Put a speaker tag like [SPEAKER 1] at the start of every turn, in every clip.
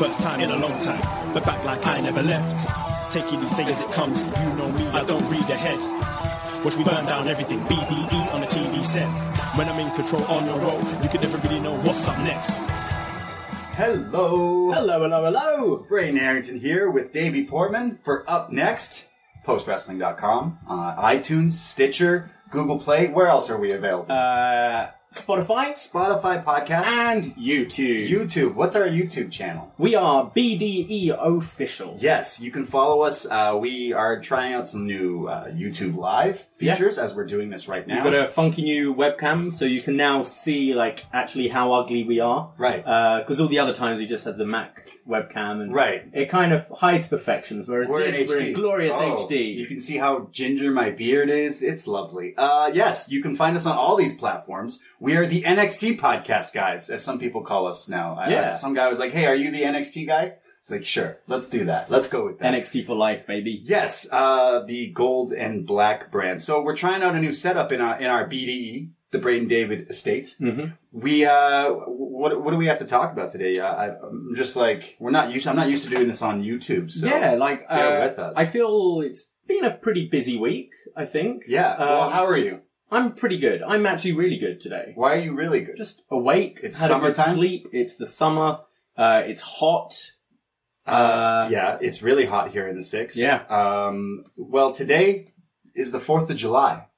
[SPEAKER 1] First time in a long time, but back like I never left. Taking each day as it comes, you know me, I don't read ahead. Watch me burn down everything, BDE on the TV set. When I'm in control on the road, you could never really know what's up next.
[SPEAKER 2] Hello.
[SPEAKER 3] Hello, hello, hello.
[SPEAKER 2] Brain Harrington here with Davey Portman for Up Next, postwrestling.com, uh, iTunes, Stitcher, Google Play. Where else are we available?
[SPEAKER 3] Uh, Spotify
[SPEAKER 2] Spotify podcasts
[SPEAKER 3] and YouTube.
[SPEAKER 2] YouTube. What's our YouTube channel?
[SPEAKER 3] we are BDE official.
[SPEAKER 2] Yes, you can follow us. Uh, we are trying out some new uh, YouTube Live
[SPEAKER 3] Yeah.
[SPEAKER 2] features as we're doing this right now.
[SPEAKER 3] We've got a funky new webcam, so you can now see like actually how ugly we are.
[SPEAKER 2] Right.
[SPEAKER 3] Because all the other times we just had the Mac webcam, and
[SPEAKER 2] Right.
[SPEAKER 3] it kind of hides perfections. Whereas
[SPEAKER 2] We're in
[SPEAKER 3] this, we're in
[SPEAKER 2] HD.
[SPEAKER 3] glorious
[SPEAKER 2] Oh,
[SPEAKER 3] HD.
[SPEAKER 2] You can see how ginger my beard is. It's lovely. Uh, yes, you can find us on all these platforms. We are the NXT podcast guys, as some people call us now. I-
[SPEAKER 3] Yeah.
[SPEAKER 2] some guy was like, "Hey, are you the NXT guy?" It's like, "Sure, let's do that. Let's go with that."
[SPEAKER 3] NXT for life, baby.
[SPEAKER 2] Yes, uh, the gold and black brand. So we're trying out a new setup in our in our BDE, the Braden David Estate.
[SPEAKER 3] Mhm.
[SPEAKER 2] We uh, what what do we have to talk about today? Uh, I, I'm just like we're not used. I'm not used to doing this on YouTube. So
[SPEAKER 3] yeah, like uh,
[SPEAKER 2] bear with us.
[SPEAKER 3] I feel it's been a pretty busy week. I think.
[SPEAKER 2] yeah. well,
[SPEAKER 3] Um,
[SPEAKER 2] how are you?
[SPEAKER 3] I'm pretty good. I'm actually really good today.
[SPEAKER 2] Why are you really good?
[SPEAKER 3] Just awake.
[SPEAKER 2] It's
[SPEAKER 3] had A
[SPEAKER 2] summertime?
[SPEAKER 3] good sleep. It's the summer. Uh, it's hot.
[SPEAKER 2] Uh,
[SPEAKER 3] Uh,
[SPEAKER 2] yeah, it's really hot here in the six.
[SPEAKER 3] Yeah.
[SPEAKER 2] Um, well, today is the Fourth of July.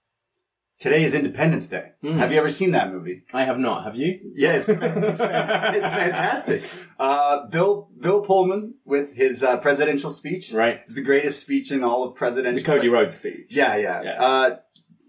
[SPEAKER 2] Today is Independence Day.
[SPEAKER 3] Mm.
[SPEAKER 2] Have you ever seen that movie?
[SPEAKER 3] I have not. Have you?
[SPEAKER 2] Yeah, it's, it's, fan- it's fantastic. Uh, Bill Bill Pullman with his uh, presidential speech.
[SPEAKER 3] Right.
[SPEAKER 2] It's the greatest speech in all of presidential.
[SPEAKER 3] The Cody Rhodes speech.
[SPEAKER 2] Yeah, yeah.
[SPEAKER 3] Yeah.
[SPEAKER 2] Uh,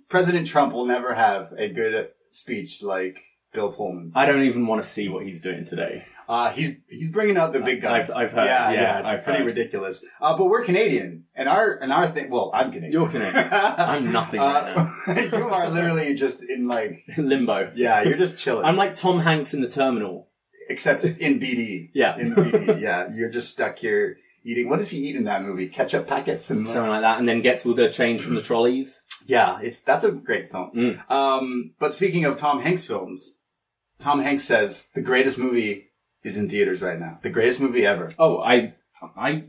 [SPEAKER 2] President Trump will never have a good speech like Bill Pullman.
[SPEAKER 3] I don't even want to see what he's doing today.
[SPEAKER 2] Uh, he's he's bringing out the big guns.
[SPEAKER 3] I've- I've heard.
[SPEAKER 2] Yeah, yeah,
[SPEAKER 3] Yeah,
[SPEAKER 2] it's
[SPEAKER 3] I've
[SPEAKER 2] pretty
[SPEAKER 3] heard.
[SPEAKER 2] ridiculous. Uh, but we're Canadian, and our and our thing. Well, I'm Canadian.
[SPEAKER 3] You're Canadian. I'm nothing right
[SPEAKER 2] right now. you are literally just in like,
[SPEAKER 3] Limbo.
[SPEAKER 2] yeah, you're just chilling.
[SPEAKER 3] I'm like Tom Hanks in the terminal.
[SPEAKER 2] Except in BD.
[SPEAKER 3] Yeah.
[SPEAKER 2] in BD. Yeah, you're just stuck here eating. What does he eat in that movie? Ketchup packets and
[SPEAKER 3] Something like that, and then gets all the change from the trolleys.
[SPEAKER 2] yeah, it's that's a great film.
[SPEAKER 3] Mm.
[SPEAKER 2] Um, but speaking of Tom Hanks films, Tom Hanks says the greatest movie is in theaters right now. The greatest movie ever.
[SPEAKER 3] Oh, I, I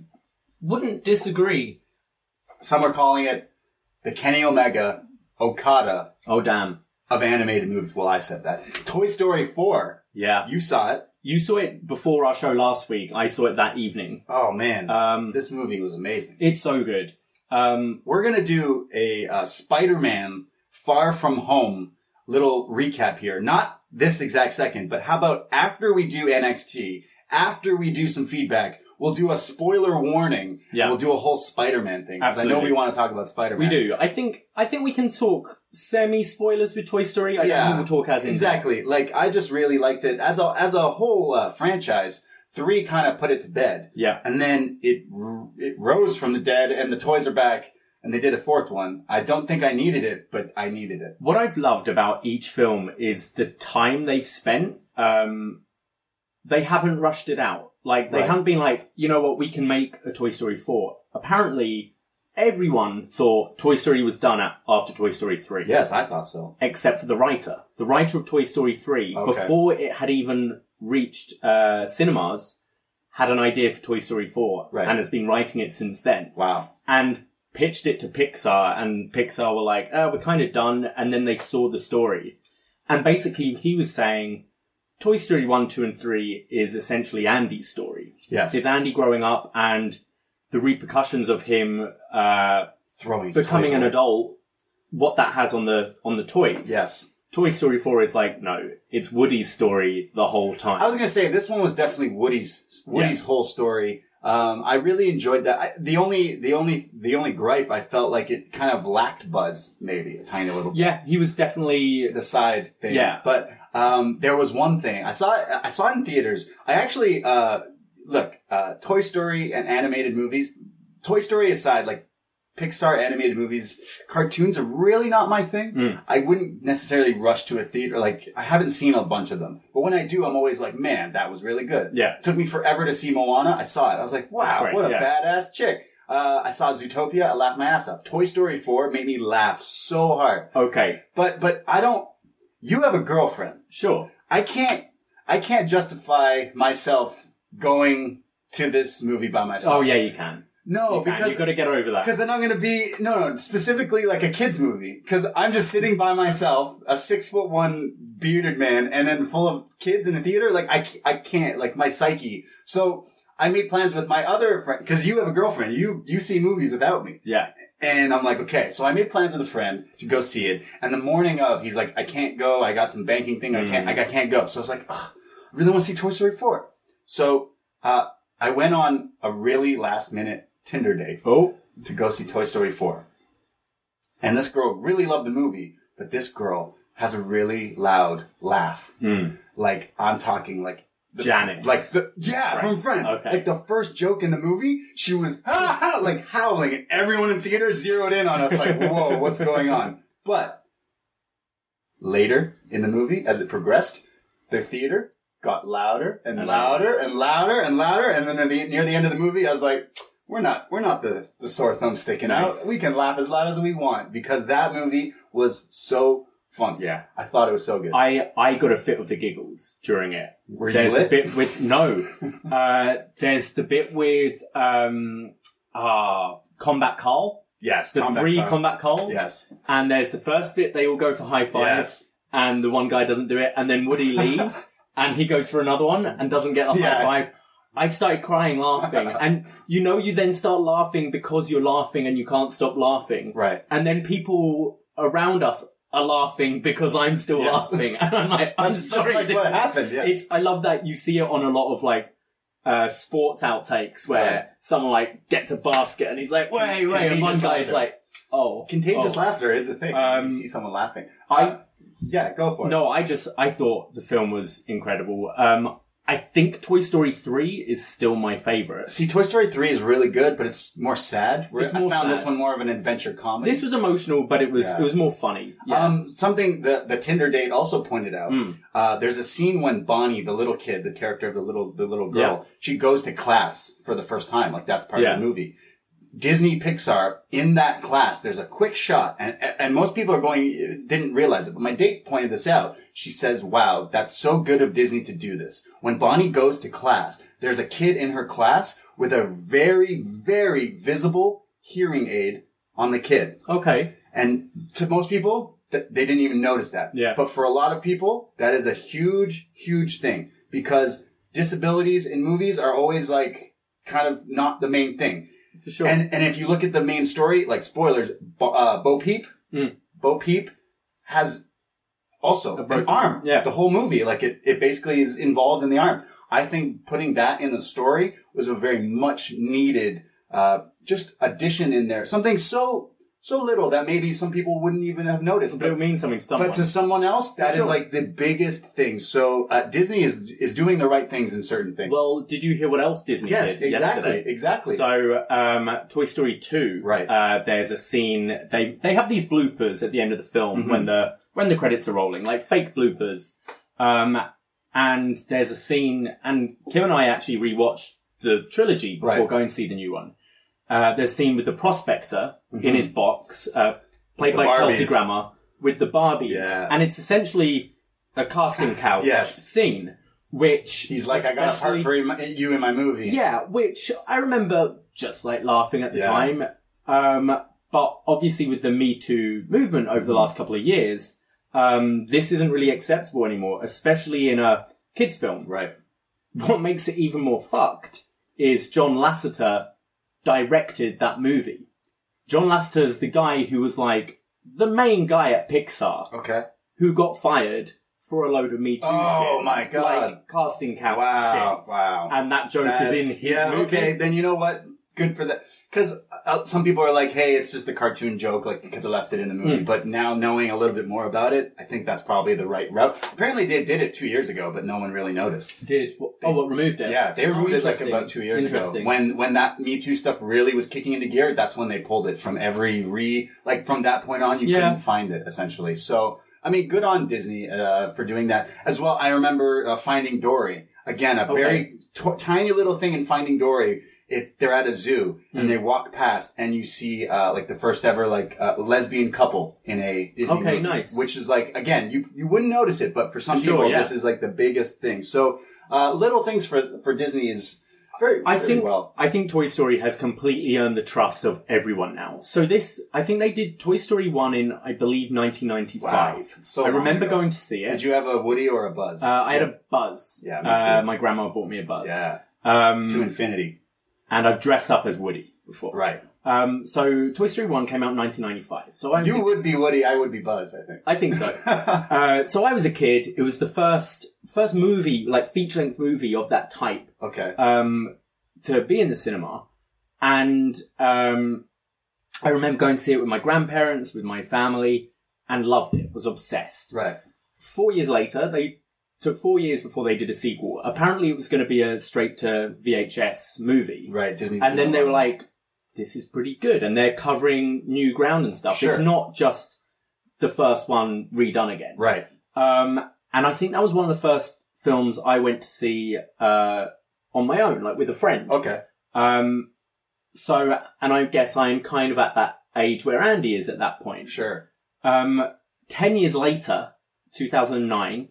[SPEAKER 3] wouldn't disagree.
[SPEAKER 2] Some are calling it the Kenny Omega Okada
[SPEAKER 3] Oh damn.
[SPEAKER 2] of animated movies. Well, I said that. Toy Story 4.
[SPEAKER 3] Yeah.
[SPEAKER 2] You saw it.
[SPEAKER 3] You saw it before our show last week. I saw it that evening.
[SPEAKER 2] Oh, man.
[SPEAKER 3] Um,
[SPEAKER 2] this movie was amazing.
[SPEAKER 3] It's so good. Um,
[SPEAKER 2] We're going to do a uh, Spider Man Far From Home little recap here. Not this exact second, but how about after we do NXT, after we do some feedback, we'll do a spoiler warning.
[SPEAKER 3] Yeah.
[SPEAKER 2] We'll do a whole Spider Man thing. 'cause I know
[SPEAKER 3] Absolutely.
[SPEAKER 2] we want to talk about Spider
[SPEAKER 3] we
[SPEAKER 2] Man.
[SPEAKER 3] do. I think. I think we can talk semi spoilers with Toy Story. I don't think we'll talk as in
[SPEAKER 2] exactly. Like I just really liked it as a as a whole uh, franchise. Three kind of put it to bed.
[SPEAKER 3] Yeah.
[SPEAKER 2] And then it r- it rose from the dead, and the toys are back, and they did a fourth one. I don't think I needed it, but I needed it.
[SPEAKER 3] What I've loved about each film is the time they've spent. Um, they haven't rushed it out. Like they
[SPEAKER 2] Right.
[SPEAKER 3] haven't been like, you know what, we can make a Toy Story four. Apparently, everyone thought Toy Story was done at, after Toy Story three.
[SPEAKER 2] Yes, I thought so.
[SPEAKER 3] except for the writer. The writer of Toy Story 3,
[SPEAKER 2] Okay.
[SPEAKER 3] before it had even reached uh, cinemas, had an idea for Toy Story 4
[SPEAKER 2] Right.
[SPEAKER 3] and has been writing it since then.
[SPEAKER 2] Wow.
[SPEAKER 3] And pitched it to Pixar, and Pixar were like, oh, we're kind of done. And then they saw the story. And basically, he was saying Toy Story 1, 2, and 3 is essentially Andy's story.
[SPEAKER 2] Yes.
[SPEAKER 3] It's Andy growing up and the repercussions of him uh,
[SPEAKER 2] Throwing his
[SPEAKER 3] becoming
[SPEAKER 2] toys
[SPEAKER 3] an
[SPEAKER 2] away.
[SPEAKER 3] adult, what that has on the on the toys.
[SPEAKER 2] Yes.
[SPEAKER 3] Toy Story 4 is like, no, it's Woody's story the whole time.
[SPEAKER 2] I was gonna say this one was definitely Woody's Woody's whole story. Um, I really enjoyed that. I, the only the only the only gripe I felt like it kind of lacked buzz, maybe a tiny little. bit.
[SPEAKER 3] yeah, he was definitely.
[SPEAKER 2] the side thing.
[SPEAKER 3] Yeah.
[SPEAKER 2] But um, there was one thing I saw. I saw it in theaters. I actually uh, look uh, Toy Story and animated movies. Toy Story aside, like Pixar animated movies, cartoons are really not my thing.
[SPEAKER 3] Mm.
[SPEAKER 2] I wouldn't necessarily rush to a theater. Like I haven't seen a bunch of them, but when I do, I'm always like, man, that was really good.
[SPEAKER 3] Yeah.
[SPEAKER 2] It took me forever to see Moana. I saw it. I was like, wow,
[SPEAKER 3] great,
[SPEAKER 2] what a
[SPEAKER 3] yeah.
[SPEAKER 2] badass chick. Uh, I saw Zootopia. I laughed my ass off. Toy Story 4 made me laugh so hard.
[SPEAKER 3] Okay,
[SPEAKER 2] But but I don't. You have a girlfriend.
[SPEAKER 3] sure.
[SPEAKER 2] I can't. I can't justify myself going to this movie by myself.
[SPEAKER 3] Oh, yeah, you can.
[SPEAKER 2] no,
[SPEAKER 3] Because,
[SPEAKER 2] Oh, because
[SPEAKER 3] you've got to get over that.
[SPEAKER 2] because then I'm gonna be no no specifically like a kids movie because I'm just sitting by myself, a six foot one bearded man, and then full of kids in the theater. Like I ca- I can't like my psyche. So I made plans with my other friend because you have a girlfriend. You you see movies without me.
[SPEAKER 3] Yeah.
[SPEAKER 2] And I'm like, okay. So I made plans with a friend to go see it. And the morning of, he's like, I can't go. I got some banking thing. I can't. I, I can't go. So I was like, Ugh, I really want to see Toy Story four. So uh, I went on a really last minute Tinder date
[SPEAKER 3] Oh,
[SPEAKER 2] to go see Toy Story four. And this girl really loved the movie, but this girl has a really loud laugh. Like I'm talking like the-
[SPEAKER 3] Hmm. Janice.
[SPEAKER 2] like the yeah from Friends.
[SPEAKER 3] Okay.
[SPEAKER 2] Like the first joke in the movie, she was "Ah, ah," like howling, and everyone in theater zeroed in on us. Like, whoa, what's going on? But later in the movie, as it progressed, the theater got louder and louder and louder and louder, and then at the, near the end of the movie, I was like. We're not, we're not the, the sore thumb sticking
[SPEAKER 3] Nice.
[SPEAKER 2] out. We can laugh as loud as we want because that movie was so fun.
[SPEAKER 3] Yeah.
[SPEAKER 2] I thought it was so good.
[SPEAKER 3] I, I got a fit of the giggles during it.
[SPEAKER 2] Were you
[SPEAKER 3] there's
[SPEAKER 2] lit?
[SPEAKER 3] the bit with no. uh, there's the bit with um, uh, Combat Carl.
[SPEAKER 2] yes.
[SPEAKER 3] The
[SPEAKER 2] Combat
[SPEAKER 3] three
[SPEAKER 2] Carl.
[SPEAKER 3] combat Carls.
[SPEAKER 2] Yes.
[SPEAKER 3] And there's the first bit, they all go for high fives.
[SPEAKER 2] Yes.
[SPEAKER 3] And the one guy doesn't do it. And then Woody leaves and he goes for another one and doesn't get a
[SPEAKER 2] Yeah.
[SPEAKER 3] high five. I started crying laughing. and you know, you then start laughing because you're laughing and you can't stop laughing.
[SPEAKER 2] Right.
[SPEAKER 3] And then people around us are laughing because I'm still
[SPEAKER 2] Yes.
[SPEAKER 3] laughing. And I'm like, I'm
[SPEAKER 2] That's just
[SPEAKER 3] sorry.
[SPEAKER 2] like
[SPEAKER 3] this-
[SPEAKER 2] what happened, yeah.
[SPEAKER 3] It's, I love that you see it on a lot of like, uh, sports outtakes where
[SPEAKER 2] Right.
[SPEAKER 3] someone like gets a basket and he's like, wait, wait, and one
[SPEAKER 2] Contagious
[SPEAKER 3] guy's
[SPEAKER 2] laughter.
[SPEAKER 3] like, oh,
[SPEAKER 2] Contagious
[SPEAKER 3] oh.
[SPEAKER 2] laughter is the thing.
[SPEAKER 3] Um,
[SPEAKER 2] you see someone laughing.
[SPEAKER 3] I-
[SPEAKER 2] yeah, go for it.
[SPEAKER 3] No, I just I thought the film was incredible. Um, I think Toy Story three is still my favorite.
[SPEAKER 2] See, Toy Story three is really good, but it's more sad. Whereas
[SPEAKER 3] It's more
[SPEAKER 2] I found
[SPEAKER 3] sad.
[SPEAKER 2] this one more of an adventure comedy.
[SPEAKER 3] This was emotional, but it was
[SPEAKER 2] Yeah.
[SPEAKER 3] it was more funny. Yeah. Hmm.
[SPEAKER 2] Um, something that the Tinder date also pointed out. Uh, there's a scene when Bonnie, the little kid, the character of the little the little girl, she goes to class for the first time. Like that's part
[SPEAKER 3] Yeah.
[SPEAKER 2] of the movie. Disney Pixar in that class. There's a quick shot, and and most people are going didn't realize it, but my date pointed this out. She says, "Wow, that's so good of Disney to do this." When Bonnie goes to class, there's a kid in her class with a very very visible hearing aid on the kid.
[SPEAKER 3] okay.
[SPEAKER 2] And to most people, th- they didn't even notice that.
[SPEAKER 3] Yeah.
[SPEAKER 2] But for a lot of people, that is a huge, huge thing because disabilities in movies are always like kind of not the main thing.
[SPEAKER 3] For sure.
[SPEAKER 2] And and if you look at the main story, like spoilers, Bo, uh, Bo Peep,
[SPEAKER 3] Mm.
[SPEAKER 2] Bo Peep has also an
[SPEAKER 3] broken-
[SPEAKER 2] arm.
[SPEAKER 3] yeah.
[SPEAKER 2] The whole movie, like it, it basically is involved in the arm. I think putting that in the story was a very much needed, uh, just addition in there. Something so so little that maybe some people wouldn't even have noticed.
[SPEAKER 3] But it means something to someone.
[SPEAKER 2] But to someone else, that is
[SPEAKER 3] Sure.
[SPEAKER 2] like the biggest thing. So uh, Disney is is doing the right things in certain things.
[SPEAKER 3] well, did you hear what else Disney
[SPEAKER 2] yes,
[SPEAKER 3] did
[SPEAKER 2] exactly,
[SPEAKER 3] yesterday?
[SPEAKER 2] exactly.
[SPEAKER 3] So, um, Toy Story Two,
[SPEAKER 2] Right.
[SPEAKER 3] Uh, there's a scene they they have these bloopers at the end of the film when
[SPEAKER 2] Mm-hmm.
[SPEAKER 3] the when the credits are rolling, like fake bloopers. Um, and there's a scene, and Kim and I actually rewatched the trilogy before
[SPEAKER 2] Right.
[SPEAKER 3] going to see the new one. Uh, there's a scene with the prospector in
[SPEAKER 2] Mm-hmm.
[SPEAKER 3] his box, uh, played
[SPEAKER 2] The
[SPEAKER 3] by Kelsey
[SPEAKER 2] Barbies.
[SPEAKER 3] Grammer, with the Barbies,
[SPEAKER 2] Yeah.
[SPEAKER 3] and it's essentially a casting couch
[SPEAKER 2] Yes.
[SPEAKER 3] scene. Which
[SPEAKER 2] He's like, I got a part
[SPEAKER 3] especially-
[SPEAKER 2] for in my- you in my movie.
[SPEAKER 3] yeah, which I remember just like laughing at the
[SPEAKER 2] Yeah.
[SPEAKER 3] time. Um, but obviously, with the Me Too movement over the
[SPEAKER 2] Mm-hmm.
[SPEAKER 3] last couple of years, um, this isn't really acceptable anymore, especially in a kids' film.
[SPEAKER 2] Right.
[SPEAKER 3] What makes it even more fucked is John Lasseter directed that movie. John Lasseter is the guy who was like the main guy at Pixar
[SPEAKER 2] Okay.
[SPEAKER 3] who got fired for a load of Me Too
[SPEAKER 2] Oh
[SPEAKER 3] shit.
[SPEAKER 2] my God.
[SPEAKER 3] Like casting couch
[SPEAKER 2] Wow.
[SPEAKER 3] shit.
[SPEAKER 2] Wow.
[SPEAKER 3] And that joke
[SPEAKER 2] That's-
[SPEAKER 3] is in his
[SPEAKER 2] yeah,
[SPEAKER 3] movie.
[SPEAKER 2] okay, then you know what? Good for that. Because uh, some people are like, hey, it's just a cartoon joke, like you could have left it in the
[SPEAKER 3] Hmm.
[SPEAKER 2] movie. But now knowing a little bit more about it, I think that's probably the right route. Apparently they did it two years ago, but no one really noticed.
[SPEAKER 3] Did what, oh, what removed it?
[SPEAKER 2] Yeah, they
[SPEAKER 3] Oh,
[SPEAKER 2] removed it like
[SPEAKER 3] interesting.
[SPEAKER 2] about two years ago.
[SPEAKER 3] Interesting.
[SPEAKER 2] When when that Me Too stuff really was kicking into gear, that's when they pulled it from every re like from that point on you
[SPEAKER 3] Yeah.
[SPEAKER 2] couldn't find it essentially. So I mean, good on Disney uh, for doing that as well. I remember uh, Finding Dory again, a very t- tiny little thing in Finding Dory. It, they're at a zoo
[SPEAKER 3] Hmm.
[SPEAKER 2] and they walk past and you see uh, like the first ever like uh, lesbian couple in a Disney
[SPEAKER 3] Okay,
[SPEAKER 2] movie,
[SPEAKER 3] nice.
[SPEAKER 2] which is like again you you wouldn't notice it but for some
[SPEAKER 3] Sure,
[SPEAKER 2] people
[SPEAKER 3] yeah.
[SPEAKER 2] this is like the biggest thing so uh, little things for for Disney is very
[SPEAKER 3] I
[SPEAKER 2] very
[SPEAKER 3] think
[SPEAKER 2] well
[SPEAKER 3] I think Toy Story has completely earned the trust of everyone now. So this, I think they did Toy Story one in I believe 1995.
[SPEAKER 2] Wow, it's so
[SPEAKER 3] I
[SPEAKER 2] long
[SPEAKER 3] remember
[SPEAKER 2] ago.
[SPEAKER 3] going to see it.
[SPEAKER 2] did you have a Woody or a Buzz
[SPEAKER 3] Uh, I had a Buzz.
[SPEAKER 2] Yeah, me
[SPEAKER 3] Uh,
[SPEAKER 2] too.
[SPEAKER 3] my grandma bought me a Buzz.
[SPEAKER 2] yeah
[SPEAKER 3] Um,
[SPEAKER 2] to infinity
[SPEAKER 3] and I've dressed up as Woody before.
[SPEAKER 2] right
[SPEAKER 3] Um, so Toy Story one came out in 1995. So I was
[SPEAKER 2] you would be Woody I would be Buzz I think
[SPEAKER 3] I think so. uh, so I was a kid. It was the first first movie, like feature length movie of that type
[SPEAKER 2] okay
[SPEAKER 3] um, to be in the cinema, and um, I remember going to see it with my grandparents, with my family, and loved it. Was obsessed.
[SPEAKER 2] right
[SPEAKER 3] Four years later, they took four years before they did a sequel. Apparently, it was going to be a straight to VHS movie,
[SPEAKER 2] right Disney
[SPEAKER 3] and then they were like, "This is pretty good," and they're covering new ground and stuff.
[SPEAKER 2] Sure.
[SPEAKER 3] It's not just the first one redone again.
[SPEAKER 2] right
[SPEAKER 3] Um, and I think that was one of the first films I went to see uh, on my own, like with a friend.
[SPEAKER 2] okay
[SPEAKER 3] Um, so, and I guess I'm kind of at that age where Andy is at that point.
[SPEAKER 2] sure
[SPEAKER 3] Um, ten years later, 2009,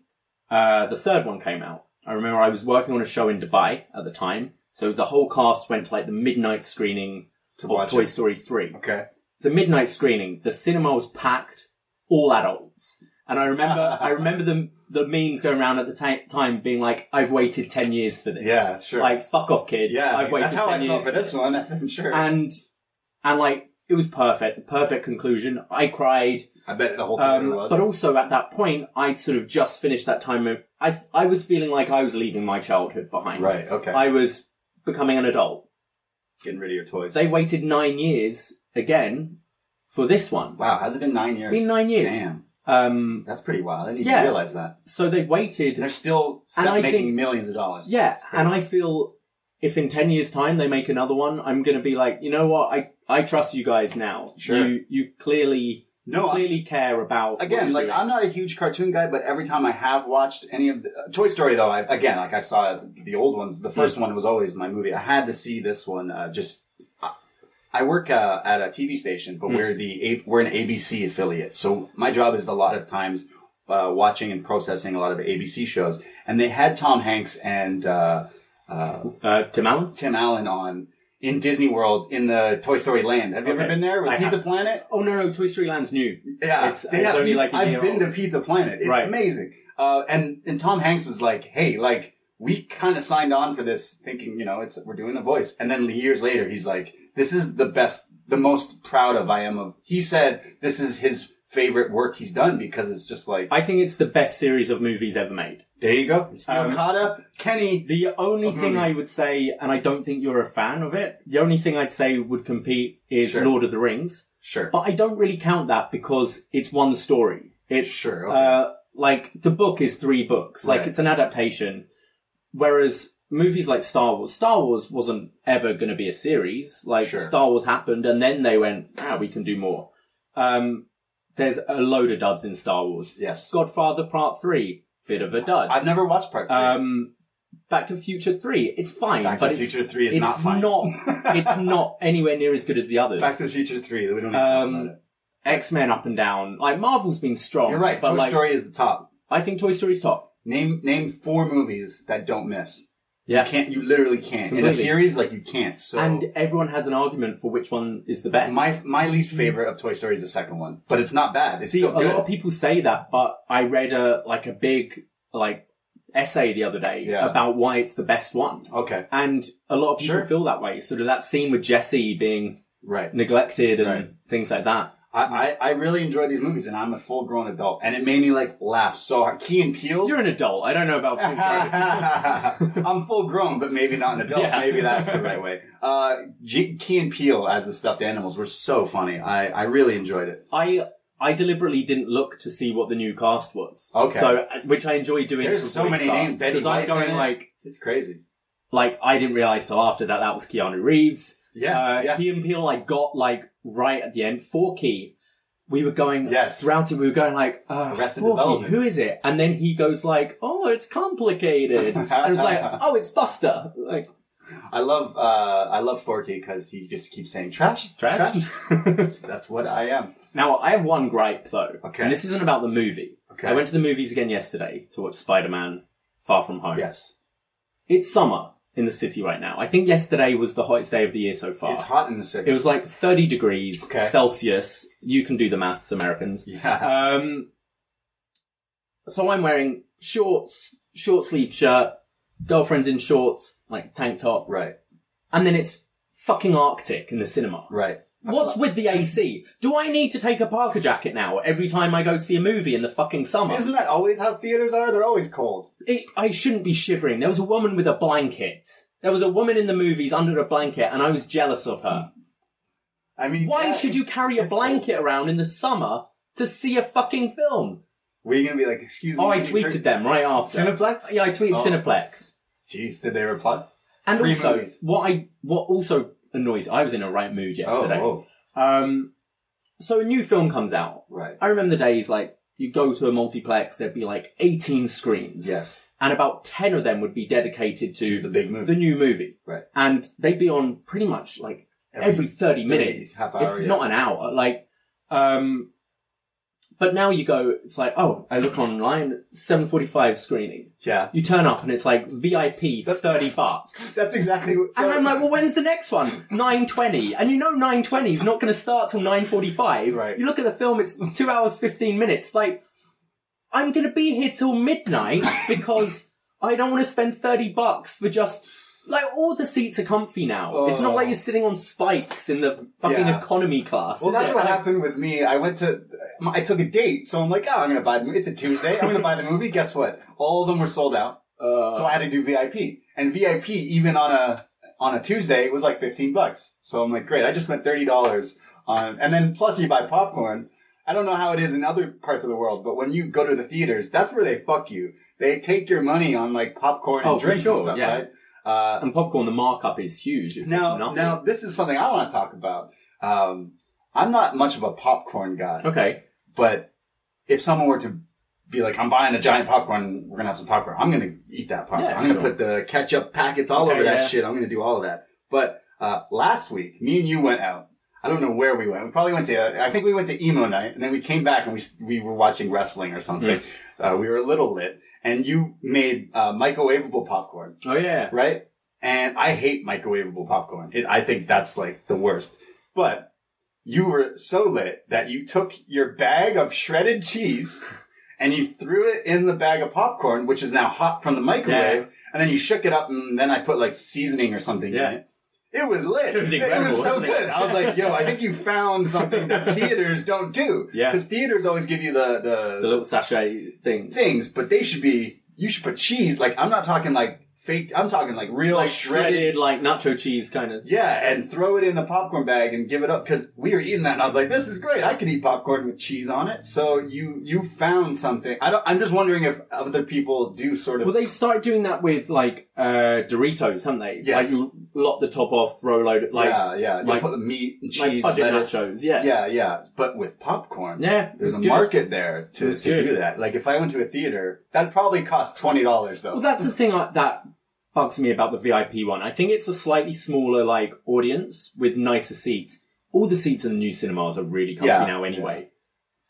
[SPEAKER 3] uh, the third one came out. I remember I was working on a show in Dubai at the time, so the whole cast went to like the midnight screening
[SPEAKER 2] to
[SPEAKER 3] of
[SPEAKER 2] watch
[SPEAKER 3] Toy
[SPEAKER 2] it.
[SPEAKER 3] Story 3.
[SPEAKER 2] okay
[SPEAKER 3] It's a midnight screening. The cinema was packed, all adults. And I remember, I remember the the memes going around at the ti- time being like, "I've waited ten years for this."
[SPEAKER 2] Yeah, sure.
[SPEAKER 3] Like, fuck off, kids.
[SPEAKER 2] yeah
[SPEAKER 3] I've waited
[SPEAKER 2] that's how
[SPEAKER 3] ten
[SPEAKER 2] I
[SPEAKER 3] years
[SPEAKER 2] felt for this one I'm sure
[SPEAKER 3] And and like, it was perfect. The perfect conclusion. I cried.
[SPEAKER 2] I bet the whole theater
[SPEAKER 3] Um,
[SPEAKER 2] was
[SPEAKER 3] but also at that point, I'd sort of just finished that time. of- I I was feeling like I was leaving my childhood behind.
[SPEAKER 2] right okay
[SPEAKER 3] I was becoming an adult.
[SPEAKER 2] getting rid of your toys
[SPEAKER 3] They waited nine years again for this one.
[SPEAKER 2] wow has it been nine years
[SPEAKER 3] It's been nine years.
[SPEAKER 2] damn
[SPEAKER 3] Um,
[SPEAKER 2] that's pretty wild I didn't
[SPEAKER 3] Yeah.
[SPEAKER 2] even realize that
[SPEAKER 3] so they waited.
[SPEAKER 2] they're still
[SPEAKER 3] And I
[SPEAKER 2] making
[SPEAKER 3] think-
[SPEAKER 2] millions of dollars
[SPEAKER 3] Yeah,
[SPEAKER 2] It's crazy.
[SPEAKER 3] and I feel if in ten years' time they make another one, I'm gonna be like, you know what? I I trust you guys now.
[SPEAKER 2] Sure.
[SPEAKER 3] You you clearly
[SPEAKER 2] No, I-
[SPEAKER 3] clearly care about
[SPEAKER 2] again like i'm not a huge cartoon guy but every time i have watched any of the uh, toy story though i again like i saw the old ones the
[SPEAKER 3] Hmm.
[SPEAKER 2] first one was always my movie i had to see this one uh, just I work uh, at a TV station,
[SPEAKER 3] Hmm.
[SPEAKER 2] but we're the A- we're an ABC affiliate. So my job is a lot of times uh, watching and processing a lot of ABC shows. And they had Tom Hanks and uh,
[SPEAKER 3] uh, Tim Allen.
[SPEAKER 2] Tim Allen on in Disney World in the Toy Story Land. Have you ever
[SPEAKER 3] Okay.
[SPEAKER 2] been there with
[SPEAKER 3] I
[SPEAKER 2] Pizza
[SPEAKER 3] have.
[SPEAKER 2] Planet?
[SPEAKER 3] Oh no, no, Toy Story Land's new.
[SPEAKER 2] Yeah,
[SPEAKER 3] it's,
[SPEAKER 2] they
[SPEAKER 3] it's
[SPEAKER 2] have-
[SPEAKER 3] only
[SPEAKER 2] you-
[SPEAKER 3] like a year
[SPEAKER 2] I've been
[SPEAKER 3] old.
[SPEAKER 2] to Pizza Planet. It's
[SPEAKER 3] Right.
[SPEAKER 2] amazing. Uh, and and Tom Hanks was like, "Hey, like we kind of signed on for this, thinking you know it's we're doing a voice." And then years later, he's like, "This is the best, the most proud of I am of." He said, "This is his favorite work he's done because it's just like
[SPEAKER 3] I think it's the best series of movies ever made.
[SPEAKER 2] there you go, it's
[SPEAKER 3] Um,
[SPEAKER 2] Okada, Kenny."
[SPEAKER 3] The only
[SPEAKER 2] Of
[SPEAKER 3] thing I
[SPEAKER 2] movies.
[SPEAKER 3] would say, and I don't think you're a fan of it, the only thing I'd say would compete is
[SPEAKER 2] Sure.
[SPEAKER 3] Lord of the Rings.
[SPEAKER 2] Sure.
[SPEAKER 3] But I don't really count that because it's one story. It's
[SPEAKER 2] Sure, okay.
[SPEAKER 3] uh, like the book is three books. Like
[SPEAKER 2] Right.
[SPEAKER 3] it's an adaptation. Whereas movies like Star Wars, Star Wars wasn't ever going to be a series. Like
[SPEAKER 2] Sure.
[SPEAKER 3] Star Wars happened, and then they went, "Ah, we can do more." Um, there's a load of duds in Star Wars.
[SPEAKER 2] Yes.
[SPEAKER 3] Godfather Part Three, bit of a dud.
[SPEAKER 2] I've never watched part three.
[SPEAKER 3] Um, Back to the Future Three, it's fine,
[SPEAKER 2] Back to
[SPEAKER 3] but
[SPEAKER 2] the
[SPEAKER 3] it's,
[SPEAKER 2] Future 3 is
[SPEAKER 3] it's
[SPEAKER 2] not fine.
[SPEAKER 3] not- it's not anywhere near as good as the others.
[SPEAKER 2] Back to the Future three. We don't need to talk
[SPEAKER 3] um,
[SPEAKER 2] about it.
[SPEAKER 3] X Men up and down. Like Marvel's been strong.
[SPEAKER 2] You're right.
[SPEAKER 3] But
[SPEAKER 2] Toy
[SPEAKER 3] like,
[SPEAKER 2] Story is the top.
[SPEAKER 3] I think Toy Story's top.
[SPEAKER 2] Name name four movies that don't miss.
[SPEAKER 3] Yeah.
[SPEAKER 2] You can't. You literally can't. In a
[SPEAKER 3] Completely.
[SPEAKER 2] series, like you can't. So
[SPEAKER 3] and everyone has an argument for which one is the best.
[SPEAKER 2] my my least favorite of Toy Story is the second one, but it's not bad. It's
[SPEAKER 3] See, a
[SPEAKER 2] still good.
[SPEAKER 3] lot of people say that, but I read a like a big like essay the other day
[SPEAKER 2] Yeah.
[SPEAKER 3] about why it's the best one.
[SPEAKER 2] okay.
[SPEAKER 3] And a lot of people
[SPEAKER 2] Sure.
[SPEAKER 3] feel that way. Sort of that scene with Jesse being
[SPEAKER 2] Right.
[SPEAKER 3] neglected and
[SPEAKER 2] Right.
[SPEAKER 3] things like that.
[SPEAKER 2] I, I I really enjoy these movies, and I'm a full grown adult, and it made me like laugh so hard. Key and Peele.
[SPEAKER 3] You're an adult. I don't know about full grown.
[SPEAKER 2] I'm full grown, but maybe not an adult.
[SPEAKER 3] Yeah.
[SPEAKER 2] Maybe that's the right way. Uh, G- Key and Peele as the stuffed animals were so funny. I, I really enjoyed it.
[SPEAKER 3] I I deliberately didn't look to see what the new cast was.
[SPEAKER 2] Okay.
[SPEAKER 3] So uh, which I enjoy doing.
[SPEAKER 2] There's
[SPEAKER 3] for
[SPEAKER 2] so
[SPEAKER 3] voice
[SPEAKER 2] many
[SPEAKER 3] casts,
[SPEAKER 2] names. Betty
[SPEAKER 3] because I'm
[SPEAKER 2] White's
[SPEAKER 3] going
[SPEAKER 2] in it.
[SPEAKER 3] like
[SPEAKER 2] It's crazy.
[SPEAKER 3] like I didn't realize till after that that was Keanu Reeves.
[SPEAKER 2] Yeah,
[SPEAKER 3] uh,
[SPEAKER 2] yeah.
[SPEAKER 3] Key and Peele I got like right at the end. Forky, we were going
[SPEAKER 2] Yes.
[SPEAKER 3] throughout it. We were going like uh,
[SPEAKER 2] Arrested
[SPEAKER 3] Forky,
[SPEAKER 2] Development.
[SPEAKER 3] who is it? And then he goes like, oh, it's complicated. and I was like, oh, it's Buster. Like
[SPEAKER 2] I love uh, I love Forky because he just keeps saying trash,
[SPEAKER 3] Trash?
[SPEAKER 2] that's, that's what I am.
[SPEAKER 3] now I have one gripe though.
[SPEAKER 2] Okay.
[SPEAKER 3] And this isn't about the movie.
[SPEAKER 2] Okay.
[SPEAKER 3] I went to the movies again yesterday to watch Spider Man Far From Home.
[SPEAKER 2] Yes,
[SPEAKER 3] It's summer in the city right now. I think yesterday was the hottest day of the year so far.
[SPEAKER 2] it's hot in the six.
[SPEAKER 3] It was like 30 degrees
[SPEAKER 2] Okay.
[SPEAKER 3] Celsius. You can do the maths, Americans.
[SPEAKER 2] yeah,
[SPEAKER 3] Um, so I'm wearing shorts, short sleeve shirt, girlfriend's in shorts, like tank top,
[SPEAKER 2] right,
[SPEAKER 3] and then it's fucking Arctic in the cinema.
[SPEAKER 2] right.
[SPEAKER 3] What's with the AC? Do I need to take a Parker jacket now every time I go to see a movie in the fucking summer?
[SPEAKER 2] Isn't that always how theaters are? They're always cold.
[SPEAKER 3] It, I shouldn't be shivering. There was a woman with a blanket. There was a woman in the movies under a blanket, and I was jealous of her.
[SPEAKER 2] I mean,
[SPEAKER 3] Why
[SPEAKER 2] yeah.
[SPEAKER 3] should you carry a
[SPEAKER 2] It's cold.
[SPEAKER 3] blanket around in the summer to see a fucking film?
[SPEAKER 2] Were you gonna be like, excuse me?
[SPEAKER 3] Oh, I
[SPEAKER 2] can you turn-
[SPEAKER 3] tweeted them right after.
[SPEAKER 2] Cineplex?
[SPEAKER 3] Yeah, I tweeted
[SPEAKER 2] Oh.
[SPEAKER 3] Cineplex.
[SPEAKER 2] Jeez, did they reply?
[SPEAKER 3] And
[SPEAKER 2] Free
[SPEAKER 3] also,
[SPEAKER 2] movies.
[SPEAKER 3] what I what also annoys, I was in a right mood yesterday.
[SPEAKER 2] Oh, oh,
[SPEAKER 3] Um, so a new film comes out.
[SPEAKER 2] right.
[SPEAKER 3] I remember the days like you go to a multiplex, there'd be like eighteen screens,
[SPEAKER 2] Yes,
[SPEAKER 3] and about ten of them would be dedicated to
[SPEAKER 2] the big movie.
[SPEAKER 3] the new movie,
[SPEAKER 2] Right.
[SPEAKER 3] and they'd be on pretty much like every, 30 minutes,
[SPEAKER 2] half hour,
[SPEAKER 3] if
[SPEAKER 2] yeah.
[SPEAKER 3] not an hour. Like, um, but now you go, it's like, oh, I look online, 7.45 screening.
[SPEAKER 2] Yeah.
[SPEAKER 3] You turn up and it's like VIP 30 bucks.
[SPEAKER 2] That's exactly what.
[SPEAKER 3] And I'm like, well, when's the next one? 9.20. And you know 9.20 is not going to start till 9.45.
[SPEAKER 2] Right.
[SPEAKER 3] You look at the film, it's 2 hours 15 minutes. Like, I'm going to be here till midnight because I don't want to spend 30 bucks for just... Like, all the seats are comfy now. It's not
[SPEAKER 2] Oh.
[SPEAKER 3] like you're sitting on spikes in the fucking
[SPEAKER 2] Yeah.
[SPEAKER 3] economy class.
[SPEAKER 2] Well,
[SPEAKER 3] is
[SPEAKER 2] that's
[SPEAKER 3] it?
[SPEAKER 2] what
[SPEAKER 3] Like,
[SPEAKER 2] happened with me. I went to, I took a date, so I'm like, oh, I'm gonna buy the movie. It's a Tuesday. I'm gonna buy the movie. Guess what? All of them were sold out.
[SPEAKER 3] Uh,
[SPEAKER 2] so I had to do VIP, and VIP even on a on a Tuesday was like 15 bucks. So I'm like, great. I just spent 30 dollars on, and then plus you buy popcorn. I don't know how it is in other parts of the world, but when you go to the theaters, that's where they fuck you. They take your money on like popcorn and
[SPEAKER 3] Oh, for
[SPEAKER 2] drinks
[SPEAKER 3] sure,
[SPEAKER 2] and stuff,
[SPEAKER 3] yeah.
[SPEAKER 2] right? Uh,
[SPEAKER 3] And popcorn, the markup is huge. It's
[SPEAKER 2] now,
[SPEAKER 3] nothing.
[SPEAKER 2] now this is something I want to talk about. Um, I'm not much of a popcorn guy,
[SPEAKER 3] Okay.
[SPEAKER 2] but if someone were to be like, "I'm buying a giant popcorn, we're gonna have some popcorn," I'm gonna eat that popcorn.
[SPEAKER 3] Yeah,
[SPEAKER 2] I'm gonna
[SPEAKER 3] sure.
[SPEAKER 2] put the ketchup packets all
[SPEAKER 3] Okay,
[SPEAKER 2] over that
[SPEAKER 3] yeah.
[SPEAKER 2] shit. I'm gonna do all of that. But uh, last week, me and you went out. I don't know where we went. We probably went to. Uh, I think we went to emo night, and then we came back and we s- we were watching wrestling or something.
[SPEAKER 3] Mm.
[SPEAKER 2] Uh, we were a little lit, and you made uh, microwavable popcorn
[SPEAKER 3] Oh, yeah.
[SPEAKER 2] right? And I hate microwavable popcorn. It, I think that's like the worst. But you were so lit that you took your bag of shredded cheese and you threw it in the bag of popcorn, which is now hot from the microwave.
[SPEAKER 3] Yeah.
[SPEAKER 2] And then you shook it up, and then I put like seasoning or something
[SPEAKER 3] Yeah.
[SPEAKER 2] in it. It was lit.
[SPEAKER 3] It was incredible,
[SPEAKER 2] so
[SPEAKER 3] wasn't it?
[SPEAKER 2] good. I was like, "Yo, I think you found something that theaters don't do."
[SPEAKER 3] Yeah.
[SPEAKER 2] because theaters always give you the the,
[SPEAKER 3] The little sachet thing.
[SPEAKER 2] things, but they should be. You should put cheese. Like I'm not talking like fake. I'm talking like real
[SPEAKER 3] like
[SPEAKER 2] shredded.
[SPEAKER 3] shredded, like nacho cheese kind of.
[SPEAKER 2] Yeah, and throw it in the popcorn bag and give it up because we were eating that, and I was like, "This is great! I can eat popcorn with cheese on it." So you you found something. I don't. I'm just wondering if other people do sort of.
[SPEAKER 3] Well, they've started doing that with like uh, Doritos, haven't they?
[SPEAKER 2] Yes.
[SPEAKER 3] Like you lop the top off, throw a load of like
[SPEAKER 2] yeah, yeah. You
[SPEAKER 3] like-
[SPEAKER 2] put the meat and
[SPEAKER 3] like
[SPEAKER 2] cheese, and
[SPEAKER 3] budget
[SPEAKER 2] lettuce.
[SPEAKER 3] nachos. Yeah.
[SPEAKER 2] yeah, yeah. But with popcorn,
[SPEAKER 3] Yeah, it
[SPEAKER 2] there's
[SPEAKER 3] was
[SPEAKER 2] a
[SPEAKER 3] good.
[SPEAKER 2] market there
[SPEAKER 3] It
[SPEAKER 2] to,
[SPEAKER 3] was
[SPEAKER 2] to do
[SPEAKER 3] good.
[SPEAKER 2] that. Like if I went to a theater, that'd probably cost twenty dollars though.
[SPEAKER 3] Well, that's the thing I, that bugs me about the VIP one. I think it's a slightly smaller like audience with nicer seats. All the seats in the new cinemas are really comfy
[SPEAKER 2] Yeah,
[SPEAKER 3] now, anyway,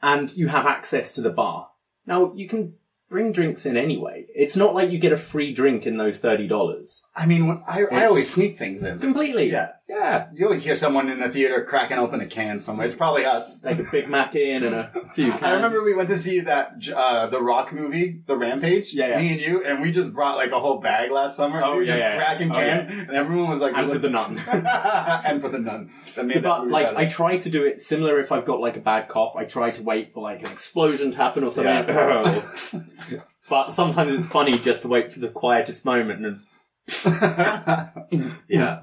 [SPEAKER 3] and you have access to the bar. Now you can bring drinks in anyway. It's not like you get a free drink in those thirty dollars
[SPEAKER 2] I mean, when, I I always sneak things in.
[SPEAKER 3] completely.
[SPEAKER 2] Yeah.
[SPEAKER 3] yeah.
[SPEAKER 2] You always hear someone in a theater cracking open a can somewhere. It's probably us.
[SPEAKER 3] Take a Big Mac in and a few. Cans.
[SPEAKER 2] I remember we went to see that uh, the Rock movie, The Rampage.
[SPEAKER 3] Yeah, yeah.
[SPEAKER 2] Me and you, and we just brought like a whole bag last summer.
[SPEAKER 3] Oh,
[SPEAKER 2] we were
[SPEAKER 3] yeah,
[SPEAKER 2] just
[SPEAKER 3] yeah.
[SPEAKER 2] cracking
[SPEAKER 3] Oh,
[SPEAKER 2] cans, and everyone was like,
[SPEAKER 3] and for the nun.
[SPEAKER 2] and for the nun. That made that
[SPEAKER 3] But
[SPEAKER 2] movie
[SPEAKER 3] like,
[SPEAKER 2] better.
[SPEAKER 3] I try to do it similar. If I've got like a bad cough, I try to wait for like an explosion to happen or something.
[SPEAKER 2] Yeah.
[SPEAKER 3] but sometimes it's funny just to wait for the quietest moment. And
[SPEAKER 2] yeah.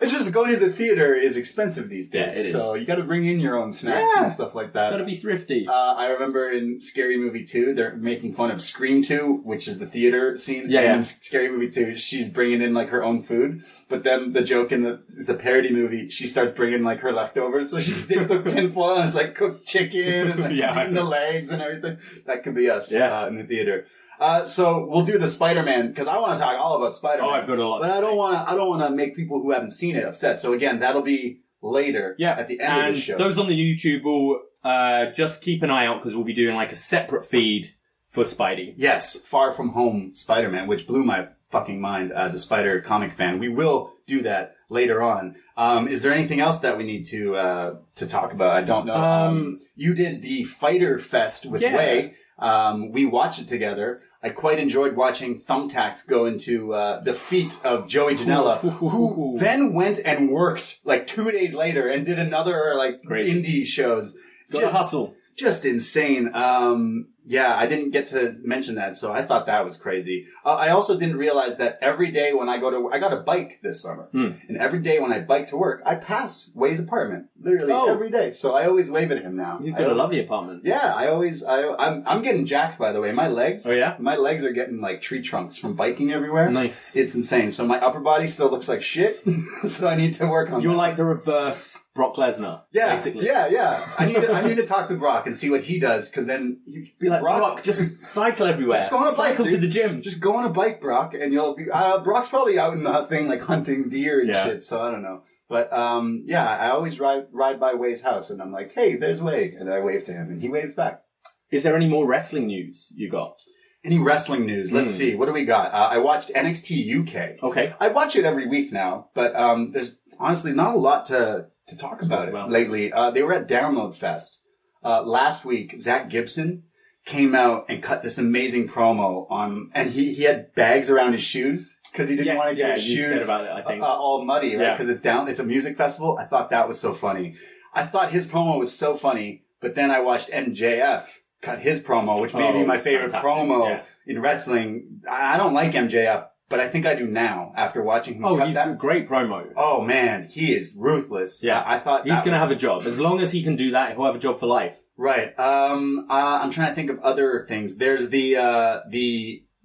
[SPEAKER 2] It's just going to the theater is expensive these
[SPEAKER 3] Yeah,
[SPEAKER 2] days.
[SPEAKER 3] it is.
[SPEAKER 2] So you got to bring in your own snacks and stuff like that.
[SPEAKER 3] gotta be thrifty.
[SPEAKER 2] uh, I remember in Scary Movie 2, they're making fun of Scream 2, which is the theater scene.
[SPEAKER 3] Yeah,
[SPEAKER 2] And
[SPEAKER 3] yeah.
[SPEAKER 2] in Scary Movie 2, she's bringing in like her own food. But then the joke in the, it's a parody movie, she starts bringing like her leftovers. So she takes the tinfoil and it's like cooked chicken and like
[SPEAKER 3] Yeah,
[SPEAKER 2] she's
[SPEAKER 3] I
[SPEAKER 2] eating the legs and everything. That could be us
[SPEAKER 3] Yeah.
[SPEAKER 2] uh, in the theater. Uh, so we'll do the Spider-Man because I want to talk all about Spider-Man.
[SPEAKER 3] Oh, I've got a lot
[SPEAKER 2] But
[SPEAKER 3] to
[SPEAKER 2] I don't want to. I don't want to make people who haven't seen it upset. So again, that'll be later.
[SPEAKER 3] yeah,
[SPEAKER 2] At the end
[SPEAKER 3] and
[SPEAKER 2] of the show.
[SPEAKER 3] those on the YouTube will uh, just keep an eye out because we'll be doing like a separate feed for Spidey.
[SPEAKER 2] Yes, Far From Home Spider Man, which blew my fucking mind as a Spider comic fan. We will do that later on. Um, is there anything else that we need to uh, to talk about? I don't know. Um,
[SPEAKER 3] Um,
[SPEAKER 2] you did the Fighter Fest with
[SPEAKER 3] Yeah.
[SPEAKER 2] Way. Um, we watched it together. I quite enjoyed watching Thumbtacks go into uh, the feet of Joey Janela, who then went and worked like two days later and did another like
[SPEAKER 3] Crazy.
[SPEAKER 2] indie shows.
[SPEAKER 3] Gotta
[SPEAKER 2] Just-
[SPEAKER 3] hustle.
[SPEAKER 2] just insane. Um, yeah, I didn't get to mention that, so I thought that was crazy. Uh, I also didn't realize that every day when I go to, I got a bike this summer,
[SPEAKER 3] Hmm.
[SPEAKER 2] and every day when I bike to work, I pass Way's apartment literally
[SPEAKER 3] Oh.
[SPEAKER 2] every day. So I always wave at him now.
[SPEAKER 3] He's
[SPEAKER 2] I
[SPEAKER 3] got a
[SPEAKER 2] always-
[SPEAKER 3] lovely apartment.
[SPEAKER 2] Yeah, I always, I, I'm, I'm getting jacked by the way. My legs,
[SPEAKER 3] Oh, yeah?
[SPEAKER 2] my legs are getting like tree trunks from biking everywhere.
[SPEAKER 3] Nice.
[SPEAKER 2] It's insane. So my upper body still looks like shit. so I need to work on.
[SPEAKER 3] You're
[SPEAKER 2] that.
[SPEAKER 3] like the reverse Brock Lesnar.
[SPEAKER 2] Yeah,
[SPEAKER 3] basically.
[SPEAKER 2] yeah, yeah. I need to, I need to talk to Brock and see what he does because then you
[SPEAKER 3] Be like Brock, just cycle everywhere.
[SPEAKER 2] Just go on a bike,
[SPEAKER 3] cycle to
[SPEAKER 2] dude.
[SPEAKER 3] the gym.
[SPEAKER 2] just go on a bike, Brock, and you'll be. Uh, Brock's probably out in the thing like hunting deer and
[SPEAKER 3] Yeah.
[SPEAKER 2] shit. So I don't know, but um, yeah, I always ride ride by Way's house, and I'm like, hey, there's Way, and I wave to him, and he waves back.
[SPEAKER 3] Is there any more wrestling news you got?
[SPEAKER 2] Any wrestling news? Let's
[SPEAKER 3] Hmm.
[SPEAKER 2] see. What do we got? Uh, I watched NXT UK.
[SPEAKER 3] Okay.
[SPEAKER 2] I watch it every week now, but um, there's honestly not a lot to to talk about
[SPEAKER 3] Wow.
[SPEAKER 2] it lately. Uh, they were at Download Fest uh, last week. Zach Gibson came out and cut this amazing promo on, and he he had bags around his shoes because he didn't
[SPEAKER 3] Yes,
[SPEAKER 2] want to get
[SPEAKER 3] yeah,
[SPEAKER 2] his
[SPEAKER 3] you
[SPEAKER 2] shoes
[SPEAKER 3] said about it, I think.
[SPEAKER 2] uh, all muddy, right?
[SPEAKER 3] Yeah.
[SPEAKER 2] Because it's down. It's a music festival. I thought that was so funny. I thought his promo was so funny, but then I watched MJF cut his promo, which may be
[SPEAKER 3] Oh,
[SPEAKER 2] my favorite
[SPEAKER 3] fantastic,
[SPEAKER 2] promo
[SPEAKER 3] yeah.
[SPEAKER 2] in wrestling. I I don't like MJF, but I think I do now after watching him
[SPEAKER 3] Oh,
[SPEAKER 2] cut
[SPEAKER 3] he's a
[SPEAKER 2] that.
[SPEAKER 3] great promo.
[SPEAKER 2] Oh man, he is ruthless.
[SPEAKER 3] Yeah.
[SPEAKER 2] I, I thought
[SPEAKER 3] he's
[SPEAKER 2] that
[SPEAKER 3] going to
[SPEAKER 2] was-
[SPEAKER 3] have a job. As long as he can do that, he'll have a job for life.
[SPEAKER 2] right. Um, uh, I'm trying to think of other things. There's the uh, the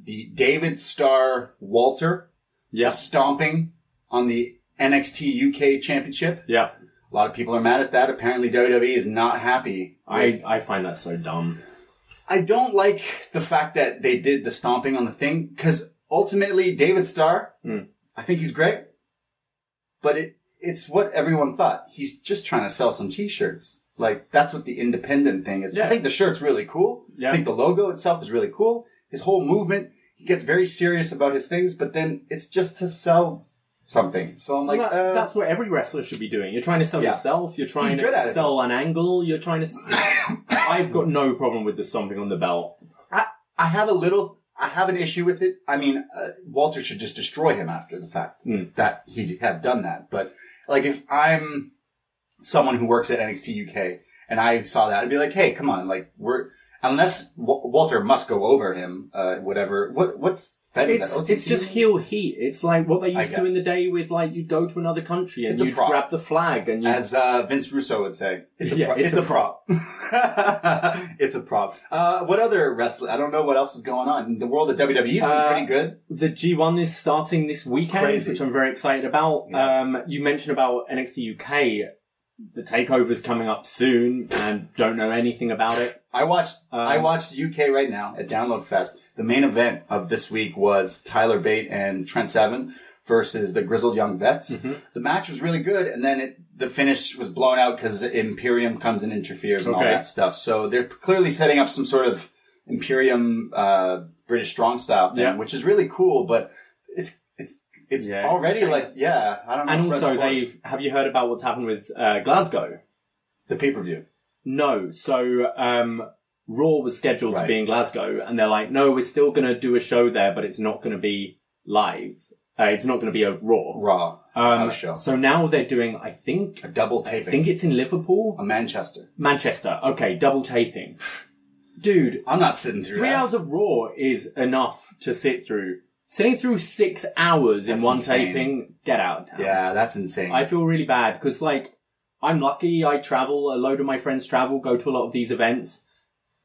[SPEAKER 2] the David Starr Walter
[SPEAKER 3] Yeah.
[SPEAKER 2] stomping on the NXT UK Championship.
[SPEAKER 3] Yeah.
[SPEAKER 2] A lot of people are mad at that. Apparently, WWE is not happy.
[SPEAKER 3] I, I find that so dumb.
[SPEAKER 2] I don't like the fact that they did the stomping on the thing because ultimately, David Starr,
[SPEAKER 3] Hmm.
[SPEAKER 2] I think he's great, but it it's what everyone thought. He's just trying to sell some t-shirts. Like that's what the independent thing is. I
[SPEAKER 3] Yeah.
[SPEAKER 2] think the shirt's really cool.
[SPEAKER 3] Yeah.
[SPEAKER 2] I think the logo itself is really cool. His whole movement, he gets very serious about his things, but then it's just to sell something. So I'm like,
[SPEAKER 3] Well, that-
[SPEAKER 2] uh,
[SPEAKER 3] that's what every wrestler should be doing. You're trying to sell
[SPEAKER 2] Yeah.
[SPEAKER 3] yourself. You're trying
[SPEAKER 2] good at
[SPEAKER 3] to
[SPEAKER 2] it.
[SPEAKER 3] sell an angle. You're trying to. s- I've got no problem with the stomping on the belt.
[SPEAKER 2] I, I have a little, I have an issue with it. I mean, uh, Walter should just destroy him after the fact
[SPEAKER 3] Mm.
[SPEAKER 2] that he has done that. But like, if I'm someone who works at NXT UK and I saw that, I'd be like, hey, come on, like we're unless w- Walter must go over him, uh, whatever. What what Fed is
[SPEAKER 3] It's
[SPEAKER 2] that
[SPEAKER 3] it's
[SPEAKER 2] OTT?
[SPEAKER 3] just heel heat. It's like what they
[SPEAKER 2] I
[SPEAKER 3] used to in
[SPEAKER 2] guess.
[SPEAKER 3] the day with like you'd go to another country and
[SPEAKER 2] It's a
[SPEAKER 3] you'd
[SPEAKER 2] prop.
[SPEAKER 3] grab the flag and you
[SPEAKER 2] As uh, Vince Russo would say, it's a
[SPEAKER 3] Yeah,
[SPEAKER 2] prop.
[SPEAKER 3] it's
[SPEAKER 2] It's,
[SPEAKER 3] a
[SPEAKER 2] a prop. it's a prop. Uh, what other wrestling? I don't know what else is going on. The world of WWE has been
[SPEAKER 3] Uh,
[SPEAKER 2] pretty good.
[SPEAKER 3] the G1 is starting this weekend,
[SPEAKER 2] Crazy.
[SPEAKER 3] which I'm very excited about.
[SPEAKER 2] Yes.
[SPEAKER 3] Um, you mentioned about NXT UK. The takeover's coming up soon, and don't know anything about it.
[SPEAKER 2] I watched.
[SPEAKER 3] um,
[SPEAKER 2] I watched UK right now at Download Fest. The main event of this week was Tyler Bate and Trent Seven versus the Grizzled Young Vets.
[SPEAKER 3] Mm-hmm.
[SPEAKER 2] The match was really good, and then it, the finish was blown out because Imperium comes and interferes and all
[SPEAKER 3] Okay.
[SPEAKER 2] that stuff. So they're clearly setting up some sort of Imperium uh, British Strong Style thing,
[SPEAKER 3] Yeah.
[SPEAKER 2] which is really cool. But it's it's it's
[SPEAKER 3] Yeah, it's
[SPEAKER 2] already like yeah, I don't know.
[SPEAKER 3] And
[SPEAKER 2] if that's
[SPEAKER 3] also,
[SPEAKER 2] forced.
[SPEAKER 3] they've have you heard about what's happened with uh, Glasgow?
[SPEAKER 2] the pay per view.
[SPEAKER 3] No. So um, Raw was scheduled to
[SPEAKER 2] Right.
[SPEAKER 3] be in Glasgow, and they're like, no, we're still going to do a show there, but it's not going to be live. Uh, it's not going to be a Raw.
[SPEAKER 2] Raw It's a
[SPEAKER 3] Um,
[SPEAKER 2] house show.
[SPEAKER 3] So now they're doing, I think,
[SPEAKER 2] a double
[SPEAKER 3] I
[SPEAKER 2] taping.
[SPEAKER 3] think it's in Liverpool,
[SPEAKER 2] a Manchester.
[SPEAKER 3] Manchester. Okay, double taping. Dude,
[SPEAKER 2] I'm not sitting through
[SPEAKER 3] three
[SPEAKER 2] that.
[SPEAKER 3] hours of Raw is enough to sit through. Sitting through six hours in
[SPEAKER 2] That's
[SPEAKER 3] one
[SPEAKER 2] insane.
[SPEAKER 3] taping, get out of town.
[SPEAKER 2] Yeah, that's insane.
[SPEAKER 3] I feel really bad because, like, I'm lucky. I travel. A load of my friends travel, go to a lot of these events.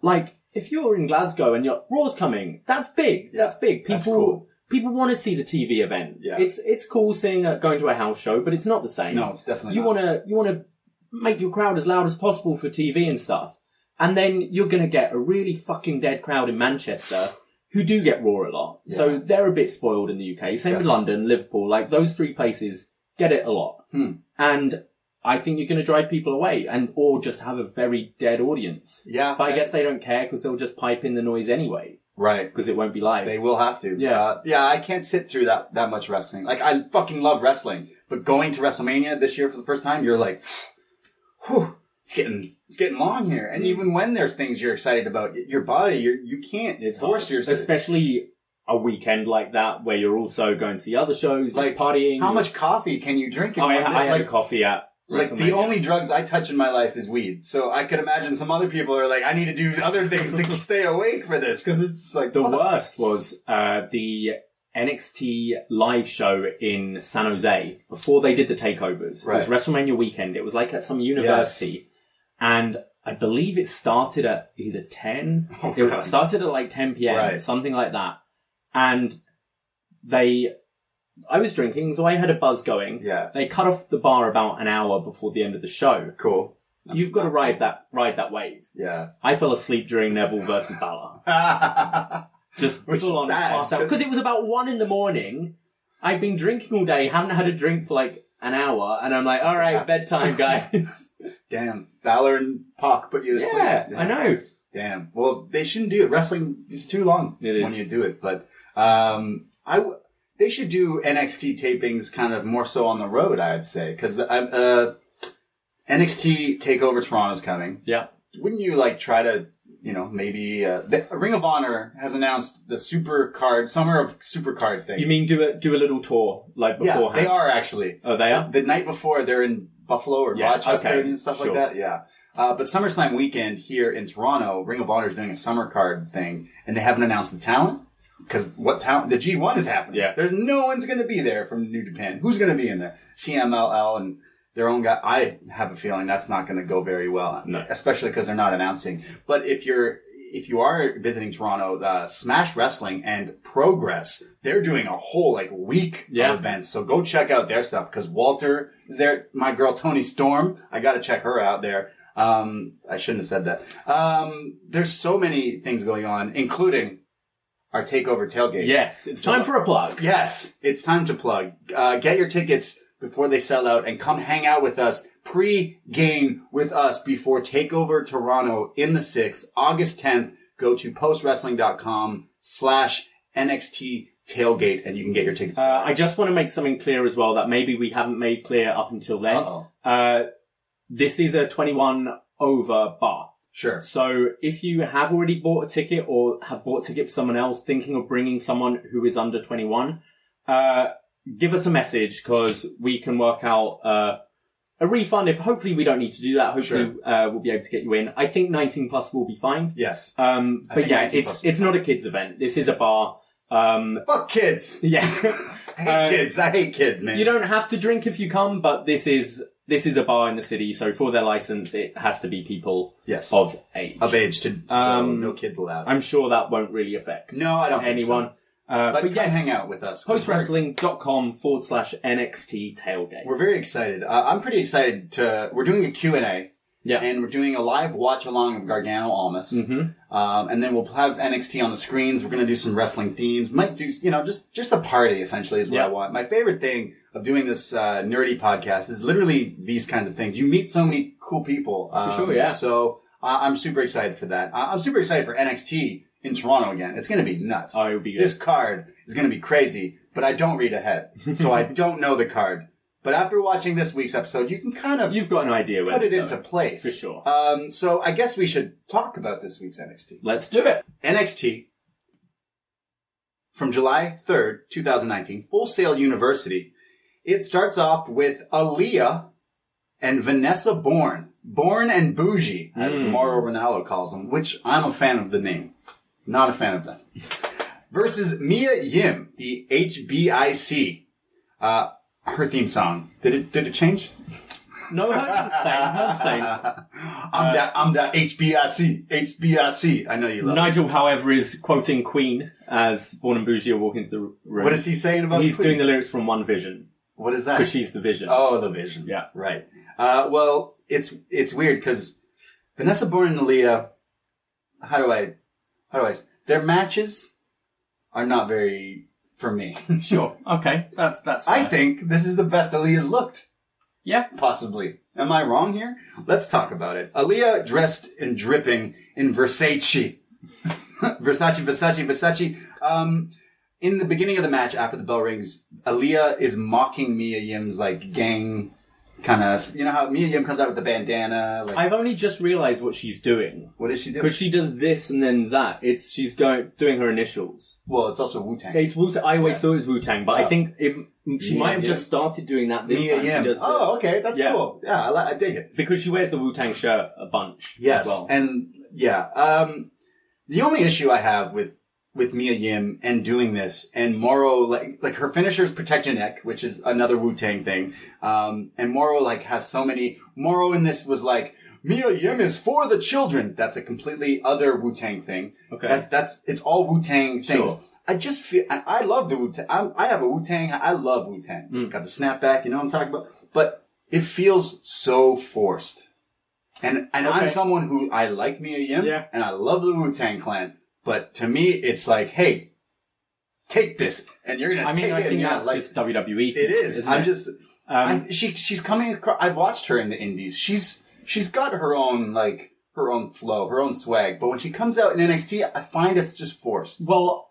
[SPEAKER 3] Like, if you're in Glasgow and you're Raw's coming, that's big. That's big. People
[SPEAKER 2] that's cool.
[SPEAKER 3] people want to see the TV event.
[SPEAKER 2] Yeah.
[SPEAKER 3] It's it's cool seeing a, going to a house show, but it's not the same.
[SPEAKER 2] No, it's definitely
[SPEAKER 3] you
[SPEAKER 2] not.
[SPEAKER 3] want to you want to make your crowd as loud as possible for TV and stuff, and then you're gonna get a really fucking dead crowd in Manchester. Who do get raw a lot, so
[SPEAKER 2] Yeah.
[SPEAKER 3] they're a bit spoiled in the UK. Same with
[SPEAKER 2] Definitely.
[SPEAKER 3] London, Liverpool, like those three places get it a lot
[SPEAKER 2] Hmm.
[SPEAKER 3] and I think you're going to drive people away, and or just have a very dead audience.
[SPEAKER 2] Yeah,
[SPEAKER 3] but I
[SPEAKER 2] I-
[SPEAKER 3] guess they don't care because they'll just pipe in the noise anyway
[SPEAKER 2] right.
[SPEAKER 3] because it won't be live.
[SPEAKER 2] They will have to.
[SPEAKER 3] Yeah.
[SPEAKER 2] Uh, yeah, I can't sit through that, that much wrestling. Like, I fucking love wrestling, but going to WrestleMania this year for the first time, you're like, whew, it's getting, it's getting long here. And even when there's things you're excited about, y- your body, you're, you can't force
[SPEAKER 3] hard.
[SPEAKER 2] yourself.
[SPEAKER 3] especially a weekend like that where you're also going to see other shows,
[SPEAKER 2] Like,
[SPEAKER 3] like partying. Oh,
[SPEAKER 2] How much coffee can you drink in
[SPEAKER 3] I,
[SPEAKER 2] one
[SPEAKER 3] I
[SPEAKER 2] day?
[SPEAKER 3] had a
[SPEAKER 2] Like,
[SPEAKER 3] coffee at
[SPEAKER 2] like the
[SPEAKER 3] WrestleMania.
[SPEAKER 2] only drugs I touch in my life is weed. So I could imagine some other people are like, I need to do other things to stay awake for this. Cause it's just like,
[SPEAKER 3] The
[SPEAKER 2] what
[SPEAKER 3] worst was uh, the NXT live show in San Jose before they did the takeovers.
[SPEAKER 2] Right.
[SPEAKER 3] It was WrestleMania weekend. It was like at some university, and I believe it started at either ten.
[SPEAKER 2] Oh,
[SPEAKER 3] it
[SPEAKER 2] God.
[SPEAKER 3] started at like ten p.m.
[SPEAKER 2] Right.
[SPEAKER 3] something like that, and they. I was drinking, so I had a buzz going.
[SPEAKER 2] Yeah.
[SPEAKER 3] They cut off the bar about an hour before the end of the show.
[SPEAKER 2] Cool.
[SPEAKER 3] You've got to ride that ride that wave.
[SPEAKER 2] Yeah.
[SPEAKER 3] I fell asleep during Neville versus Balor just
[SPEAKER 2] Which
[SPEAKER 3] full
[SPEAKER 2] is
[SPEAKER 3] on
[SPEAKER 2] sad,
[SPEAKER 3] pass out
[SPEAKER 2] 'cause-
[SPEAKER 3] because it was about one in the morning. I've been drinking all day, haven't had a drink for like an hour, and I'm like, all right, bedtime, guys.
[SPEAKER 2] Damn. Balor and Pac put you to sleep.
[SPEAKER 3] yeah, I know.
[SPEAKER 2] Damn. Well, they shouldn't do it. Wrestling is too long
[SPEAKER 3] It is.
[SPEAKER 2] when you do it. But um, I w- they should do NXT tapings kind of more so on the road. I'd say because uh, NXT Takeover Toronto is coming.
[SPEAKER 3] Yeah,
[SPEAKER 2] Wouldn't you like try to you know maybe uh, the, Ring of Honor has announced the Super Card Summer of Super Card thing.
[SPEAKER 3] you mean do a do a little tour like
[SPEAKER 2] yeah?
[SPEAKER 3] beforehand?
[SPEAKER 2] They are actually
[SPEAKER 3] Oh, they are.
[SPEAKER 2] the night before they're in Buffalo or
[SPEAKER 3] Yeah,
[SPEAKER 2] Rochester
[SPEAKER 3] okay,
[SPEAKER 2] and stuff like
[SPEAKER 3] sure.
[SPEAKER 2] that. Yeah. Uh, but SummerSlam weekend here in Toronto, Ring of Honor is doing a summer card thing, and they haven't announced the talent because what talent? The G1 is happening.
[SPEAKER 3] Yeah.
[SPEAKER 2] There's no one's going to be there from New Japan. Who's going to be in there? CMLL and their own guy. I have a feeling that's not going to go very well,
[SPEAKER 3] No.
[SPEAKER 2] especially because they're not announcing. But if you're if you are visiting Toronto, uh, Smash Wrestling and Progress, they're doing a whole like week
[SPEAKER 3] Yeah.
[SPEAKER 2] of events. So go check out their stuff because Walter is there. My girl Tony Storm, I got to check her out there. Um, I shouldn't have said that. Um, there's so many things going on, including our takeover tailgate.
[SPEAKER 3] Yes, it's time for a plug.
[SPEAKER 2] Yes, it's time to plug. Uh, get your tickets before they sell out and come hang out with us pre-game with us before Takeover Toronto in the 6th, August 10th. Go to postwrestling.com slash NXT tailgate and you can get your tickets.
[SPEAKER 3] Uh, I just want to make something clear as well that maybe we haven't made clear up until then.
[SPEAKER 2] Uh-oh.
[SPEAKER 3] Uh, this is a 21 over bar.
[SPEAKER 2] Sure.
[SPEAKER 3] So if you have already bought a ticket or have bought a ticket for someone else, thinking of bringing someone who is under 21, uh, give us a message because we can work out uh, a refund. If hopefully we don't need to do that, hopefully uh, we'll be able to get you in. I think 19 plus will be fine.
[SPEAKER 2] Yes.
[SPEAKER 3] Um,
[SPEAKER 2] I
[SPEAKER 3] but
[SPEAKER 2] think
[SPEAKER 3] yeah,
[SPEAKER 2] 19
[SPEAKER 3] it's
[SPEAKER 2] plus.
[SPEAKER 3] it's not a kids event. This is a bar. Um,
[SPEAKER 2] Fuck kids.
[SPEAKER 3] yeah.
[SPEAKER 2] I hate
[SPEAKER 3] Uh,
[SPEAKER 2] kids. I hate kids, man.
[SPEAKER 3] You don't have to drink if you come, but this is this is a bar in the city, so for their license, it has to be people
[SPEAKER 2] Yes.
[SPEAKER 3] of age.
[SPEAKER 2] of age to so
[SPEAKER 3] Oh. Um,
[SPEAKER 2] no kids allowed.
[SPEAKER 3] I'm sure that won't really affect
[SPEAKER 2] no, I don't think so.
[SPEAKER 3] anyone.
[SPEAKER 2] But,
[SPEAKER 3] Uh, but
[SPEAKER 2] come
[SPEAKER 3] yes,
[SPEAKER 2] hang out with us. We're very-
[SPEAKER 3] postwrestling.com forward slash NXT tailgate.
[SPEAKER 2] We're very excited. Uh, I'm pretty excited to. We're doing a Q and A,
[SPEAKER 3] yeah.
[SPEAKER 2] and we're doing a live watch along of Gargano Almas, mm-hmm. um, and then we'll have NXT on the screens. We're going to do some wrestling themes. Might do, you know, just just a party essentially is what
[SPEAKER 3] Yeah.
[SPEAKER 2] I want. My favorite thing of doing this uh, nerdy podcast is literally these kinds of things. You meet so many cool people. Um,
[SPEAKER 3] sure, yeah.
[SPEAKER 2] So I I'm super excited for that. I- I'm super excited for NXT in Toronto again. It's going to be nuts.
[SPEAKER 3] Oh, it'll be good.
[SPEAKER 2] This card is going to be crazy, but I don't read ahead, so I don't know the card. But after watching this week's episode, you can kind of
[SPEAKER 3] You've got an idea where
[SPEAKER 2] put it
[SPEAKER 3] to go.
[SPEAKER 2] into place
[SPEAKER 3] uh, for sure.
[SPEAKER 2] Um, so I guess we should talk about this week's NXT.
[SPEAKER 3] Let's do it.
[SPEAKER 2] NXT from July third, two thousand nineteen, Full Sail University. It starts off with Aaliyah and Vanessa Bourne, Bourne and Bougie, as
[SPEAKER 3] Hmm.
[SPEAKER 2] Mauro Ronaldo calls them, which I'm a fan of the name, not a fan of them. Versus Mia Yim, the HBIC. Uh, her theme song. Did it? Did it change?
[SPEAKER 3] No, her same, her same.
[SPEAKER 2] I'm that. I'm that HBIC. HBIC. I know you love. it.
[SPEAKER 3] Nigel, however, is quoting Queen as Born and Bougie are walking into the r- room.
[SPEAKER 2] What is he saying about?
[SPEAKER 3] He's
[SPEAKER 2] Queen?
[SPEAKER 3] doing the lyrics from One Vision
[SPEAKER 2] What is that?
[SPEAKER 3] because she's the Vision.
[SPEAKER 2] Oh, the vision.
[SPEAKER 3] Yeah.
[SPEAKER 2] Right. Uh, well, it's it's weird because Vanessa Bourne and Aaliyah. How do I? How do I? s- Their matches are not very for me.
[SPEAKER 3] Sure. Okay. That's that's.
[SPEAKER 2] I
[SPEAKER 3] fair.
[SPEAKER 2] think this is the best Aaliyah's looked.
[SPEAKER 3] Yeah.
[SPEAKER 2] Possibly. Am I wrong here? Let's talk about it. Aaliyah dressed and dripping in Versace. Versace, Versace, Versace. Um, in the beginning of the match, after the bell rings, Aaliyah is mocking Mia Yim's like gang kind of. You know how Mia Yim comes out with the bandana. Like,
[SPEAKER 3] I've only just realised what she's doing
[SPEAKER 2] what is she doing?
[SPEAKER 3] because she does this and then that. It's she's going doing her initials.
[SPEAKER 2] well, it's also Wu Tang.
[SPEAKER 3] It's Wu. I always thought it was Wu Tang, but I think it, she
[SPEAKER 2] Mia
[SPEAKER 3] might have
[SPEAKER 2] Yim.
[SPEAKER 3] just started doing that this
[SPEAKER 2] Mia
[SPEAKER 3] time. She
[SPEAKER 2] Yim.
[SPEAKER 3] does the-
[SPEAKER 2] Oh, okay, that's
[SPEAKER 3] Yeah.
[SPEAKER 2] cool. Yeah, I, li- I dig it.
[SPEAKER 3] because she wears the Wu Tang shirt a bunch.
[SPEAKER 2] Yes,
[SPEAKER 3] as well.
[SPEAKER 2] and yeah. Um, the only issue I have with with Mia Yim and doing this and Moro like like her finisher's protect your neck, which is another Wu Tang thing. Um, and Moro like has so many. Moro in this was like Mia Yim is for the children. That's a completely other Wu Tang thing.
[SPEAKER 3] Okay.
[SPEAKER 2] that's that's it's all Wu Tang things.
[SPEAKER 3] Sure.
[SPEAKER 2] I just feel I, I love the Wu Tang. I have a Wu Tang. I love Wu Tang.
[SPEAKER 3] Mm.
[SPEAKER 2] Got the snapback. You know what I'm talking about. But it feels so forced. And and I'm
[SPEAKER 3] Okay.
[SPEAKER 2] someone who I like Mia Yim
[SPEAKER 3] Yeah.
[SPEAKER 2] and I love the Wu Tang Clan, but to me it's like, hey, take this, and you're gonna
[SPEAKER 3] I mean,
[SPEAKER 2] take
[SPEAKER 3] I
[SPEAKER 2] it. and
[SPEAKER 3] think
[SPEAKER 2] you're
[SPEAKER 3] that's
[SPEAKER 2] gonna like
[SPEAKER 3] just WWE.
[SPEAKER 2] it is.
[SPEAKER 3] isn't
[SPEAKER 2] I'm
[SPEAKER 3] it?
[SPEAKER 2] just
[SPEAKER 3] Um,
[SPEAKER 2] I, she she's coming across. I've watched her in the Indies. She's she's got her own like her own flow, her own swag. But when she comes out in NXT, I find it's just forced.
[SPEAKER 3] well.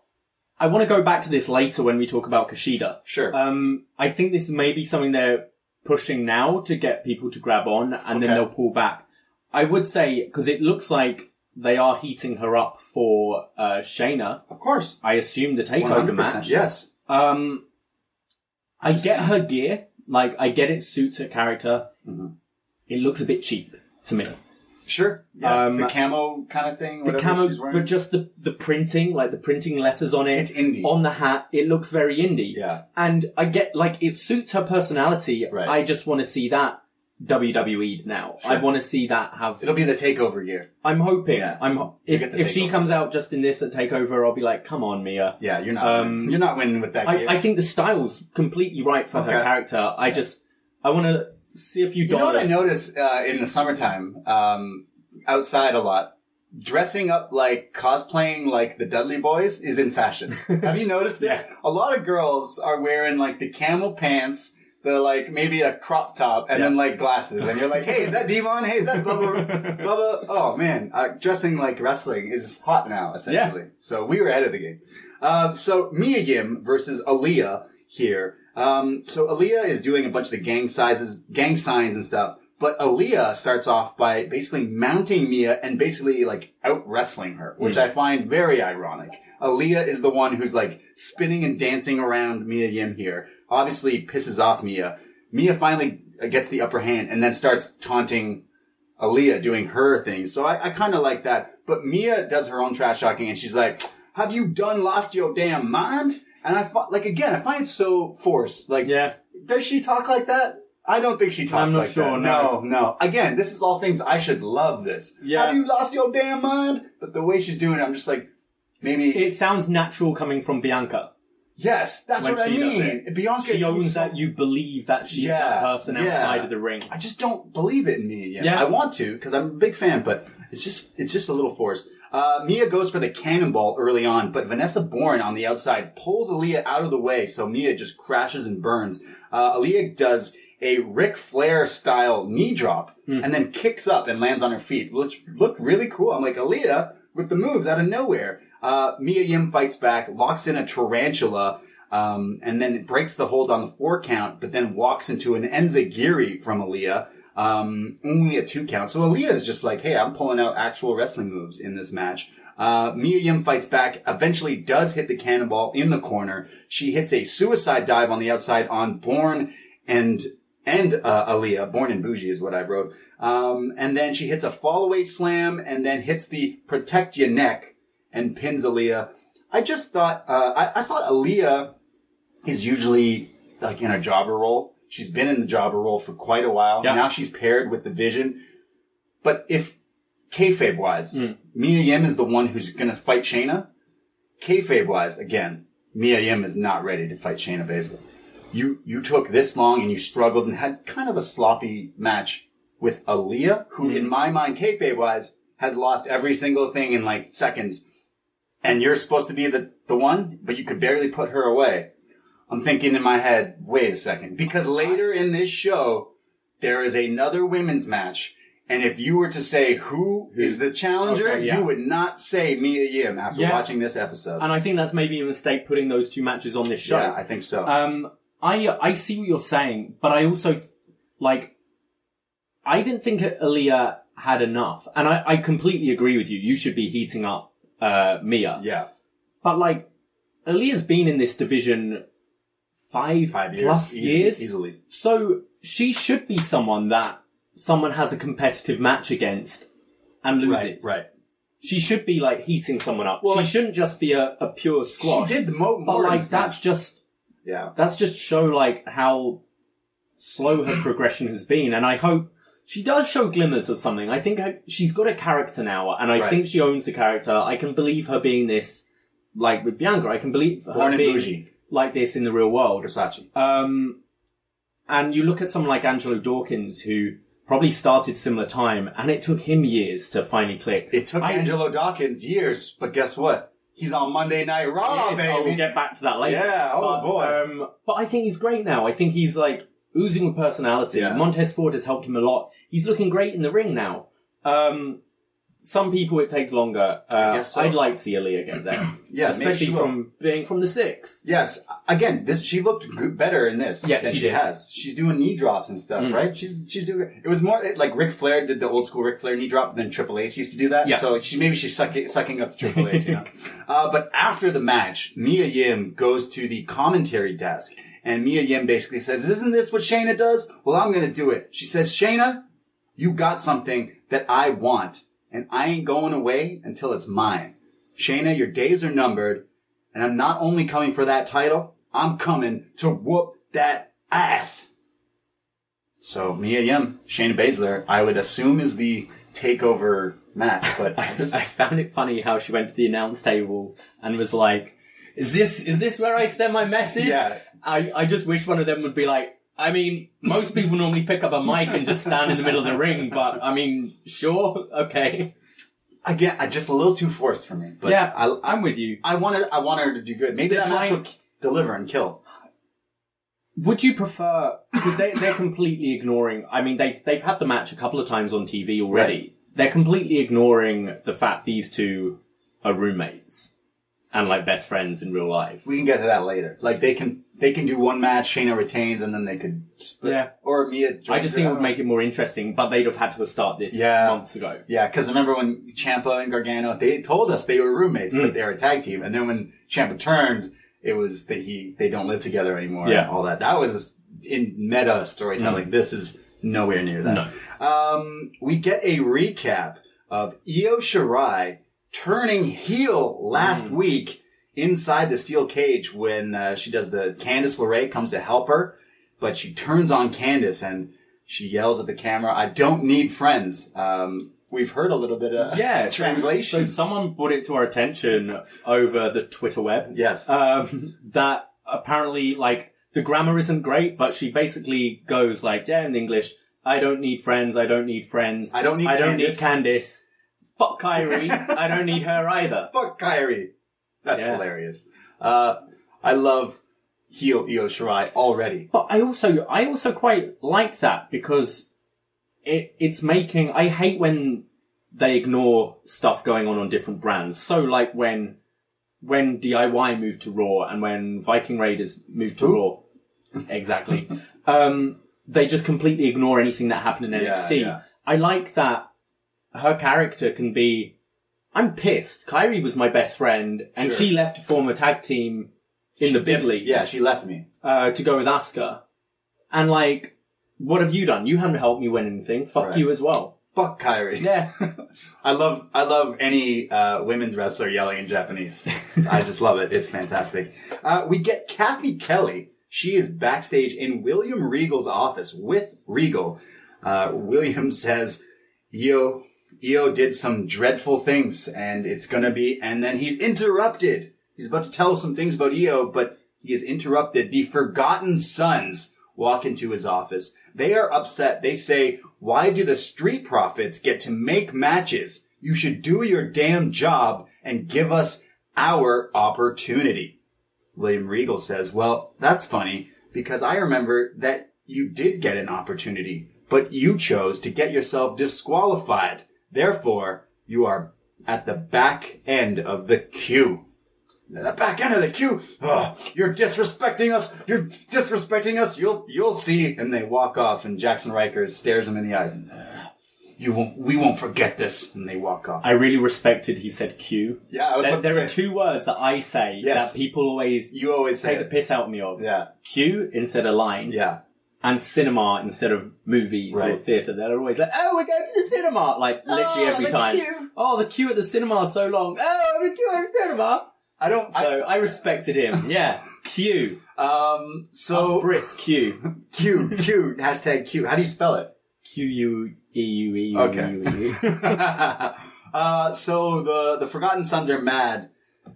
[SPEAKER 3] I want to go back to this later when we talk about Kushida.
[SPEAKER 2] Sure.
[SPEAKER 3] Um, I think this may be something they're pushing now to get people to grab on, and then
[SPEAKER 2] Okay.
[SPEAKER 3] they'll pull back. I would say because it looks like they are heating her up for uh, Shayna.
[SPEAKER 2] of course.
[SPEAKER 3] I assume the takeover
[SPEAKER 2] 100%.
[SPEAKER 3] match.
[SPEAKER 2] Yes.
[SPEAKER 3] Um, I get her gear. Like I get it suits her character.
[SPEAKER 2] Mm-hmm.
[SPEAKER 3] It looks a bit cheap to me.
[SPEAKER 2] Sure. Yeah.
[SPEAKER 3] Um,
[SPEAKER 2] the camo kind of thing.
[SPEAKER 3] The
[SPEAKER 2] whatever
[SPEAKER 3] camo,
[SPEAKER 2] she's wearing.
[SPEAKER 3] but just the the printing, like the printing letters on it.
[SPEAKER 2] It's indie.
[SPEAKER 3] on the hat. It looks very indie.
[SPEAKER 2] Yeah.
[SPEAKER 3] and I get like it suits her personality.
[SPEAKER 2] Right.
[SPEAKER 3] I just want to see that WWE'd now. I want to see that have.
[SPEAKER 2] It'll be the takeover year.
[SPEAKER 3] I'm hoping.
[SPEAKER 2] Yeah.
[SPEAKER 3] I'm ho- if
[SPEAKER 2] get the
[SPEAKER 3] if she
[SPEAKER 2] takeover.
[SPEAKER 3] comes out just in this at Takeover, I'll be like, come on, Mia.
[SPEAKER 2] Yeah, you're not.
[SPEAKER 3] Um,
[SPEAKER 2] you're not winning with that.
[SPEAKER 3] I,
[SPEAKER 2] gear.
[SPEAKER 3] I think the style's completely right for
[SPEAKER 2] Okay.
[SPEAKER 3] her character. I just I want to see a few
[SPEAKER 2] You know what I
[SPEAKER 3] dollars.
[SPEAKER 2] notice uh, in the summertime, um, outside a lot, dressing up like cosplaying like the Dudley Boys is in fashion. Have you noticed this?
[SPEAKER 3] Yeah.
[SPEAKER 2] A lot of girls are wearing like the camel pants. They're like maybe a crop top and then like glasses, and you're like, "Hey, is that Devon? Hey, is that blah blah blah?" blah. Oh man, uh, dressing like wrestling is hot now, essentially. So we were ahead of the game. Um, so Mia Yim versus Aaliyah here. Um, so Aaliyah is doing a bunch of the gang sizes, gang signs and stuff. But Aaliyah starts off by basically mounting Mia and basically like out wrestling her, which I find very ironic. Aaliyah is the one who's like spinning and dancing around Mia Yim here. Obviously pisses off Mia. Mia finally gets the upper hand and then starts taunting Aaliyah doing her thing. So I, I kind of like that. But Mia does her own trash talking and she's like, Have you done lost your damn mind? And I fi- like again, I find it so forced. Like,
[SPEAKER 3] Yeah.
[SPEAKER 2] does she talk like that? I don't think she talks
[SPEAKER 3] I'm not
[SPEAKER 2] like
[SPEAKER 3] sure,
[SPEAKER 2] that. no,
[SPEAKER 3] no.
[SPEAKER 2] no. Again, this is all things I should love. This.
[SPEAKER 3] Yeah.
[SPEAKER 2] Have you lost your damn mind? But the way she's doing it, I'm just like, maybe
[SPEAKER 3] It sounds natural coming from Bianca.
[SPEAKER 2] yes. That's
[SPEAKER 3] when
[SPEAKER 2] what I
[SPEAKER 3] she does
[SPEAKER 2] mean.
[SPEAKER 3] it.
[SPEAKER 2] Bianca
[SPEAKER 3] she owns
[SPEAKER 2] so-
[SPEAKER 3] that. You believe that she's that
[SPEAKER 2] Yeah,
[SPEAKER 3] person
[SPEAKER 2] yeah.
[SPEAKER 3] outside of the ring.
[SPEAKER 2] I just don't believe it in me yet.
[SPEAKER 3] Yeah.
[SPEAKER 2] I want to because I'm a big fan, but it's just it's just a little forced. Uh, Mia goes for the cannonball early on, but Vanessa Bourne on the outside pulls Aaliyah out of the way, so Mia just crashes and burns. Uh, Aaliyah does a Ric Flair style knee drop
[SPEAKER 3] Hmm.
[SPEAKER 2] and then kicks up and lands on her feet, which looked really cool. I'm like Aaliyah with the moves out of nowhere. Uh, Mia Yim fights back, locks in a tarantula. Um, and then it breaks the hold on the four count, but then walks into an Enzigiri from Aaliyah. Um, only a two count. So Aaliyah is just like, hey, I'm pulling out actual wrestling moves in this match. Uh, Mia Yim fights back, eventually does hit the cannonball in the corner. She hits a suicide dive on the outside on Born and and uh, Aaliyah, Born and Bougie is what I wrote. Um, and then she hits a fallaway slam and then hits the protect your neck and pins Aaliyah. I just thought, uh, I, I thought Aaliyah is usually like in a jobber role. She's been in the jobber role for quite a while.
[SPEAKER 3] Yeah.
[SPEAKER 2] Now she's paired with the vision. But if kayfabe wise, Mia Yim is the one who's going to fight Shayna. Kayfabe wise, again, Mia Yim is not ready to fight Shayna Baszler. You you took this long and you struggled and had kind of a sloppy match with Aaliyah, who
[SPEAKER 3] Hmm.
[SPEAKER 2] in my mind, kayfabe wise, has lost every single thing in like seconds. And you're supposed to be the, the one, but you could barely put her away. I'm thinking in my head, wait a second, because later in this show, there is another women's match. And if you were to say who is the challenger,
[SPEAKER 3] Okay, yeah.
[SPEAKER 2] you would not say Mia Yim after
[SPEAKER 3] Yeah.
[SPEAKER 2] watching this episode.
[SPEAKER 3] And I think that's maybe a mistake putting those two matches on this show.
[SPEAKER 2] Yeah, I think so.
[SPEAKER 3] Um, I I see what you're saying, but I also like I didn't think Aaliyah had enough, and I, I completely agree with you. You should be heating up uh, Mia,
[SPEAKER 2] yeah.
[SPEAKER 3] but like Aaliyah's been in this division five,
[SPEAKER 2] Five years.
[SPEAKER 3] plus
[SPEAKER 2] Easy-
[SPEAKER 3] years,
[SPEAKER 2] Easily.
[SPEAKER 3] so she should be someone that someone has a competitive match against and loses.
[SPEAKER 2] Right.
[SPEAKER 3] She should be like heating someone up.
[SPEAKER 2] Well,
[SPEAKER 3] she
[SPEAKER 2] like-
[SPEAKER 3] shouldn't just be a, a pure squash.
[SPEAKER 2] She did the Mo
[SPEAKER 3] but
[SPEAKER 2] Morton's
[SPEAKER 3] like that's
[SPEAKER 2] match.
[SPEAKER 3] just
[SPEAKER 2] Yeah.
[SPEAKER 3] that's just show like how slow her progression has been and i hope she does show glimmers of something i think her, she's got a character now and i
[SPEAKER 2] Right.
[SPEAKER 3] think she owns the character i can believe her being this like with bianca i can believe
[SPEAKER 2] Born
[SPEAKER 3] her
[SPEAKER 2] and
[SPEAKER 3] being
[SPEAKER 2] bougie.
[SPEAKER 3] like this in the real world
[SPEAKER 2] Versace.
[SPEAKER 3] um, and you look at someone like angelo dawkins who probably started similar time and it took him years to finally click
[SPEAKER 2] It took
[SPEAKER 3] I-
[SPEAKER 2] Angelo Dawkins years, but guess what? He's on Monday Night Raw,
[SPEAKER 3] Yes,
[SPEAKER 2] baby.
[SPEAKER 3] oh, we'll get back to that later.
[SPEAKER 2] Yeah, oh
[SPEAKER 3] but,
[SPEAKER 2] boy.
[SPEAKER 3] Um, but I think he's great now. I think he's like oozing with personality.
[SPEAKER 2] Yeah.
[SPEAKER 3] Montez Ford has helped him a lot. He's looking great in the ring now. Um, some people it takes longer. Uh, I
[SPEAKER 2] guess so.
[SPEAKER 3] would like to see Aaliyah get there.
[SPEAKER 2] Yeah, maybe
[SPEAKER 3] especially
[SPEAKER 2] she will.
[SPEAKER 3] from being from the six.
[SPEAKER 2] Yes. Again, this she looked good, better in this
[SPEAKER 3] Yeah,
[SPEAKER 2] than
[SPEAKER 3] she
[SPEAKER 2] she,
[SPEAKER 3] did. Mm.
[SPEAKER 2] has. She's doing knee drops and stuff, right? She's she's doing. It was more it- like Ric Flair did the old school Ric Flair knee drop than Triple H used to do that.
[SPEAKER 3] Yeah.
[SPEAKER 2] So she maybe she's sucking sucking up to Triple H. You know? uh, but after the match, Mia Yim goes to the commentary desk, and Mia Yim basically says, "Isn't this what Shayna does? Well, I'm going to do it." She says, "Shayna, you got something that I want, and I ain't going away until it's mine. Shayna, your days are numbered." and I'm not only coming for that title, I'm coming to whoop that ass. So Mia Yim, Shayna Baszler, I would assume is the takeover match, but
[SPEAKER 3] I,
[SPEAKER 2] I'm just-
[SPEAKER 3] I found it funny how she went to the announce table and was like, "Is this is this where I send my message?"
[SPEAKER 2] Yeah.
[SPEAKER 3] I, I just wish one of them would be like, I mean, most people normally pick up a mic and just stand in the middle of the ring, but I mean, sure, okay.
[SPEAKER 2] again, I just a little too forced for me. But
[SPEAKER 3] yeah,
[SPEAKER 2] I,
[SPEAKER 3] I,
[SPEAKER 2] I,
[SPEAKER 3] am with you.
[SPEAKER 2] I want I want her to do good. Maybe
[SPEAKER 3] The
[SPEAKER 2] that match will
[SPEAKER 3] giant-
[SPEAKER 2] k- deliver and kill.
[SPEAKER 3] Would you prefer because they they're completely ignoring? I mean, they've they've had the match a couple of times on TV already.
[SPEAKER 2] Right.
[SPEAKER 3] They're completely ignoring the fact these two are roommates and like best friends in real life.
[SPEAKER 2] We can get to that later. Like they can they can do one match, Shayna retains, and then they could split.
[SPEAKER 3] Yeah.
[SPEAKER 2] Or Mia. Joins
[SPEAKER 3] I just
[SPEAKER 2] her.
[SPEAKER 3] think it would make it more interesting, but they'd have had to have started this
[SPEAKER 2] Yeah.
[SPEAKER 3] months ago.
[SPEAKER 2] Yeah, because remember when Champa and Gargano they told us they were roommates,
[SPEAKER 3] Mm.
[SPEAKER 2] but they were a tag team, and then when Champa turned, it was that he they don't live together anymore.
[SPEAKER 3] Yeah. Mm.
[SPEAKER 2] and all that that was in meta storytelling. This is nowhere near that. Um, we get a recap of Io Shirai turning heel
[SPEAKER 3] Mm.
[SPEAKER 2] last week inside the steel cage when uh, she does the Candice LeRae comes to help her, but she turns on Candice and she yells at the camera, "I don't need friends." Um, we've heard a little bit of
[SPEAKER 3] Yeah, so-
[SPEAKER 2] translation.
[SPEAKER 3] So, someone brought it to our attention over the Twitter web.
[SPEAKER 2] Yes.
[SPEAKER 3] um, that apparently like the grammar isn't great, but she basically goes like, yeah, in English, I don't need friends. I don't need friends.
[SPEAKER 2] I don't need
[SPEAKER 3] I don't
[SPEAKER 2] Candace."
[SPEAKER 3] need Candice. Fuck Kyrie. I don't need her either.
[SPEAKER 2] Fuck Kyrie. That's
[SPEAKER 3] Yeah.
[SPEAKER 2] hilarious. Uh, I love heel Io Shirai already.
[SPEAKER 3] But I also I also quite like that because it it's making I hate when they ignore stuff going on on different brands. So like when when DIY moved to Raw and when Viking Raiders moved to
[SPEAKER 2] Who?
[SPEAKER 3] Raw, exactly, um, they just completely ignore anything that happened in
[SPEAKER 2] Yeah,
[SPEAKER 3] NXT.
[SPEAKER 2] yeah.
[SPEAKER 3] I like that her character can be. I'm pissed. Kyrie was my best friend, and
[SPEAKER 2] Sure.
[SPEAKER 3] she left to form a tag team in the big leagues
[SPEAKER 2] Yeah, she left me.
[SPEAKER 3] uh, to go with Asuka. And like, what have you done? You haven't helped me win anything. Fuck
[SPEAKER 2] Right.
[SPEAKER 3] you as well.
[SPEAKER 2] Fuck Kyrie.
[SPEAKER 3] Yeah.
[SPEAKER 2] I love I love any uh, women's wrestler yelling in Japanese. I just love it. It's fantastic. Uh, we get Kathy Kelly. She is backstage in William Regal's office with Regal. Uh, William says, "Io, Io did some dreadful things, and it's gonna be." And then he's interrupted. He's about to tell us some things about Io, but he is interrupted. The Forgotten Sons walk into his office. They are upset. They say, why do the street profits get to make matches? You should do your damn job and give us our opportunity. William Regal says, well, that's funny because I remember that you did get an opportunity, but you chose to get yourself disqualified. Therefore, you are at the back end of the queue the back end of the queue. Ugh, you're disrespecting us. You're disrespecting us. You'll you'll see. And they walk off, and Jackson Riker stares him in the eyes. And, "Ugh, you won't. We won't forget this. And they walk off.
[SPEAKER 3] I really respected he said Q.
[SPEAKER 2] Yeah, I was
[SPEAKER 3] There,
[SPEAKER 2] about to
[SPEAKER 3] there are
[SPEAKER 2] say.
[SPEAKER 3] two words that I say
[SPEAKER 2] Yes.
[SPEAKER 3] that people always
[SPEAKER 2] you always say
[SPEAKER 3] take the
[SPEAKER 2] it.
[SPEAKER 3] piss out of me of.
[SPEAKER 2] Yeah,
[SPEAKER 3] Q instead of line.
[SPEAKER 2] yeah.
[SPEAKER 3] And cinema instead of movies or
[SPEAKER 2] Right.
[SPEAKER 3] theatre. They're always like, oh, we're going to the cinema. Like, literally
[SPEAKER 2] Oh,
[SPEAKER 3] every
[SPEAKER 2] the
[SPEAKER 3] time.
[SPEAKER 2] queue.
[SPEAKER 3] Oh, the queue at the cinema is so long. Oh, the queue at the cinema.
[SPEAKER 2] I don't.
[SPEAKER 3] So I, respected him. Yeah. Q.
[SPEAKER 2] I, um.
[SPEAKER 3] Us
[SPEAKER 2] So
[SPEAKER 3] Brits, Q.
[SPEAKER 2] Q Q hashtag Q. How do you spell it?
[SPEAKER 3] Q U E U E U.
[SPEAKER 2] Okay.
[SPEAKER 3] E, U, E.
[SPEAKER 2] uh, so the the Forgotten Sons are mad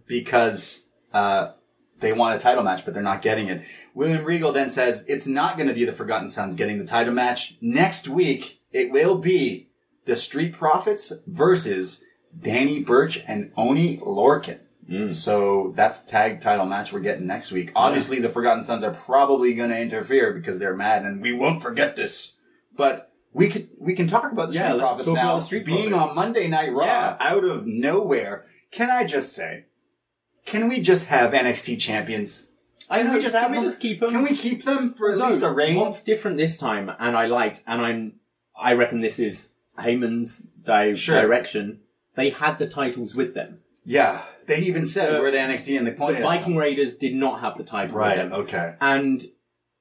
[SPEAKER 2] because uh, they want a title match, but they're not getting it. William Regal then says it's not going to be the Forgotten Sons getting the title match next week. It will be the Street Profits versus Danny Birch and Oni Lorcan.
[SPEAKER 3] Mm.
[SPEAKER 2] So that's the tag title match we're getting next week. Obviously, the Forgotten Sons are probably going to interfere because they're mad, and we won't forget this. But we could we can talk about the
[SPEAKER 3] Yeah,
[SPEAKER 2] Street
[SPEAKER 3] let's
[SPEAKER 2] Profits
[SPEAKER 3] talk
[SPEAKER 2] now.
[SPEAKER 3] about the Street
[SPEAKER 2] being on
[SPEAKER 3] Profits.
[SPEAKER 2] Monday Night Raw
[SPEAKER 3] Yeah.
[SPEAKER 2] out of nowhere. Can I just say? Can we just have NXT champions?
[SPEAKER 3] I
[SPEAKER 2] Can
[SPEAKER 3] know.
[SPEAKER 2] we just
[SPEAKER 3] can
[SPEAKER 2] have
[SPEAKER 3] we
[SPEAKER 2] them?
[SPEAKER 3] just keep them?
[SPEAKER 2] Can we keep them for at least a reign?
[SPEAKER 3] What's different this time, and I liked, and I'm, I reckon this is Heyman's di-
[SPEAKER 2] Sure.
[SPEAKER 3] direction. They had the titles with them.
[SPEAKER 2] Yeah, they even said
[SPEAKER 3] The-
[SPEAKER 2] we're at NXT and they
[SPEAKER 3] Uh, The
[SPEAKER 2] pointed. at
[SPEAKER 3] Viking
[SPEAKER 2] them.
[SPEAKER 3] Raiders did not have the title
[SPEAKER 2] Right,
[SPEAKER 3] with them.
[SPEAKER 2] okay.
[SPEAKER 3] And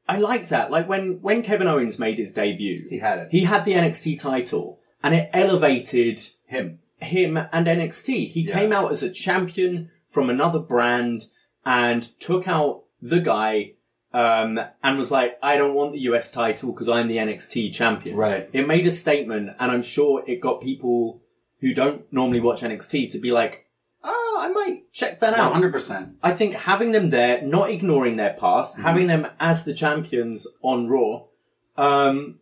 [SPEAKER 3] I like that. Like when when Kevin Owens made his debut,
[SPEAKER 2] He had it.
[SPEAKER 3] He had the NXT title, and it elevated
[SPEAKER 2] Him.
[SPEAKER 3] him and NXT. He
[SPEAKER 2] Yeah.
[SPEAKER 3] came out as a champion from another brand and took out the guy um, and was like, I don't want the US title because I'm the NXT champion.
[SPEAKER 2] Right.
[SPEAKER 3] It made a statement, and I'm sure it got people who don't normally watch NXT to be like, oh, I might check that
[SPEAKER 2] One
[SPEAKER 3] out.
[SPEAKER 2] hundred percent.
[SPEAKER 3] I think having them there, not ignoring their past,
[SPEAKER 2] Mm-hmm.
[SPEAKER 3] having them as the champions on Raw, um,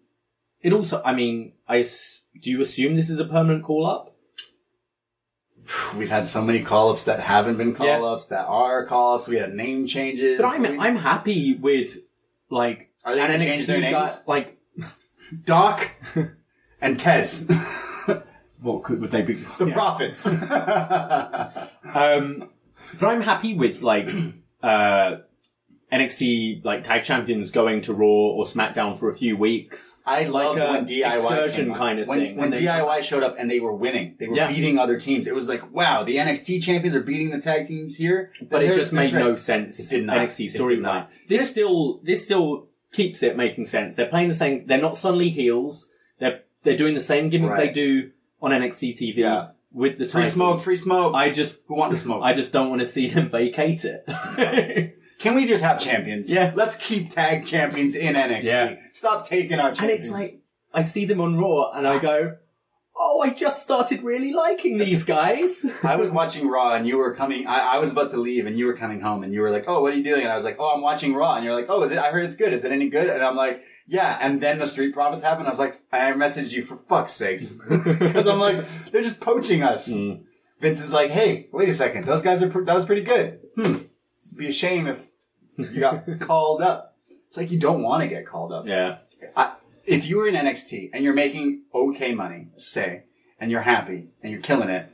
[SPEAKER 3] it also, I mean, I s- do you assume this is a permanent call up?
[SPEAKER 2] We've had so many call ups that haven't been
[SPEAKER 3] Yeah.
[SPEAKER 2] call ups that are call ups. We had name changes.
[SPEAKER 3] But I'm
[SPEAKER 2] We-
[SPEAKER 3] I'm happy with like
[SPEAKER 2] Are they
[SPEAKER 3] an
[SPEAKER 2] gonna
[SPEAKER 3] NXT
[SPEAKER 2] change their
[SPEAKER 3] guy-
[SPEAKER 2] names?
[SPEAKER 3] like
[SPEAKER 2] Doc and Tez,
[SPEAKER 3] what could would they be?
[SPEAKER 2] the prophets.
[SPEAKER 3] Um, but I'm happy with like uh, NXT like tag champions going to Raw or SmackDown for a few weeks.
[SPEAKER 2] I loved
[SPEAKER 3] a
[SPEAKER 2] when DIY
[SPEAKER 3] excursion
[SPEAKER 2] came on.
[SPEAKER 3] kind of
[SPEAKER 2] when,
[SPEAKER 3] thing.
[SPEAKER 2] When
[SPEAKER 3] And they-
[SPEAKER 2] DIY showed up and they were winning, they were
[SPEAKER 3] Yeah.
[SPEAKER 2] beating other teams. It was like, wow, the NXT champions are beating the tag teams here.
[SPEAKER 3] But it
[SPEAKER 2] They're-
[SPEAKER 3] just made
[SPEAKER 2] they're
[SPEAKER 3] no
[SPEAKER 2] great.
[SPEAKER 3] sense.
[SPEAKER 2] It did not.
[SPEAKER 3] NXT
[SPEAKER 2] It did
[SPEAKER 3] storyline.
[SPEAKER 2] not.
[SPEAKER 3] This still this still keeps it making sense. They're playing the same. They're not suddenly heels. They're they're doing the same gimmick
[SPEAKER 2] Right.
[SPEAKER 3] they do on NXT TV.
[SPEAKER 2] Yeah.
[SPEAKER 3] with the
[SPEAKER 2] Free
[SPEAKER 3] title.
[SPEAKER 2] smoke, free smoke.
[SPEAKER 3] I just
[SPEAKER 2] Who want to smoke?
[SPEAKER 3] I just don't want to see them vacate it.
[SPEAKER 2] Can we just have champions?
[SPEAKER 3] Yeah.
[SPEAKER 2] Let's keep tag champions in NXT.
[SPEAKER 3] Yeah.
[SPEAKER 2] Stop taking our
[SPEAKER 3] and
[SPEAKER 2] champions.
[SPEAKER 3] it's like I see them on Raw, and I go, "Oh, I just started really liking these guys."
[SPEAKER 2] I was watching Raw and you were coming. I, I was about to leave and you were coming home and you were like, "Oh, what are you doing?" And I was like, "Oh, I'm watching Raw." And you're like, "Oh, is it? I heard it's good. Is it any good?" And I'm like, "Yeah." And then the Street Profits happened. I was like, "I messaged you for fuck's sakes," because I'm like, they're just poaching us. Vince is like, "Hey, wait a second. Those guys are pr- that was pretty good. Hmm. Be a shame if you got called up." It's like you don't want to get called up.
[SPEAKER 3] yeah,
[SPEAKER 2] I, if you were in NXT and you're making okay money, say, and you're happy and you're killing it,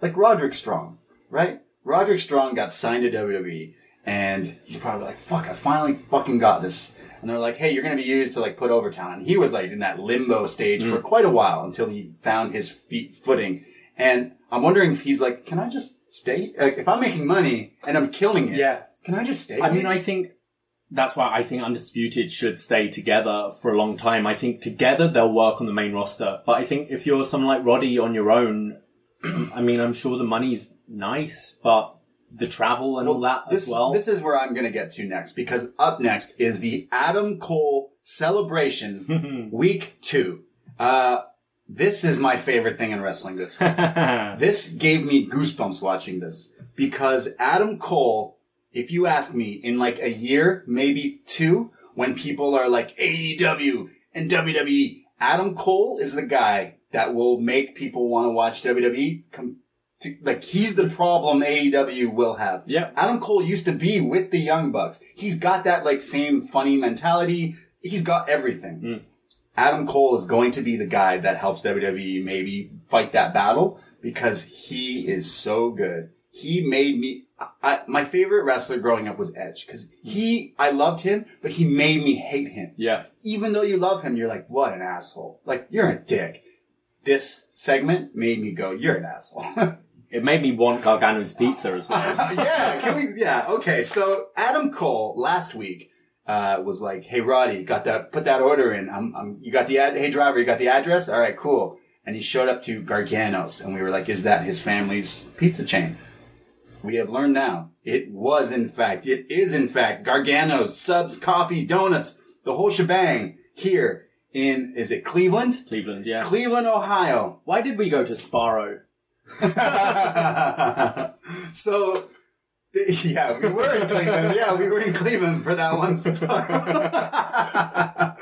[SPEAKER 2] like Roderick Strong, right? Roderick Strong got signed to WWE, and he's probably like, "Fuck, I finally fucking got this." And they're like, "Hey, you're going to be used to like put over talent." And he was like in that limbo stage
[SPEAKER 3] Mm.
[SPEAKER 2] for quite a while until he found his feet footing. And I'm wondering if he's like, "Can I just stay? Like, if I'm making money and I'm killing it,
[SPEAKER 3] Yeah.
[SPEAKER 2] can I just stay?"
[SPEAKER 3] I mean, I think that's why I think Undisputed should stay together for a long time. I think together they'll work on the main roster. But I think if you're someone like Roddy on your own, I mean, I'm sure the money's nice, but the travel and all that
[SPEAKER 2] this,
[SPEAKER 3] as well.
[SPEAKER 2] This is where I'm going to get to next because up next is the Adam Cole celebration week two. Uh, this is my favorite thing in wrestling this week. this gave me goosebumps watching this because Adam Cole, if you ask me, in like a year, maybe two, when people are like AEW and WWE, Adam Cole is the guy that will make people want to watch WWE. Com- to, like he's the problem AEW will have.
[SPEAKER 3] Yep.
[SPEAKER 2] Adam Cole used to be with the Young Bucks. He's got that like same funny mentality. He's got everything. Adam Cole is going to be the guy that helps WWE maybe fight that battle because he is so good. He made me I, I, my favorite wrestler growing up was Edge because he I loved him, but he made me hate him.
[SPEAKER 3] yeah.
[SPEAKER 2] Even though you love him, you're like, what an asshole! Like you're a dick. This segment made me go, you're an asshole.
[SPEAKER 3] It made me want Gargano's pizza as well.
[SPEAKER 2] yeah, can we? Yeah, okay. So Adam Cole last week uh, was like, "Hey Roddy, got that? Put that order in. I'm, I'm, you got the ad? Hey driver, you got the address? All right, cool." And he showed up to Gargano's, and we were like, "Is that his family's pizza chain?" We have learned now it was in fact, it is in fact Gargano's subs, coffee, donuts, the whole shebang here in is it Cleveland,
[SPEAKER 3] Cleveland, yeah.
[SPEAKER 2] Cleveland, Ohio.
[SPEAKER 3] why did we go to Sparrow?
[SPEAKER 2] so, th- yeah, we were in Cleveland. Yeah, we were in Cleveland for that one Sparrow.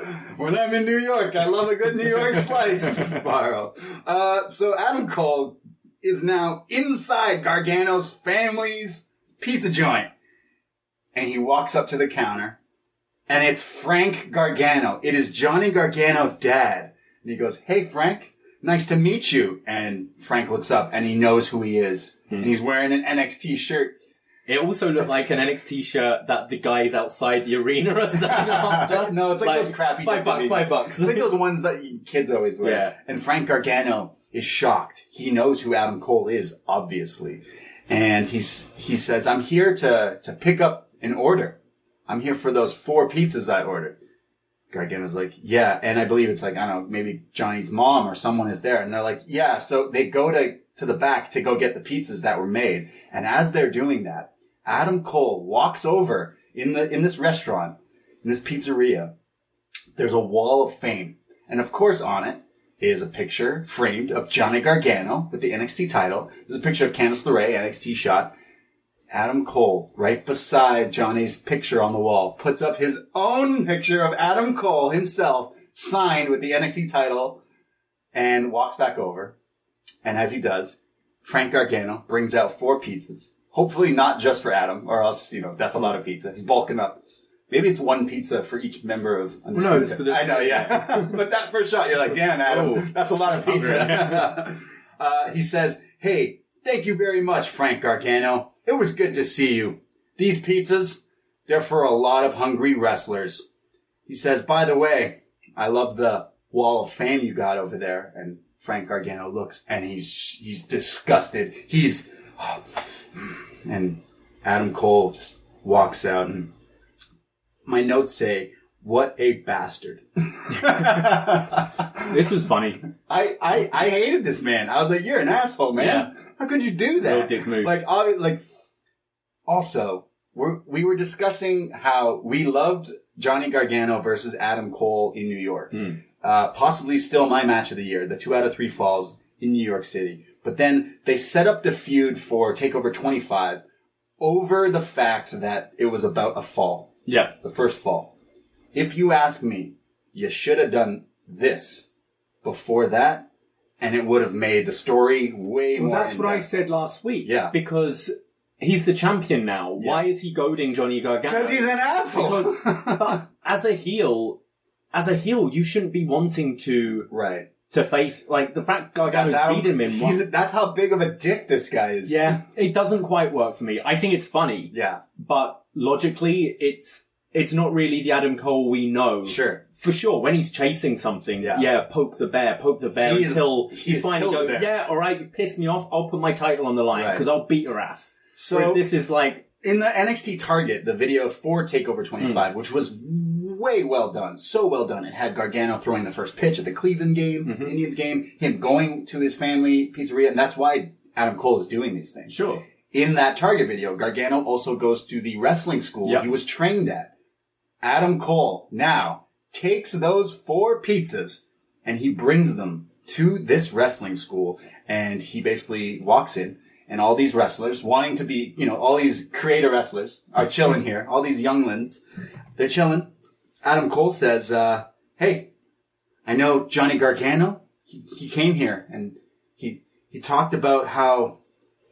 [SPEAKER 2] when I'm in New York, I love a good New York slice, Sparrow. Uh, so Adam Cole is now inside Gargano's family's pizza joint. And he walks up to the counter, and it's Frank Gargano. It is Johnny Gargano's dad. And he goes, Hey, Frank, nice to meet you. And Frank looks up, and he knows who he is.
[SPEAKER 3] Hmm.
[SPEAKER 2] And he's wearing an NXT shirt.
[SPEAKER 3] It also looked like an NXT shirt that the guys outside the arena are selling after.
[SPEAKER 2] no, it's like, those crappy
[SPEAKER 3] five bucks,
[SPEAKER 2] WWE.
[SPEAKER 3] five bucks.
[SPEAKER 2] It's like those ones that you- kids always wear.
[SPEAKER 3] Yeah.
[SPEAKER 2] And Frank Gargano is shocked. He knows who Adam Cole is, obviously, and he's he says, "I'm here to to pick up an order. I'm here for those four pizzas I ordered." Gargano's like, "Yeah," and I believe it's like I don't know, maybe Johnny's mom or someone is there, and they're like, "Yeah." So they go to to the back to go get the pizzas that were made, and as they're doing that, Adam Cole walks over in the in this restaurant in this pizzeria there's a wall of fame. And of course, on it is a picture framed of Johnny Gargano with the NXT title. There's a picture of Candice LeRae, NXT shot. Adam Cole, right beside Johnny's picture on the wall, puts up his own picture of Adam Cole himself, signed with the NXT title, and walks back over. And as he does, Frank Gargano brings out four pizzas. Hopefully not just for Adam, or else, you know, that's a lot of pizza. He's bulking up. Maybe it's one pizza for each member of
[SPEAKER 3] no, it's for the-
[SPEAKER 2] I know, yeah. but that first shot, you're like, damn, Adam,
[SPEAKER 3] Oh.
[SPEAKER 2] that's a lot of pizza. uh, he says, hey, thank you very much, Frank Gargano. It was good to see you. These pizzas, they're for a lot of hungry wrestlers. He says, by the way, I love the wall of fame you got over there. And Frank Gargano looks and he's, he's disgusted. He's, and Adam Cole just walks out and my notes say, What a bastard.
[SPEAKER 3] This was funny.
[SPEAKER 2] I, I, I hated this man. I was like, you're an asshole, man. How could you do that?
[SPEAKER 3] Real dick move.
[SPEAKER 2] Like, obvi- like, also, we're, we were discussing how we loved Johnny Gargano versus Adam Cole in New York.
[SPEAKER 3] Hmm.
[SPEAKER 2] Uh, possibly still my match of the year, the two out of three falls in New York City. But then they set up the feud for TakeOver 25 over the fact that it was about a fall
[SPEAKER 3] Yeah.
[SPEAKER 2] the first fall. If you ask me, you should have done this before that, and it would have made the story way
[SPEAKER 3] Well,
[SPEAKER 2] more.
[SPEAKER 3] that's what I
[SPEAKER 2] in-depth.
[SPEAKER 3] said last week.
[SPEAKER 2] Yeah.
[SPEAKER 3] Because he's the champion now.
[SPEAKER 2] Yeah.
[SPEAKER 3] Why is he goading Johnny Gargano?
[SPEAKER 2] Because he's an asshole.
[SPEAKER 3] Because- but as a heel, as a heel, you shouldn't be wanting to
[SPEAKER 2] right.
[SPEAKER 3] to face like the fact
[SPEAKER 2] That's
[SPEAKER 3] Gargano's
[SPEAKER 2] how,
[SPEAKER 3] beat him in
[SPEAKER 2] he's,
[SPEAKER 3] one.
[SPEAKER 2] that's how big of a dick this guy is.
[SPEAKER 3] Yeah, it doesn't quite work for me. I think it's funny,
[SPEAKER 2] Yeah.
[SPEAKER 3] but logically, it's it's not really the Adam Cole we know.
[SPEAKER 2] Sure.
[SPEAKER 3] For sure, when he's chasing something,
[SPEAKER 2] Yeah.
[SPEAKER 3] yeah, poke the bear, poke the bear
[SPEAKER 2] He is-
[SPEAKER 3] until
[SPEAKER 2] he
[SPEAKER 3] you
[SPEAKER 2] is
[SPEAKER 3] finally
[SPEAKER 2] killed
[SPEAKER 3] go,
[SPEAKER 2] the bear.
[SPEAKER 3] yeah, all right, you've pissed me off. I'll put my title on the line
[SPEAKER 2] Right.
[SPEAKER 3] because I'll beat your ass.
[SPEAKER 2] So-
[SPEAKER 3] Whereas this is like,
[SPEAKER 2] in the NXT Target, the video for Takeover 25,
[SPEAKER 3] Hmm.
[SPEAKER 2] which was way well done, so well done. It had Gargano throwing the first pitch at the Cleveland game,
[SPEAKER 3] Mm-hmm.
[SPEAKER 2] Indians game, him going to his family pizzeria, and that's why Adam Cole is doing these things.
[SPEAKER 3] Sure.
[SPEAKER 2] In that Target video, Gargano also goes to the wrestling school
[SPEAKER 3] Yep.
[SPEAKER 2] he was trained at. Adam Cole now takes those four pizzas and he brings them to this wrestling school and he basically walks in and all these wrestlers wanting to be, you know, all these creator wrestlers are chilling here. All these younglings, they're chilling. Adam Cole says, uh, Hey, I know Johnny Gargano. He, he came here and he, he talked about how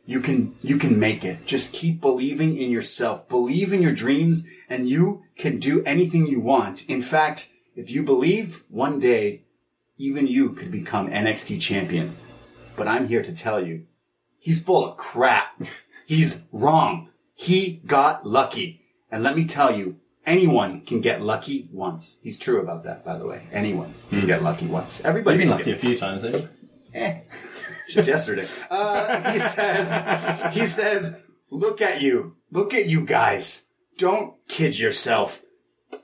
[SPEAKER 2] you can you can make it. Just keep believing in yourself. Believe in your dreams and you can do anything you want. In fact, if you believe, one day even you could become NXT champion. But I'm here to tell you, he's full of crap. He's wrong. He got lucky. And let me tell you, anyone can get lucky once. He's true about that, by the way. Anyone can get lucky once. Everybody
[SPEAKER 3] you've been
[SPEAKER 2] can get
[SPEAKER 3] lucky a few times, haven't you?
[SPEAKER 2] just yesterday. Uh, he says, he says, look at you, look at you guys. Don't kid yourself.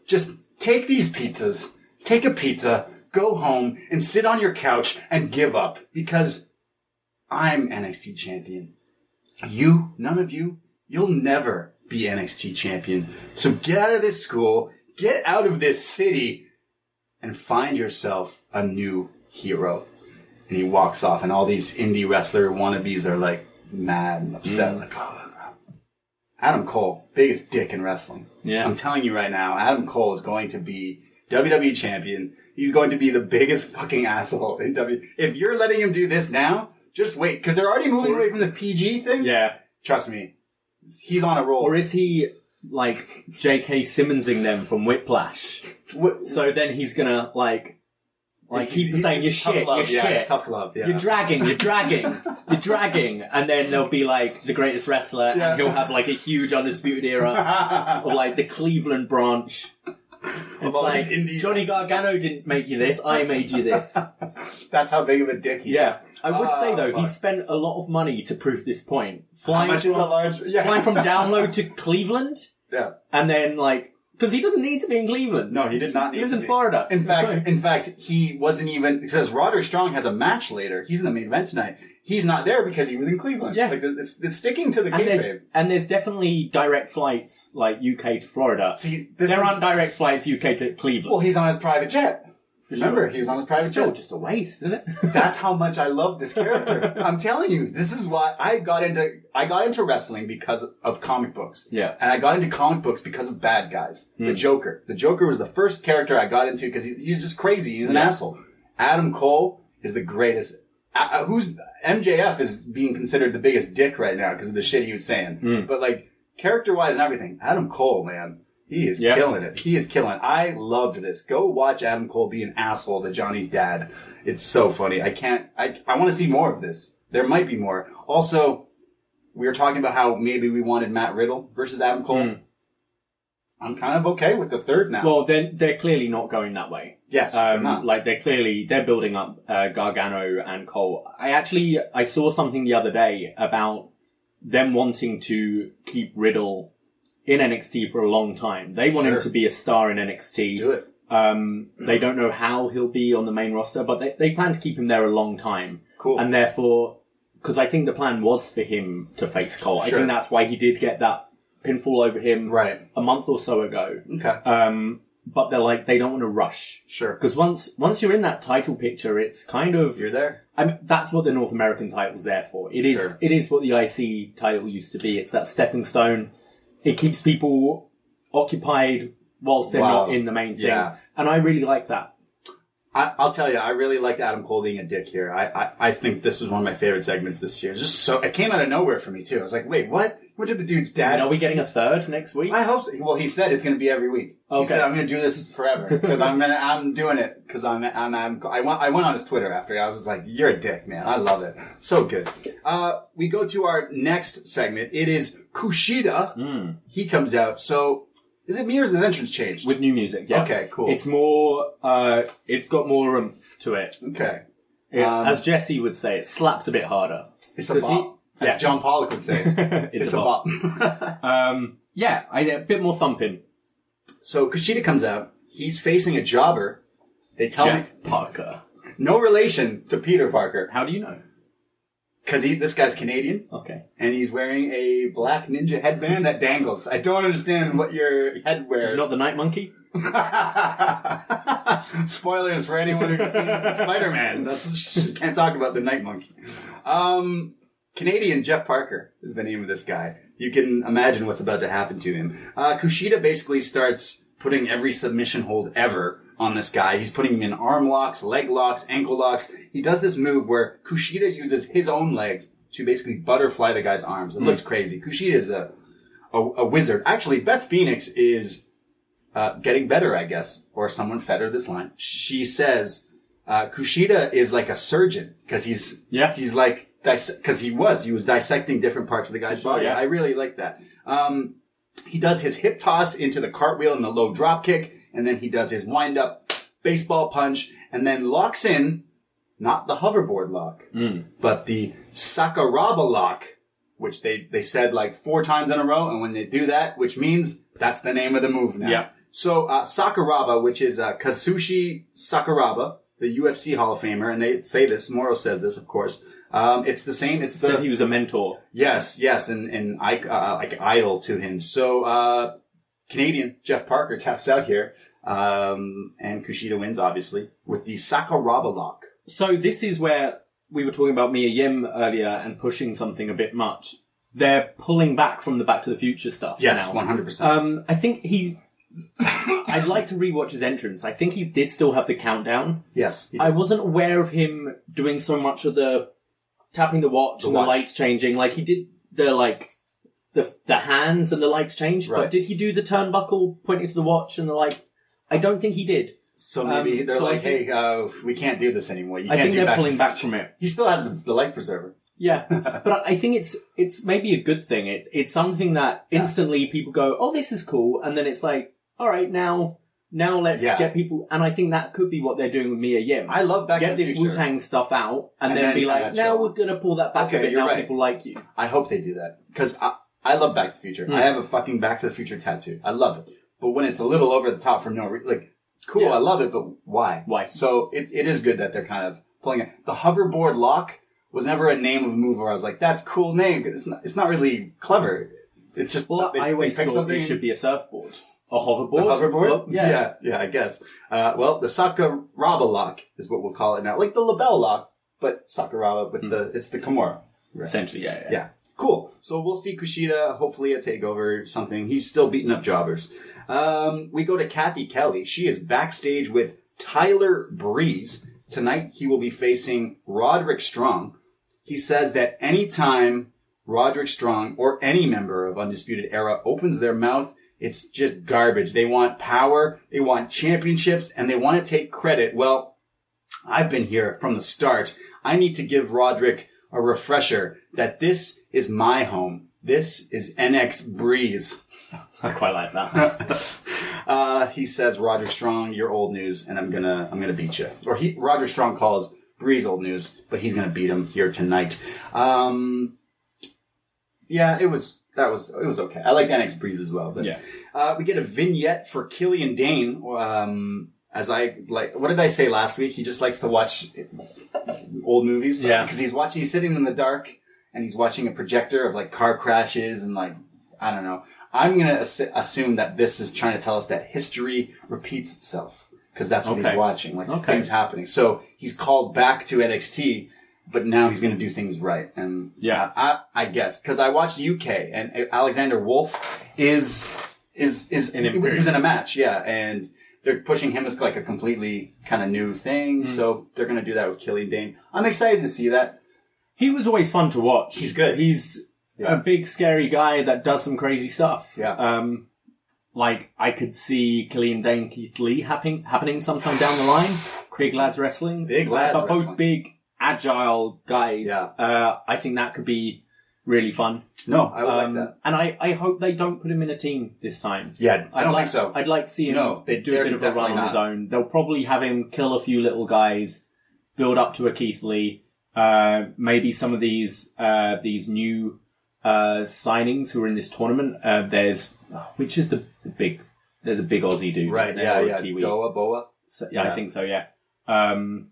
[SPEAKER 2] Just take these pizzas, take a pizza, go home, and sit on your couch and give up because I'm NXT champion. You, none of you, you'll never be NXT champion. So get out of this school, get out of this city, and find yourself a new hero and he walks off, and all these indie wrestler wannabes are like mad and upset. Like, oh, Adam Cole, biggest dick in wrestling.
[SPEAKER 3] Yeah.
[SPEAKER 2] I'm telling you right now, Adam Cole is going to be WWE champion. He's going to be the biggest fucking asshole in W. E. If you're letting him do this now, just wait, because they're already moving away from this PG thing.
[SPEAKER 3] Yeah.
[SPEAKER 2] Trust me, he's on a roll.
[SPEAKER 3] Or is he like J.K. Simmonsing them from Whiplash?
[SPEAKER 2] What-
[SPEAKER 3] So then he's gonna like, like keep
[SPEAKER 2] It's-
[SPEAKER 3] saying your
[SPEAKER 2] it's tough
[SPEAKER 3] shit, your
[SPEAKER 2] love. yeah,
[SPEAKER 3] shit.
[SPEAKER 2] It's tough love. Yeah.
[SPEAKER 3] You're dragging, you're dragging, you're dragging, and then they'll be like the greatest wrestler,
[SPEAKER 2] Yeah.
[SPEAKER 3] and he'll have like a huge undisputed era of like the Cleveland branch. It's
[SPEAKER 2] all
[SPEAKER 3] like
[SPEAKER 2] these indie-
[SPEAKER 3] Johnny Gargano didn't make you this; I made you this.
[SPEAKER 2] That's how big of a dick he
[SPEAKER 3] Yeah,
[SPEAKER 2] is.
[SPEAKER 3] I would
[SPEAKER 2] Ah,
[SPEAKER 3] say though he
[SPEAKER 2] fuck.
[SPEAKER 3] spent a lot of money to prove this point.
[SPEAKER 2] How
[SPEAKER 3] Flying
[SPEAKER 2] much
[SPEAKER 3] from,
[SPEAKER 2] is a large? Yeah.
[SPEAKER 3] flying from download to Cleveland,
[SPEAKER 2] yeah.
[SPEAKER 3] and then like because he doesn't need to be in Cleveland.
[SPEAKER 2] No, he did not need.
[SPEAKER 3] He lives
[SPEAKER 2] to
[SPEAKER 3] in
[SPEAKER 2] be.
[SPEAKER 3] Florida.
[SPEAKER 2] In fact, in fact, he wasn't even because Roderick Strong has a match later. He's in the main event tonight. He's not there because he was in Cleveland.
[SPEAKER 3] Yeah.
[SPEAKER 2] like it's, it's sticking to the
[SPEAKER 3] and
[SPEAKER 2] kayfabe.
[SPEAKER 3] there's, and there's definitely direct flights like UK to Florida.
[SPEAKER 2] See, this
[SPEAKER 3] there
[SPEAKER 2] is-
[SPEAKER 3] aren't direct flights UK to Cleveland.
[SPEAKER 2] Well, he's on his private jet. Remember,
[SPEAKER 3] sure.
[SPEAKER 2] he was on his private
[SPEAKER 3] it's still
[SPEAKER 2] jet.
[SPEAKER 3] just a waste, isn't it?
[SPEAKER 2] That's how much I love this character. I'm telling you, this is why I got into I got into wrestling because of comic books.
[SPEAKER 3] Yeah.
[SPEAKER 2] and I got into comic books because of bad guys. The Joker. The Joker was the first character I got into because he, he's just crazy. He's an asshole. Adam Cole is the greatest. Uh, who's MJF is being considered the biggest dick right now because of the shit he was saying. But like character wise and everything, Adam Cole, man. He is
[SPEAKER 3] Yeah.
[SPEAKER 2] killing it. He is killing. it. I loved this. Go watch Adam Cole be an asshole to Johnny's dad. It's so funny. I can't. I I want to see more of this. There might be more. Also, we were talking about how maybe we wanted Matt Riddle versus Adam Cole. I'm kind of okay with the third now.
[SPEAKER 3] Hmm. well, then they're clearly not going that way.
[SPEAKER 2] yes, I'm
[SPEAKER 3] Um,
[SPEAKER 2] not.
[SPEAKER 3] like they're clearly they're building up uh, Gargano and Cole. I actually I saw something the other day about them wanting to keep Riddle in NXT for a long time. They want
[SPEAKER 2] Sure.
[SPEAKER 3] him to be a star in NXT.
[SPEAKER 2] Do it.
[SPEAKER 3] Um, they don't know how he'll be on the main roster, but they, they plan to keep him there a long time.
[SPEAKER 2] Cool.
[SPEAKER 3] And therefore, because I think the plan was for him to face Cole. I
[SPEAKER 2] Sure.
[SPEAKER 3] think that's why he did get that pinfall over him
[SPEAKER 2] Right.
[SPEAKER 3] a month or so ago.
[SPEAKER 2] Okay.
[SPEAKER 3] Um, but they're like, they don't want to rush.
[SPEAKER 2] Sure.
[SPEAKER 3] Because once, once you're in that title picture, it's kind of,
[SPEAKER 2] You're there.
[SPEAKER 3] I mean, that's what the North American title's there for. It is
[SPEAKER 2] Sure.
[SPEAKER 3] it is what the IC title used to be. It's that stepping stone. It keeps people occupied whilst they're
[SPEAKER 2] Wow.
[SPEAKER 3] not in the main thing.
[SPEAKER 2] Yeah.
[SPEAKER 3] And I really like that.
[SPEAKER 2] I, I'll tell you, I really liked Adam Cole being a dick here. I, I, I think this was one of my favorite segments this year. It's Just so it came out of nowhere for me too. I was like, wait, what? What did the dude's dad?
[SPEAKER 3] And are we getting a third next week?
[SPEAKER 2] I hope. So. Well, he said it's going to be every week. He
[SPEAKER 3] Okay.
[SPEAKER 2] said I'm going to do this forever because I'm gonna, I'm doing it because I'm I'm, I'm I, went, I went on his Twitter after I was just like you're a dick man I love it so good. Uh, we go to our next segment. It is Kushida.
[SPEAKER 3] Hmm.
[SPEAKER 2] He comes out. So is it me or is the entrance changed?
[SPEAKER 3] With new music, yeah.
[SPEAKER 2] Okay, cool.
[SPEAKER 3] It's more uh it's got more oomph to it.
[SPEAKER 2] okay,
[SPEAKER 3] It-
[SPEAKER 2] Um,
[SPEAKER 3] As Jesse would say, it slaps a bit harder.
[SPEAKER 2] it's a
[SPEAKER 3] Does he-
[SPEAKER 2] bop. As
[SPEAKER 3] Yeah.
[SPEAKER 2] John Pollock would say,
[SPEAKER 3] It's,
[SPEAKER 2] it's
[SPEAKER 3] a,
[SPEAKER 2] a
[SPEAKER 3] bop.
[SPEAKER 2] bop.
[SPEAKER 3] Um yeah, I, a bit more thumping.
[SPEAKER 2] so Kushida comes out. He's facing a jobber. They tell
[SPEAKER 3] Jeff
[SPEAKER 2] me
[SPEAKER 3] Parker.
[SPEAKER 2] no relation to Peter Parker
[SPEAKER 3] How do you know?
[SPEAKER 2] because he this guy's Canadian.
[SPEAKER 3] Okay.
[SPEAKER 2] and he's wearing a black ninja headband that dangles. I don't understand what your
[SPEAKER 3] Is
[SPEAKER 2] headwear.
[SPEAKER 3] it not the night monkey?
[SPEAKER 2] Spoilers for anyone who's seen Spider-Man. That's can't talk about the Night Monkey. Um, Canadian Jeff Parker is the name of this guy. You can imagine what's about to happen to him. Uh, Kushida basically starts putting every submission hold ever on this guy. He's putting him in arm locks, leg locks, ankle locks. He does this move where Kushida uses his own legs to basically butterfly the guy's arms. It looks crazy. Kushida is a, a, a wizard. Actually, Beth Phoenix is uh, getting better, I guess, or someone fed her this line. She says, uh, Kushida is like a surgeon because he's,
[SPEAKER 3] Yeah.
[SPEAKER 2] he's like, because he was, he was dissecting different parts of the guy's body.
[SPEAKER 3] yeah.
[SPEAKER 2] I really like that. Um, he does his hip toss into the cartwheel and the low drop kick, and then he does his wind up baseball punch, and then locks in, not the hoverboard lock,
[SPEAKER 3] Mm.
[SPEAKER 2] but the Sakuraba lock, which they, they said like four times in a row, and when they do that, which means that's the name of the move now.
[SPEAKER 3] Yeah.
[SPEAKER 2] So uh, Sakuraba, which is uh, Kazushi Sakuraba, the UFC Hall of Famer, and they say this. Moro says this, of course. Um, it's the same. It's the
[SPEAKER 3] Said he was a mentor.
[SPEAKER 2] Yes, yes, and and I, uh, like idol to him. So uh, Canadian Jeff Parker taps out here, um, and Kushida wins obviously with the Sakuraba lock.
[SPEAKER 3] So this is where we were talking about Mia Yim earlier and pushing something a bit much. They're pulling back from the Back to the Future stuff.
[SPEAKER 2] Yes,
[SPEAKER 3] now.
[SPEAKER 2] one hundred percent.
[SPEAKER 3] Um, I think he. I'd like to rewatch his entrance. I think he did still have the countdown.
[SPEAKER 2] Yes,
[SPEAKER 3] I wasn't aware of him doing so much of the tapping the watch and
[SPEAKER 2] watch.
[SPEAKER 3] the lights changing. Like he did the like the the hands and the lights change,
[SPEAKER 2] Right.
[SPEAKER 3] but did he do the turnbuckle pointing to the watch and the like? I don't think he did.
[SPEAKER 2] so maybe
[SPEAKER 3] um,
[SPEAKER 2] they're
[SPEAKER 3] so I
[SPEAKER 2] like,
[SPEAKER 3] think-
[SPEAKER 2] hey, uh, we can't do this anymore. You
[SPEAKER 3] I
[SPEAKER 2] can't
[SPEAKER 3] think
[SPEAKER 2] do
[SPEAKER 3] they're
[SPEAKER 2] back-
[SPEAKER 3] pulling back from it.
[SPEAKER 2] He still has the, the life preserver.
[SPEAKER 3] Yeah, but I think it's it's maybe a good thing. It, it's something that instantly people go, "Oh, this is cool," and then it's like, "All right, now now let's
[SPEAKER 2] Yeah.
[SPEAKER 3] get people." And I think that could be what they're doing with Mia Yim.
[SPEAKER 2] I love Back
[SPEAKER 3] get
[SPEAKER 2] to the
[SPEAKER 3] this
[SPEAKER 2] Future.
[SPEAKER 3] Wu Tang stuff out, and,
[SPEAKER 2] And
[SPEAKER 3] then,
[SPEAKER 2] then
[SPEAKER 3] be
[SPEAKER 2] kinda
[SPEAKER 3] like,
[SPEAKER 2] chill.
[SPEAKER 3] "Now we're gonna pull that back
[SPEAKER 2] Okay,
[SPEAKER 3] a bit.
[SPEAKER 2] you're
[SPEAKER 3] Now
[SPEAKER 2] right.
[SPEAKER 3] people like you."
[SPEAKER 2] I hope they do that because I, I love Back to the
[SPEAKER 3] Hmm.
[SPEAKER 2] Future. I have a fucking Back to the Future tattoo. I love it. But when it's a little over the top for no reason, like, cool,
[SPEAKER 3] Yeah.
[SPEAKER 2] I love it, but why?
[SPEAKER 3] Why?
[SPEAKER 2] So it, it is good that they're kind of pulling it. The hoverboard lock was never a name of a move where I was like, that's a cool name. 'cause It's not, it's not really clever. It's just
[SPEAKER 3] Well,
[SPEAKER 2] they-
[SPEAKER 3] I
[SPEAKER 2] they
[SPEAKER 3] always
[SPEAKER 2] pick
[SPEAKER 3] thought
[SPEAKER 2] something-
[SPEAKER 3] it should be a surfboard, a hoverboard,
[SPEAKER 2] a hoverboard.
[SPEAKER 3] Well, yeah.
[SPEAKER 2] yeah, yeah, I guess. Uh, well, the Sakuraba lock is what we'll call it now, like the label lock, but Sakuraba
[SPEAKER 3] Hmm.
[SPEAKER 2] with the it's the Kimura.
[SPEAKER 3] essentially, yeah, yeah.
[SPEAKER 2] Yeah. Cool. So we'll see Kushida, hopefully a takeover, something. He's still beating up jobbers. Um, we go to Kathy Kelly. She is backstage with Tyler Breeze. Tonight he will be facing Roderick Strong. He says that anytime Roderick Strong or any member of Undisputed Era opens their mouth, it's just garbage. They want power, they want championships, and they want to take credit. Well, I've been here from the start. I need to give Roderick a refresher that this is my home. This is NX Breeze.
[SPEAKER 3] I quite like that.
[SPEAKER 2] Uh, he says, Roger Strong, you're old news, and I'm gonna, I'm gonna beat you. Or he, Roger Strong calls Breeze old news, but he's gonna beat him here tonight. Um, yeah, it was that was it was okay. I liked NX Breeze as well, but
[SPEAKER 4] Yeah.
[SPEAKER 2] uh, we get a vignette for Killian Dane. Um, as I like, what did I say last week? He just likes to watch old movies.
[SPEAKER 3] Yeah.
[SPEAKER 2] because he's watching. He's sitting in the dark and he's watching a projector of like car crashes and like I don't know. I'm gonna ass- assume that this is trying to tell us that history repeats itself because that's what
[SPEAKER 3] Okay.
[SPEAKER 2] he's watching, like
[SPEAKER 3] Okay.
[SPEAKER 2] things happening. So he's called back to NXT, but now he's gonna do things right. And
[SPEAKER 4] Yeah.
[SPEAKER 2] I, I guess because I watched UK and uh, Alexander Wolf is is is
[SPEAKER 3] In
[SPEAKER 2] he
[SPEAKER 3] Imperium.
[SPEAKER 2] was in a match, yeah, and they're pushing him as like a completely kind of new thing. So they're gonna do that with Killian Dane. I'm excited to see that.
[SPEAKER 3] He was always fun to watch.
[SPEAKER 2] He's good.
[SPEAKER 3] He's a big, scary guy that does some crazy stuff.
[SPEAKER 2] Yeah.
[SPEAKER 3] Um, like I could see Killian Dane, Keith Lee happening happening sometime down the line. Big lads wrestling.
[SPEAKER 2] Big lads
[SPEAKER 3] but both
[SPEAKER 2] wrestling.
[SPEAKER 3] big, agile guys.
[SPEAKER 2] Yeah.
[SPEAKER 3] Uh, I think that could be really fun.
[SPEAKER 2] No, I would
[SPEAKER 3] Um,
[SPEAKER 2] like that.
[SPEAKER 3] And I, I hope they don't put him in a team this time.
[SPEAKER 2] Yeah, I
[SPEAKER 3] I'd
[SPEAKER 2] don't
[SPEAKER 3] like,
[SPEAKER 2] think so.
[SPEAKER 3] I'd like to see him
[SPEAKER 2] No, they-
[SPEAKER 3] do a
[SPEAKER 2] they're
[SPEAKER 3] bit of a run
[SPEAKER 2] definitely
[SPEAKER 3] on his
[SPEAKER 2] not.
[SPEAKER 3] own. They'll probably have him kill a few little guys, build up to a Keith Lee. Uh, maybe some of these uh, these new uh, signings who are in this tournament. Uh, there's which is the, the big. There's a big Aussie dude,
[SPEAKER 2] Right?
[SPEAKER 3] isn't there,
[SPEAKER 2] Yeah,
[SPEAKER 3] or a
[SPEAKER 2] yeah.
[SPEAKER 3] Kiwi.
[SPEAKER 2] Doa Boa.
[SPEAKER 3] So- yeah,
[SPEAKER 2] yeah.
[SPEAKER 3] I think so. Yeah, um,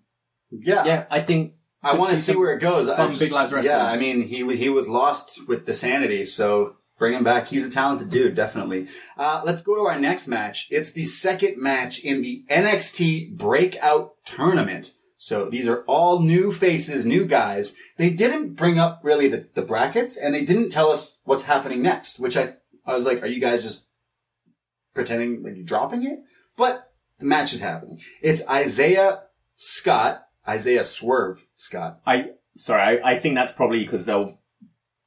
[SPEAKER 2] Yeah,
[SPEAKER 3] yeah. I think
[SPEAKER 2] I want to
[SPEAKER 3] It's
[SPEAKER 2] see
[SPEAKER 3] a
[SPEAKER 2] where it goes. I
[SPEAKER 3] fun
[SPEAKER 2] just-
[SPEAKER 3] big lads wrestling.
[SPEAKER 2] Yeah, I mean he he was lost with the sanity, so bring him back. He's a talented dude, definitely. Uh, let's go to our next match. It's the second match in the NXT Breakout Tournament. So these are all new faces, new guys. They didn't bring up really the, the brackets, and they didn't tell us what's happening next. Which I I was like, are you guys just pretending like you're dropping it? But the match is happening. It's Isaiah Scott, Isaiah Swerve Scott,
[SPEAKER 3] I sorry. I, I think that's probably because they'll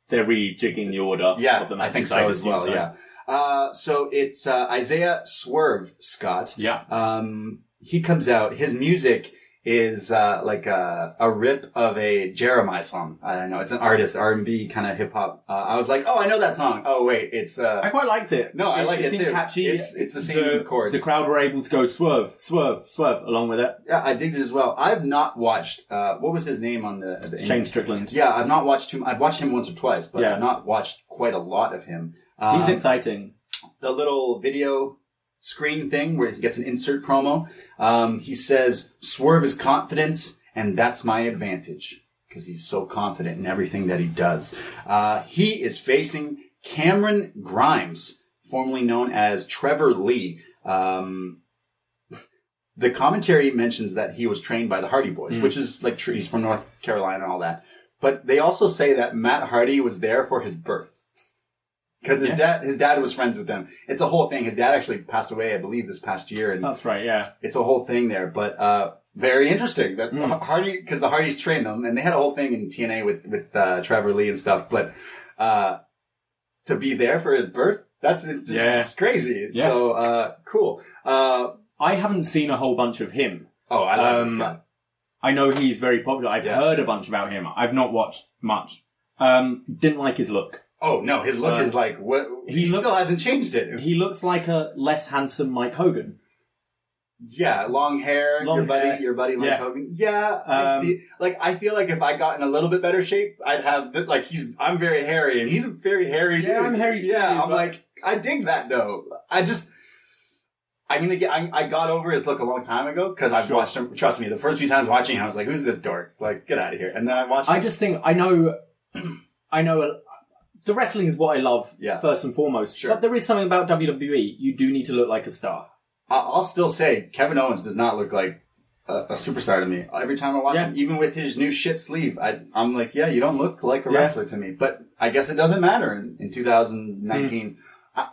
[SPEAKER 3] they're rejigging the order.
[SPEAKER 2] yeah,
[SPEAKER 3] of the
[SPEAKER 2] I think
[SPEAKER 3] matches.
[SPEAKER 2] so
[SPEAKER 3] I'd
[SPEAKER 2] as
[SPEAKER 3] assume
[SPEAKER 2] well.
[SPEAKER 3] so.
[SPEAKER 2] Yeah. Uh, so it's uh, Isaiah Swerve Scott.
[SPEAKER 4] Yeah.
[SPEAKER 2] Um, he comes out. His music is uh, like a, a rip of a Jeremiah song. I don't know. It's an artist R and B kind of hip hop. Uh, I was like, oh, I know that song. Oh wait, it's
[SPEAKER 3] I
[SPEAKER 2] uh,
[SPEAKER 3] quite liked it.
[SPEAKER 2] No, I like it
[SPEAKER 3] seemed
[SPEAKER 2] too.
[SPEAKER 3] Catchy.
[SPEAKER 2] It's- it's the same chords.
[SPEAKER 3] The crowd were able to go swerve, swerve, swerve along with it.
[SPEAKER 2] yeah, I digged it as well. I've not watched. Uh, what was his name on the, the
[SPEAKER 3] Shane Strickland.
[SPEAKER 2] Yeah, I've not watched him. I've watched him once or twice, but
[SPEAKER 3] Yeah.
[SPEAKER 2] I've not watched quite a lot of him.
[SPEAKER 3] He's
[SPEAKER 2] Um,
[SPEAKER 3] exciting.
[SPEAKER 2] the little video screen thing where he gets an insert promo. Um, he says, "Swerve is confidence, and that's my advantage because he's so confident in everything that he does." Uh, he is facing Cameron Grimes, formerly known as Trevor Lee. Um, the commentary mentions that he was trained by the Hardy Boys,
[SPEAKER 3] Mm.
[SPEAKER 2] which is like true. He's from North Carolina and all that. But they also say that Matt Hardy was there for his birth. Because his dad, his dad was friends with them. It's a whole thing. His dad actually passed away, I believe, this past year, and
[SPEAKER 3] That's right. Mm. Yeah.
[SPEAKER 2] it's a whole thing there. But uh, very interesting that Hardy, because the Hardys trained them, and they had a whole thing in TNA with with uh, Trevor Lee and stuff. But uh, to be there for his birth, that's it's just
[SPEAKER 3] Yeah.
[SPEAKER 2] crazy.
[SPEAKER 3] Yeah.
[SPEAKER 2] So uh, cool. Uh,
[SPEAKER 3] I haven't seen a whole bunch of him.
[SPEAKER 2] oh, I like this
[SPEAKER 3] Um,
[SPEAKER 2] guy.
[SPEAKER 3] I know he's very popular. I've
[SPEAKER 2] Yeah.
[SPEAKER 3] heard a bunch about him. I've not watched much. Um, didn't like his look.
[SPEAKER 2] Oh no, his look
[SPEAKER 3] uh,
[SPEAKER 2] is like what he,
[SPEAKER 3] he
[SPEAKER 2] still
[SPEAKER 3] looks-
[SPEAKER 2] hasn't changed it.
[SPEAKER 3] He looks like a less handsome Mike Hogan.
[SPEAKER 2] Yeah, long hair,
[SPEAKER 3] Long
[SPEAKER 2] your buddy,
[SPEAKER 3] hair.
[SPEAKER 2] your buddy Mike
[SPEAKER 3] Yeah.
[SPEAKER 2] Hogan. Yeah, I
[SPEAKER 3] Um,
[SPEAKER 2] see. Like, I feel like if I got in a little bit better shape, I'd have th- like he's. I'm very hairy, and he's a very hairy.
[SPEAKER 3] Yeah,
[SPEAKER 2] dude.
[SPEAKER 3] I'm hairy too,
[SPEAKER 2] Yeah, I'm
[SPEAKER 3] but-
[SPEAKER 2] like, I dig that though. I just, I'm gonna get. I, I got over his look a long time ago because I've
[SPEAKER 3] Sure.
[SPEAKER 2] watched him. Trust me, the first few times watching, him, I was like, "Who's this dork? Like, get out of here!" And then I watched.
[SPEAKER 3] I
[SPEAKER 2] him.
[SPEAKER 3] just think I know, I know. A, the wrestling is what I love
[SPEAKER 2] Yeah.
[SPEAKER 3] first and foremost.
[SPEAKER 2] Sure.
[SPEAKER 3] But there is something about WWE. You do need to look like a star.
[SPEAKER 2] I- I'll still say Kevin Owens does not look like a, a superstar to me. Every time I watch
[SPEAKER 3] Yeah.
[SPEAKER 2] him, even with his new shit sleeve, I, I'm like, yeah, you don't look like a
[SPEAKER 3] Yeah.
[SPEAKER 2] wrestler to me. But I guess it doesn't matter in, in 2019. I,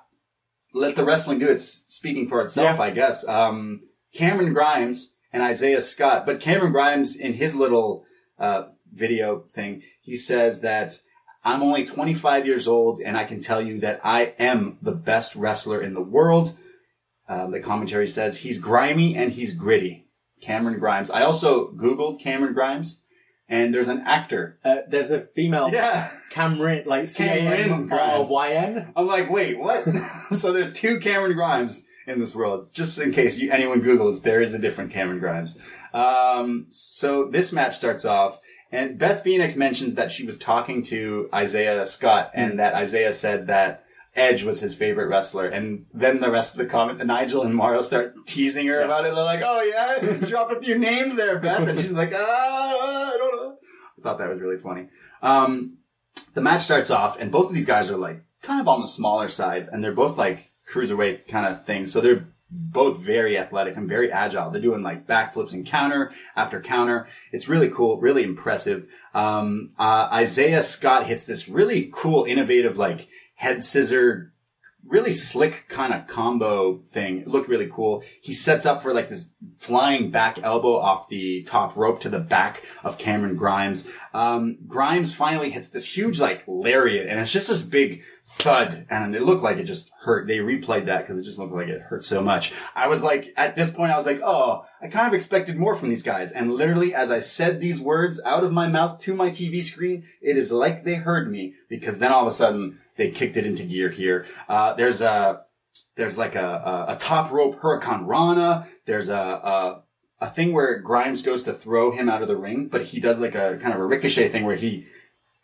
[SPEAKER 2] let the wrestling do its speaking for itself,
[SPEAKER 3] Yeah.
[SPEAKER 2] I guess. Um, Cameron Grimes and Isaiah Scott, but Cameron Grimes in his little uh, video thing, he says that I'm only 25 years old, and I can tell you that I am the best wrestler in the world. Um, the commentary says he's grimy and he's gritty. Cameron Grimes. I also Googled Cameron Grimes, and there's an actor.
[SPEAKER 3] Uh, there's a female
[SPEAKER 2] Yeah.
[SPEAKER 3] Cameron, like C A
[SPEAKER 2] Cameron
[SPEAKER 3] M R
[SPEAKER 2] Grimes.
[SPEAKER 3] Y N.
[SPEAKER 2] I'm like, wait, what? so there's two Cameron Grimes in this world. Just in case you, anyone Googles, there is a different Cameron Grimes. Um, so this match starts off, And Beth Phoenix mentions that she was talking to Isaiah Scott and that Isaiah said that Edge was his favorite wrestler. And then the rest of the comment, Nigel and Mario start teasing her about it. They're like, oh yeah, drop a few names there, Beth. And she's like, ah, ah, I don't know. I thought that was really funny. Um, the match starts off and both of these guys are like kind of on the smaller side and they're both like cruiserweight kind of things. So they're both very athletic and very agile. They're doing like backflips and counter after counter. It's really cool, really impressive. Um, uh, Isaiah Scott hits this really cool, innovative, like head scissor, really slick kind of combo thing. It looked really cool. He sets up for like this flying back elbow off the top rope to the back of Cameron Grimes. Um, Grimes finally hits this huge like lariat and it's just this big thud and it looked like it just hurt. They replayed that because it just looked like it hurt so much. I was like, at this point, I was like, oh, I kind of expected more from these guys. And literally, as I said these words out of my mouth to my TV screen, it is like they heard me because then all of a sudden they kicked it into gear here. Uh, there's a, there's like a, a, a top rope Hurricane Rana. There's a, a, a thing where Grimes goes to throw him out of the ring, but he does like a kind of a ricochet thing where he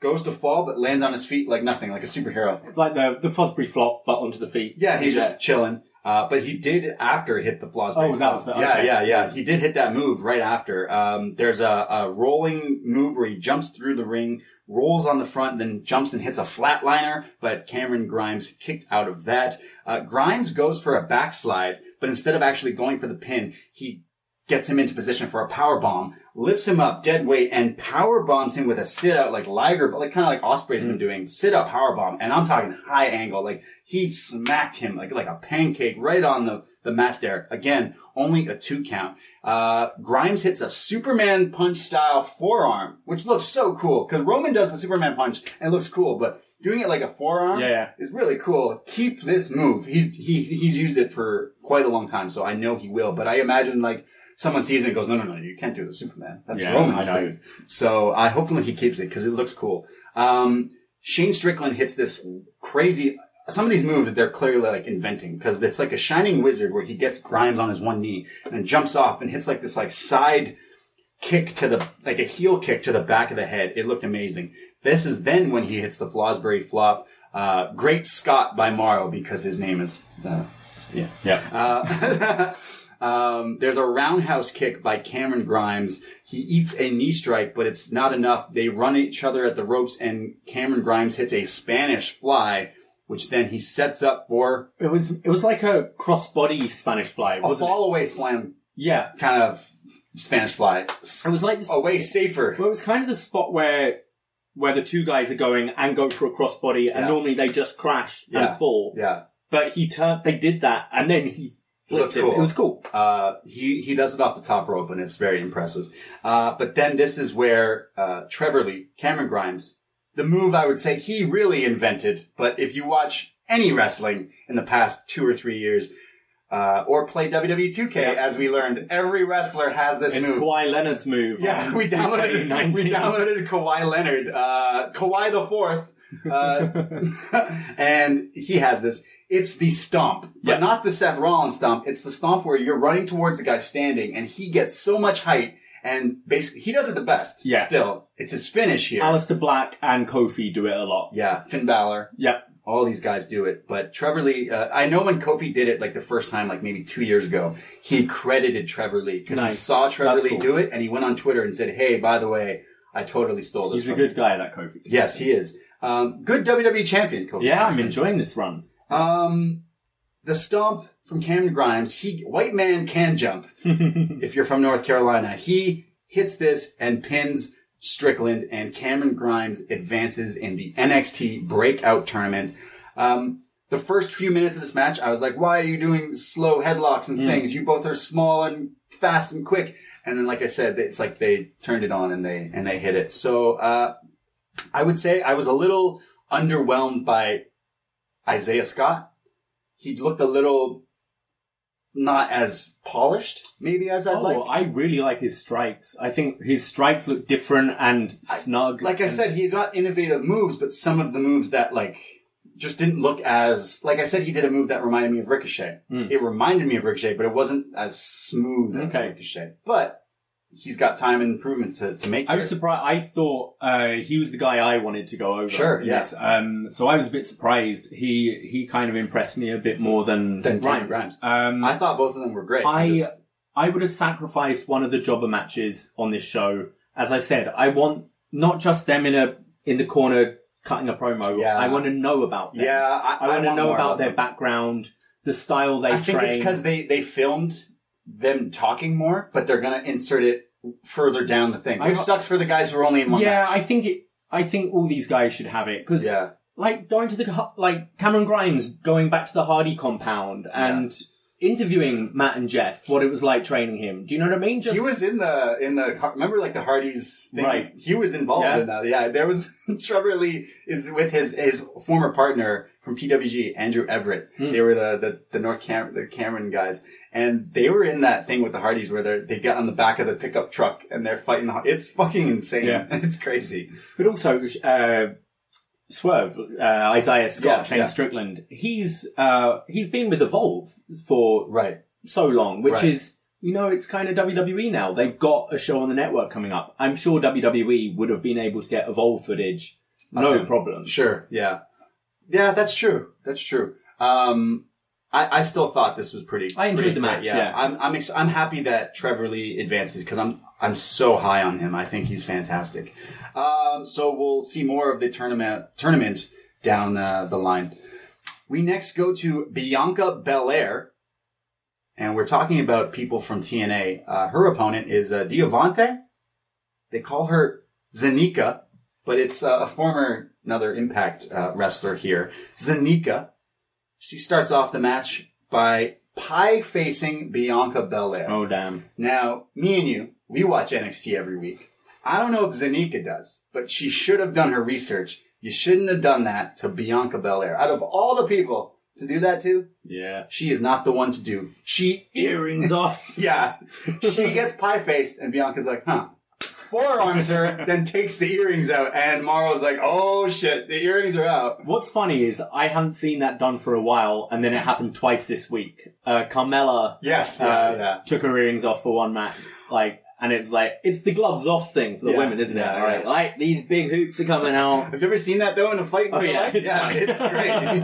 [SPEAKER 2] goes to fall but lands on his feet like nothing, like a superhero.
[SPEAKER 3] It's like the the Fosbury flop, but onto the feet.
[SPEAKER 2] Yeah, he's just chilling. Uh, but he did after hit the Flasbury.
[SPEAKER 3] Oh, that was the-
[SPEAKER 2] yeah,
[SPEAKER 3] okay.
[SPEAKER 2] yeah, yeah. He did hit that move right after. Um, there's a, a rolling move where he jumps through the ring, rolls on the front, then jumps and hits a flatliner. But Cameron Grimes kicked out of that. Uh, Grimes goes for a backslide, but instead of actually going for the pin, he gets him into position for a power bomb, lifts him up dead weight, and power bombs him with a sit out like Liger, but like kind of like Osprey's
[SPEAKER 3] Mm-hmm.
[SPEAKER 2] been doing sit out power bomb. And I'm talking high angle, like he smacked him like like a pancake right on the the mat there. Again, only a two count. Uh, Grimes hits a Superman punch style forearm, which looks so cool because Roman does the Superman punch and it looks cool, but doing it like a forearm
[SPEAKER 3] Yeah.
[SPEAKER 2] is really cool. Keep this move. He's he, he's used it for quite a long time, so I know he will. But I imagine like someone sees it and goes, no, no, no, you can't do the Superman. That's
[SPEAKER 3] Yeah,
[SPEAKER 2] Roman's
[SPEAKER 3] I know.
[SPEAKER 2] thing. So I hopefully he keeps it because it looks cool. Um, Shane Strickland hits this crazy. Some of these moves they're clearly like inventing because it's like a shining wizard where he gets Grimes on his one knee and then jumps off and hits like this like side kick to the like a heel kick to the back of the head. It looked amazing. This is then when he hits the Flosbury flop. Uh, great Scott by Morrow because his name is uh, yeah
[SPEAKER 3] Yeah.
[SPEAKER 2] uh, um, there's a roundhouse kick by Cameron Grimes. He eats a knee strike, but it's not enough. They run each other at the ropes, and Cameron Grimes hits a Spanish fly, which then he sets up for
[SPEAKER 3] It was it was like a crossbody Spanish fly,
[SPEAKER 2] a
[SPEAKER 3] wasn't it?
[SPEAKER 2] fall away slam
[SPEAKER 3] Yeah.
[SPEAKER 2] kind of Spanish fly.
[SPEAKER 3] It was like this
[SPEAKER 2] Away safer.
[SPEAKER 3] Well, it was kind of the spot where where the two guys are going and go for a crossbody, and
[SPEAKER 2] Yeah.
[SPEAKER 3] normally they just crash
[SPEAKER 2] Yeah.
[SPEAKER 3] and fall.
[SPEAKER 2] Yeah.
[SPEAKER 3] But he turned. They did that, and then he flipped
[SPEAKER 2] Looked
[SPEAKER 3] it.
[SPEAKER 2] cool.
[SPEAKER 3] It was cool.
[SPEAKER 2] Uh, he he does it off the top rope, and it's very impressive. Uh, but then this is where uh, Trevor Lee, Cameron Grimes, the move I would say he really invented. But if you watch any wrestling in the past two or three years, uh, or play WWE 2K, as we learned, every wrestler has this
[SPEAKER 3] It's
[SPEAKER 2] move.
[SPEAKER 3] Kawhi Leonard's move.
[SPEAKER 2] Yeah,
[SPEAKER 3] on
[SPEAKER 2] we downloaded
[SPEAKER 3] 2019.
[SPEAKER 2] we downloaded Kawhi Leonard, uh, Kawhi the fourth, uh, and he has this. It's the stomp, but
[SPEAKER 3] Yeah.
[SPEAKER 2] not the Seth Rollins stomp. It's the stomp where you're running towards the guy standing, and he gets so much height, and basically he does it the best.
[SPEAKER 3] Yeah.
[SPEAKER 2] still, it's his finish here.
[SPEAKER 3] Alistair Black and Kofi do it a lot.
[SPEAKER 2] yeah, Finn Balor.
[SPEAKER 3] Yep.
[SPEAKER 2] All these guys do it, but Trevor Lee. Uh, I know when Kofi did it, like the first time, like maybe two years ago, he credited Trevor Lee because he
[SPEAKER 3] Nice.
[SPEAKER 2] saw Trevor
[SPEAKER 3] That's
[SPEAKER 2] Lee
[SPEAKER 3] cool.
[SPEAKER 2] do it, and he went on Twitter and said, "Hey, by the way, I totally stole this."
[SPEAKER 3] He's a
[SPEAKER 2] from
[SPEAKER 3] good
[SPEAKER 2] you."
[SPEAKER 3] guy, that Kofi.
[SPEAKER 2] Yes, he is. Um, good WWE champion, Kofi.
[SPEAKER 3] Yeah, I'm
[SPEAKER 2] Kingston.
[SPEAKER 3] enjoying this run.
[SPEAKER 2] Um, the stomp from Cameron Grimes. He white man can jump. if you're from North Carolina, he hits this and pins Strickland, and Cameron Grimes advances in the NXT Breakout Tournament. Um, the first few minutes of this match, I was like, "Why are you doing slow headlocks and things? You both are small and fast and quick." And then, like I said, it's like they turned it on and they and they hit it. So uh, I would say I was a little underwhelmed by Isaiah Scott. He looked a little not as polished, maybe as I'd
[SPEAKER 3] oh,
[SPEAKER 2] like.
[SPEAKER 3] I really like his strikes. I think his strikes look different and snug.
[SPEAKER 2] Like I
[SPEAKER 3] and-
[SPEAKER 2] said, he's got innovative moves, but some of the moves that like just didn't look as like I said, he did a move that reminded me of
[SPEAKER 3] Hmm.
[SPEAKER 2] Ricochet. It reminded me of Ricochet, but it wasn't as smooth as
[SPEAKER 3] Okay.
[SPEAKER 2] Ricochet. But he's got time and improvement to, to make.
[SPEAKER 3] I was
[SPEAKER 2] here.
[SPEAKER 3] surprised. I thought uh, he was the guy I wanted to go over.
[SPEAKER 2] Sure, yeah.
[SPEAKER 3] Yes. Um, so I was a bit surprised. He he kind of impressed me a bit more than
[SPEAKER 2] Than Cameron Grimes.
[SPEAKER 3] Um,
[SPEAKER 2] I thought both of them were great.
[SPEAKER 3] I
[SPEAKER 2] Just-
[SPEAKER 3] I would have sacrificed one of the jobber matches on this show. As I said, I want not just them in a in the corner cutting a promo.
[SPEAKER 2] Yeah.
[SPEAKER 3] I want to know about them.
[SPEAKER 2] yeah, I,
[SPEAKER 3] I, want to know
[SPEAKER 2] more
[SPEAKER 3] about their
[SPEAKER 2] them.
[SPEAKER 3] background, the style they
[SPEAKER 2] I
[SPEAKER 3] train.
[SPEAKER 2] think it's because they they filmed them talking more, but they're gonna insert it further down the thing,
[SPEAKER 3] I-
[SPEAKER 2] which sucks for the guys who are only in one
[SPEAKER 3] yeah, I
[SPEAKER 2] match.
[SPEAKER 3] think it. I think all these guys should have it because
[SPEAKER 2] yeah,
[SPEAKER 3] like going to the ho- like Cameron Grimes going back to the Hardy compound and interviewing Matt and Jeff what it was like training him. Do you know what I mean? Just
[SPEAKER 2] he was in the in the remember like the Hardys thing.
[SPEAKER 3] Right.
[SPEAKER 2] He was involved
[SPEAKER 3] Yeah.
[SPEAKER 2] in that. Yeah, there was Trevor Lee is with his his former partner from PWG, Andrew Everett.
[SPEAKER 3] Hmm.
[SPEAKER 2] They were the the, the North Cam- the Cameron guys, and they were in that thing with the Hardys where they they get on the back of the pickup truck and they're fighting. the- It's fucking insane.
[SPEAKER 3] Yeah.
[SPEAKER 2] It's crazy.
[SPEAKER 3] but also uh, Swerve uh, Isaiah Scott
[SPEAKER 2] Yeah,
[SPEAKER 3] Shane
[SPEAKER 2] yeah.
[SPEAKER 3] Strickland. He's uh, he's been with Evolve for
[SPEAKER 2] Right.
[SPEAKER 3] so long, which
[SPEAKER 2] Right.
[SPEAKER 3] is you know it's kind of WWE E now. They've got a show on the network coming up. I'm sure WWE would have been able to get Evolve footage. No
[SPEAKER 2] Okay.
[SPEAKER 3] problem.
[SPEAKER 2] Sure. Yeah. Yeah, that's true. That's true. Um, I, I still thought this was pretty.
[SPEAKER 3] I enjoyed
[SPEAKER 2] pretty
[SPEAKER 3] the
[SPEAKER 2] great.
[SPEAKER 3] match, yeah.
[SPEAKER 2] I'm I'm, ex- I'm happy that Trevor Lee advances because I'm I'm so high on him. I think he's fantastic. Um, so we'll see more of the tournament tournament down uh, the line. We next go to Bianca Belair, and we're talking about people from TNA. Uh, her opponent is uh, Diavante. They call her Zanika, but it's uh, a former another Impact uh, wrestler here, Zanika. She starts off the match by pie facing Bianca Belair.
[SPEAKER 3] Oh damn!
[SPEAKER 2] Now, me and you, we watch NXT every week. I don't know if Zanika does, but she should have done her research. You shouldn't have done that to Bianca Belair. Out of all the people to do that to,
[SPEAKER 3] Yeah.
[SPEAKER 2] she is not the one to do. She
[SPEAKER 3] Earrings off.
[SPEAKER 2] yeah. She gets pie faced, and Bianca's like, huh. Forearms her, then takes the earrings out, and Morrow's like, oh shit, the earrings are out.
[SPEAKER 3] What's funny is I hadn't seen that done for a while, and then it happened twice this week. Uh, Carmella
[SPEAKER 2] Yes.
[SPEAKER 3] uh,
[SPEAKER 2] Yeah. yeah.
[SPEAKER 3] took her earrings off for one match, like, and it's like it's the gloves off thing for the
[SPEAKER 2] Yeah,
[SPEAKER 3] women, isn't
[SPEAKER 2] yeah,
[SPEAKER 3] it? All right,
[SPEAKER 2] yeah.
[SPEAKER 3] like these big hoops are coming out.
[SPEAKER 2] Have you ever seen that though in a fight? In
[SPEAKER 3] Oh,
[SPEAKER 2] real
[SPEAKER 3] yeah,
[SPEAKER 2] life?
[SPEAKER 3] it's
[SPEAKER 2] yeah,
[SPEAKER 3] funny.
[SPEAKER 2] it's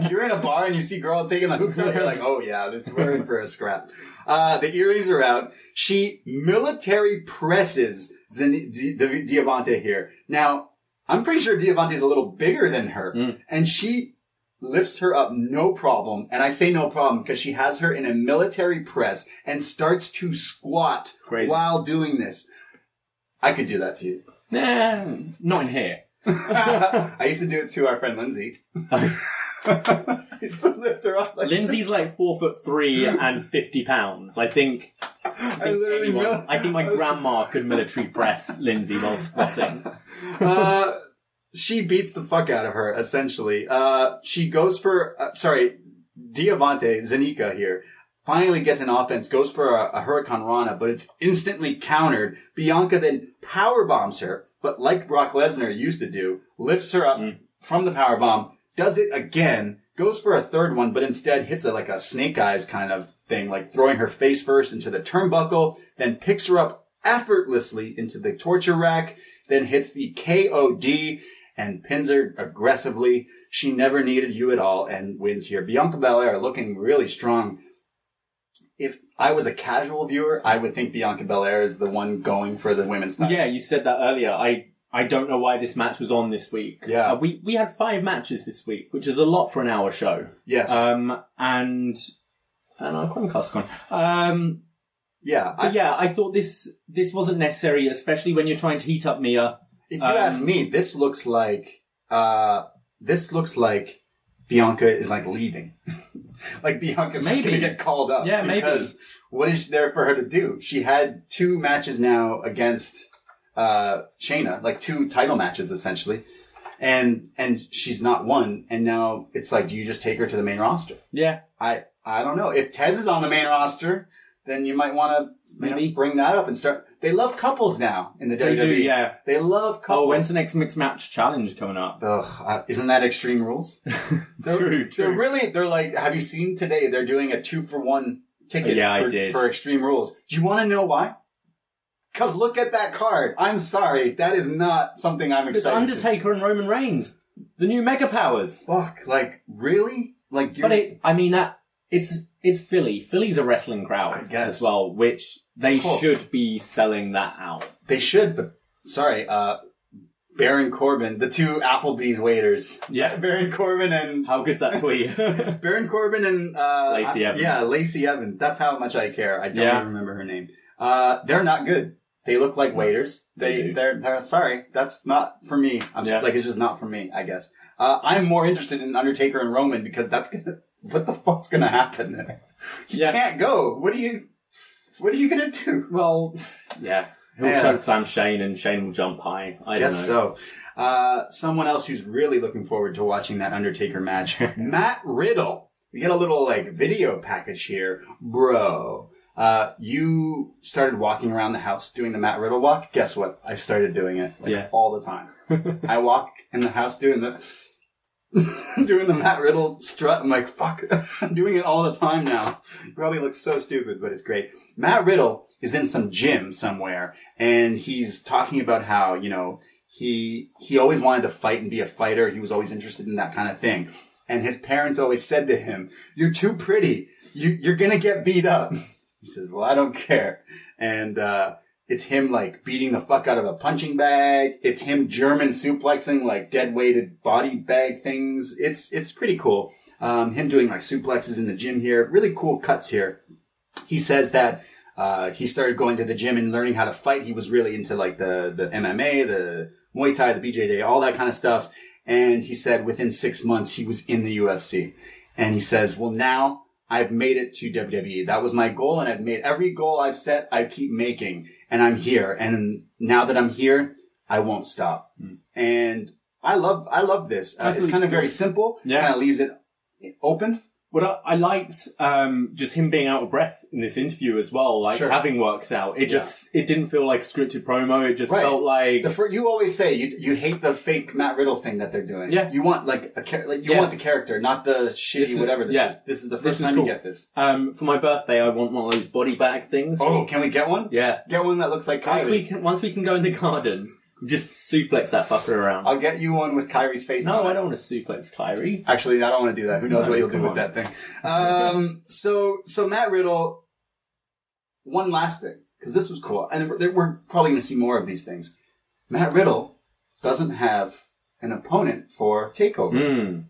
[SPEAKER 2] great. You're in a bar and you see girls taking the hoops out. You're like, oh yeah, this we're in for a scrap. Uh, the earrings are out. She military presses Zin- Di- Di- Diavante here. Now, I'm pretty sure Diavante is a little bigger than her,
[SPEAKER 3] Hmm.
[SPEAKER 2] and she lifts her up no problem. And I say no problem because she has her in a military press and starts to squat
[SPEAKER 3] Crazy.
[SPEAKER 2] while doing this. I could do that to you.
[SPEAKER 3] Nah, not in here.
[SPEAKER 2] I used to do it to our friend Lindsay. I used to lift her up like
[SPEAKER 3] Lindsay's like four foot three and fifty pounds. I think. I think,
[SPEAKER 2] literally
[SPEAKER 3] anyone-
[SPEAKER 2] mil-
[SPEAKER 3] I think my grandma could military press Lindsay while squatting.
[SPEAKER 2] Uh, she beats the fuck out of her, essentially. Uh, she goes for, uh, sorry, Diavante, Zanika here, finally gets an offense, goes for a, a Hurricane Rana, but it's instantly countered. Bianca then power bombs her, but like Brock Lesnar used to do, lifts her up from the power bomb, does it again, goes for a third one, but instead hits a, like a snake eyes kind of thing, like throwing her face first into the turnbuckle, then picks her up effortlessly into the torture rack, then hits the KOD and pins her aggressively. She never needed you at all and wins here. Bianca Belair looking really strong. If I was a casual viewer, I would think Bianca Belair is the one going for the women's title.
[SPEAKER 3] Yeah, you said that earlier. I I don't know why this match was on this week.
[SPEAKER 2] Yeah.
[SPEAKER 3] Uh, we we had five matches this week, which is a lot for an hour show.
[SPEAKER 2] Yes.
[SPEAKER 3] Um, and and our Chromecast gone. Um,
[SPEAKER 2] yeah. I,
[SPEAKER 3] but yeah, I thought this this wasn't necessary, especially when you're trying to heat up Mia.
[SPEAKER 2] If you
[SPEAKER 3] Um,
[SPEAKER 2] ask me, this looks like uh, this looks like Bianca is like leaving. like Bianca's just
[SPEAKER 3] Maybe.
[SPEAKER 2] gonna get called up.
[SPEAKER 3] Yeah, maybe.
[SPEAKER 2] because What is there for her to do? She had two matches now against uh, Shayna, like two title matches essentially, and and she's not won. And now it's like, do you just take her to the main roster?
[SPEAKER 3] Yeah.
[SPEAKER 2] I I don't know. If Tez is on the main roster, then you might want to maybe
[SPEAKER 3] Maybe.
[SPEAKER 2] bring that up and start. They love couples now in the
[SPEAKER 3] They
[SPEAKER 2] WWE.
[SPEAKER 3] do, yeah.
[SPEAKER 2] They love couples.
[SPEAKER 3] Oh, when's the next mixed match challenge coming up?
[SPEAKER 2] Ugh, uh, isn't that Extreme Rules? They're-
[SPEAKER 3] True, true.
[SPEAKER 2] They're really, they're like, have you seen today? They're doing a two for one tickets
[SPEAKER 3] Yeah, I
[SPEAKER 2] for,
[SPEAKER 3] did.
[SPEAKER 2] for Extreme Rules. Do you want to know why? Cause look at that card. I'm sorry, that is not something I'm
[SPEAKER 3] There's
[SPEAKER 2] excited. To.
[SPEAKER 3] Undertaker and Roman Reigns, the new mega powers.
[SPEAKER 2] Fuck, like really? Like you're
[SPEAKER 3] But it, I mean, that it's it's Philly. Philly's a wrestling crowd
[SPEAKER 2] I guess.
[SPEAKER 3] as well, which they
[SPEAKER 2] Cool.
[SPEAKER 3] should be selling that out.
[SPEAKER 2] They should, but sorry, uh, Baron Corbin, the two Applebee's waiters.
[SPEAKER 3] Yeah.
[SPEAKER 2] Baron Corbin and
[SPEAKER 3] How good's that tweet?
[SPEAKER 2] Baron Corbin and uh,
[SPEAKER 3] Lacey
[SPEAKER 2] I-
[SPEAKER 3] Evans.
[SPEAKER 2] Yeah, Lacey Evans. That's how much I care. I don't
[SPEAKER 3] Yeah.
[SPEAKER 2] even remember her name. Uh, they're not good. They look like waiters.
[SPEAKER 3] They
[SPEAKER 2] They,
[SPEAKER 3] do.
[SPEAKER 2] they're, they're sorry. That's not for me. I'm
[SPEAKER 3] Yeah.
[SPEAKER 2] just, like it's just not for me. I guess. Uh, I'm more interested in Undertaker and Roman because that's gonna. What the fuck's gonna happen there? You
[SPEAKER 3] Yeah.
[SPEAKER 2] can't go. What are you? What are you gonna do?
[SPEAKER 3] well, yeah. He'll
[SPEAKER 2] Yeah.
[SPEAKER 3] choke Sam Shane and Shane will jump high. I don't
[SPEAKER 2] Yes,
[SPEAKER 3] know.
[SPEAKER 2] so. Uh, someone else who's really looking forward to watching that Undertaker match, Matt Riddle. We get a little like video package here, bro. Uh, you started walking around the house doing the Matt Riddle walk. Guess what? I started doing it like
[SPEAKER 3] Yeah.
[SPEAKER 2] all the time. I walk in the house doing the doing the Matt Riddle strut. I'm like, fuck, I'm doing it all the time now. It probably looks so stupid, but it's great. Matt Riddle is in some gym somewhere, and he's talking about how you know he he always wanted to fight and be a fighter. He was always interested in that kind of thing. And his parents always said to him, "You're too pretty. You, you're gonna get beat up." He says, "Well, I don't care." And uh, it's him like beating the fuck out of a punching bag. It's him German suplexing like dead weighted body bag things. It's it's pretty cool. Um, him doing like suplexes in the gym here. Really cool cuts here. He says that uh, he started going to the gym and learning how to fight. He was really into like the the MMA, the Muay Thai, the BJJ, all that kind of stuff. And he said within six months he was in the UFC. And he says, "Well, now I've made it to WWE. That was my goal, and I've made every goal I've set. I keep making, and I'm here. And now that I'm here, I won't stop. And I love, I love this. Uh,
[SPEAKER 3] That's
[SPEAKER 2] it's
[SPEAKER 3] really
[SPEAKER 2] kind of
[SPEAKER 3] cool.
[SPEAKER 2] very simple.
[SPEAKER 3] Yeah.
[SPEAKER 2] kind of leaves it open.
[SPEAKER 3] What I, I liked um, just him being out of breath in this interview as well, like
[SPEAKER 2] Sure.
[SPEAKER 3] having worked out. It
[SPEAKER 2] Yeah.
[SPEAKER 3] just it didn't feel like a scripted promo. It just
[SPEAKER 2] Right.
[SPEAKER 3] felt like
[SPEAKER 2] The fir- you always say you, you hate the fake Matt Riddle thing that they're doing.
[SPEAKER 3] Yeah.
[SPEAKER 2] you want like a char- like you
[SPEAKER 3] Yeah.
[SPEAKER 2] want the character, not the shitty
[SPEAKER 3] This is-
[SPEAKER 2] whatever this
[SPEAKER 3] yeah.
[SPEAKER 2] is. This is the
[SPEAKER 3] This
[SPEAKER 2] first
[SPEAKER 3] is
[SPEAKER 2] time
[SPEAKER 3] cool.
[SPEAKER 2] you get this.
[SPEAKER 3] um, for my birthday, I want one of those body bag things.
[SPEAKER 2] Oh, can we get one?
[SPEAKER 3] yeah.
[SPEAKER 2] get one that looks like
[SPEAKER 3] Once we
[SPEAKER 2] Kyrie.
[SPEAKER 3] can, once we can go in the garden, just suplex that fucker around.
[SPEAKER 2] I'll get you one with Kyrie's face.
[SPEAKER 3] no,
[SPEAKER 2] on it.
[SPEAKER 3] I don't want to suplex Kyrie.
[SPEAKER 2] Actually, I don't want to do that. Who knows
[SPEAKER 3] No,
[SPEAKER 2] what you'll
[SPEAKER 3] come
[SPEAKER 2] do with
[SPEAKER 3] on.
[SPEAKER 2] that thing? Um, so, so Matt Riddle. One last thing, because this was cool, and we're, we're probably going to see more of these things. Matt Riddle doesn't have an opponent for Takeover.
[SPEAKER 3] Mm.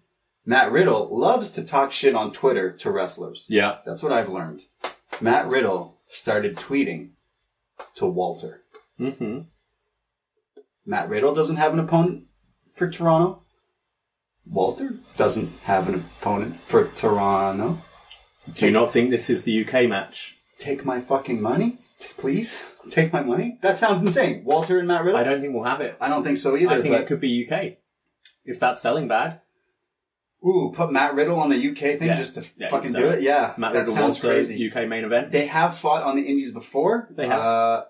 [SPEAKER 2] Matt Riddle loves to talk shit on Twitter to wrestlers.
[SPEAKER 3] Yeah.
[SPEAKER 2] That's what I've learned. Matt Riddle started tweeting to Walter.
[SPEAKER 3] hmm
[SPEAKER 2] Matt Riddle doesn't have an opponent for Toronto. Walter doesn't have an opponent for Toronto.
[SPEAKER 3] Do you not think this is the UK match?
[SPEAKER 2] Take my fucking money, t- please. Take my money. That sounds insane. Walter and Matt Riddle.
[SPEAKER 3] I don't think we'll have it.
[SPEAKER 2] I don't think so either.
[SPEAKER 3] I think
[SPEAKER 2] but,
[SPEAKER 3] it could be UK. If that's selling bad,
[SPEAKER 2] Ooh, put Matt Riddle on the UK thing
[SPEAKER 3] Yeah.
[SPEAKER 2] just to
[SPEAKER 3] Yeah,
[SPEAKER 2] fucking do
[SPEAKER 3] exactly.
[SPEAKER 2] it. Yeah,
[SPEAKER 3] Matt
[SPEAKER 2] that
[SPEAKER 3] Riddle
[SPEAKER 2] sounds
[SPEAKER 3] wants the
[SPEAKER 2] crazy.
[SPEAKER 3] UK main event.
[SPEAKER 2] They have fought on the Indies before.
[SPEAKER 3] They have.
[SPEAKER 2] Uh,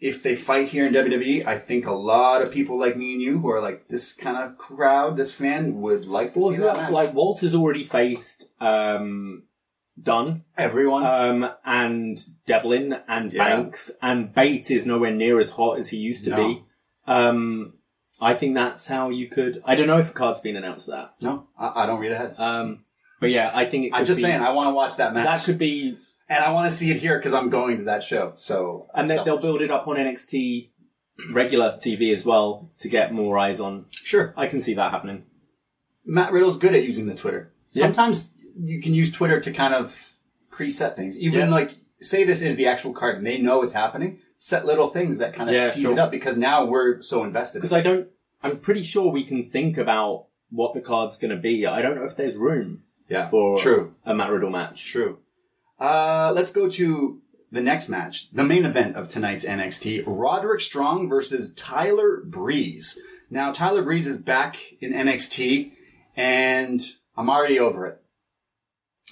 [SPEAKER 2] if they fight here in WWE, I think a lot of people like me and you who are like this kind of crowd, this fan would like to
[SPEAKER 3] Well,
[SPEAKER 2] see
[SPEAKER 3] who
[SPEAKER 2] that
[SPEAKER 3] else-
[SPEAKER 2] match.
[SPEAKER 3] like Walter's already faced um, Dunn
[SPEAKER 2] everyone.
[SPEAKER 3] um, and Devlin and
[SPEAKER 2] Yeah.
[SPEAKER 3] Banks, and Bates is nowhere near as hot as he used to
[SPEAKER 2] No.
[SPEAKER 3] be. Um, I think that's how you could. I don't know if a card's been announced for that,
[SPEAKER 2] no, I, I don't read ahead.
[SPEAKER 3] um, but yeah, I think it. Could
[SPEAKER 2] I'm just
[SPEAKER 3] be,
[SPEAKER 2] saying, I want to watch that match,
[SPEAKER 3] that could be,
[SPEAKER 2] and I want to see it here because I'm going to that show. So
[SPEAKER 3] and then they'll build it up on NXT regular TV as well to get more eyes on.
[SPEAKER 2] sure.
[SPEAKER 3] I can see that happening.
[SPEAKER 2] Matt Riddle's good at using the Twitter.
[SPEAKER 3] Yeah.
[SPEAKER 2] Sometimes you can use Twitter to kind of preset things. Even
[SPEAKER 3] Yeah.
[SPEAKER 2] like say this is the actual card and they know it's happening. Set little things that kind of
[SPEAKER 3] Yeah,
[SPEAKER 2] tease
[SPEAKER 3] sure.
[SPEAKER 2] it up because now we're so invested.
[SPEAKER 3] because I don't. I'm pretty sure we can think about what the card's going to be. I don't know if there's room
[SPEAKER 2] yeah,
[SPEAKER 3] for
[SPEAKER 2] true.
[SPEAKER 3] a Matt Riddle match.
[SPEAKER 2] True. Uh, let's go to the next match, the main event of tonight's NXT: Roderick Strong versus Tyler Breeze. Now, Tyler Breeze is back in NXT, and I'm already over it.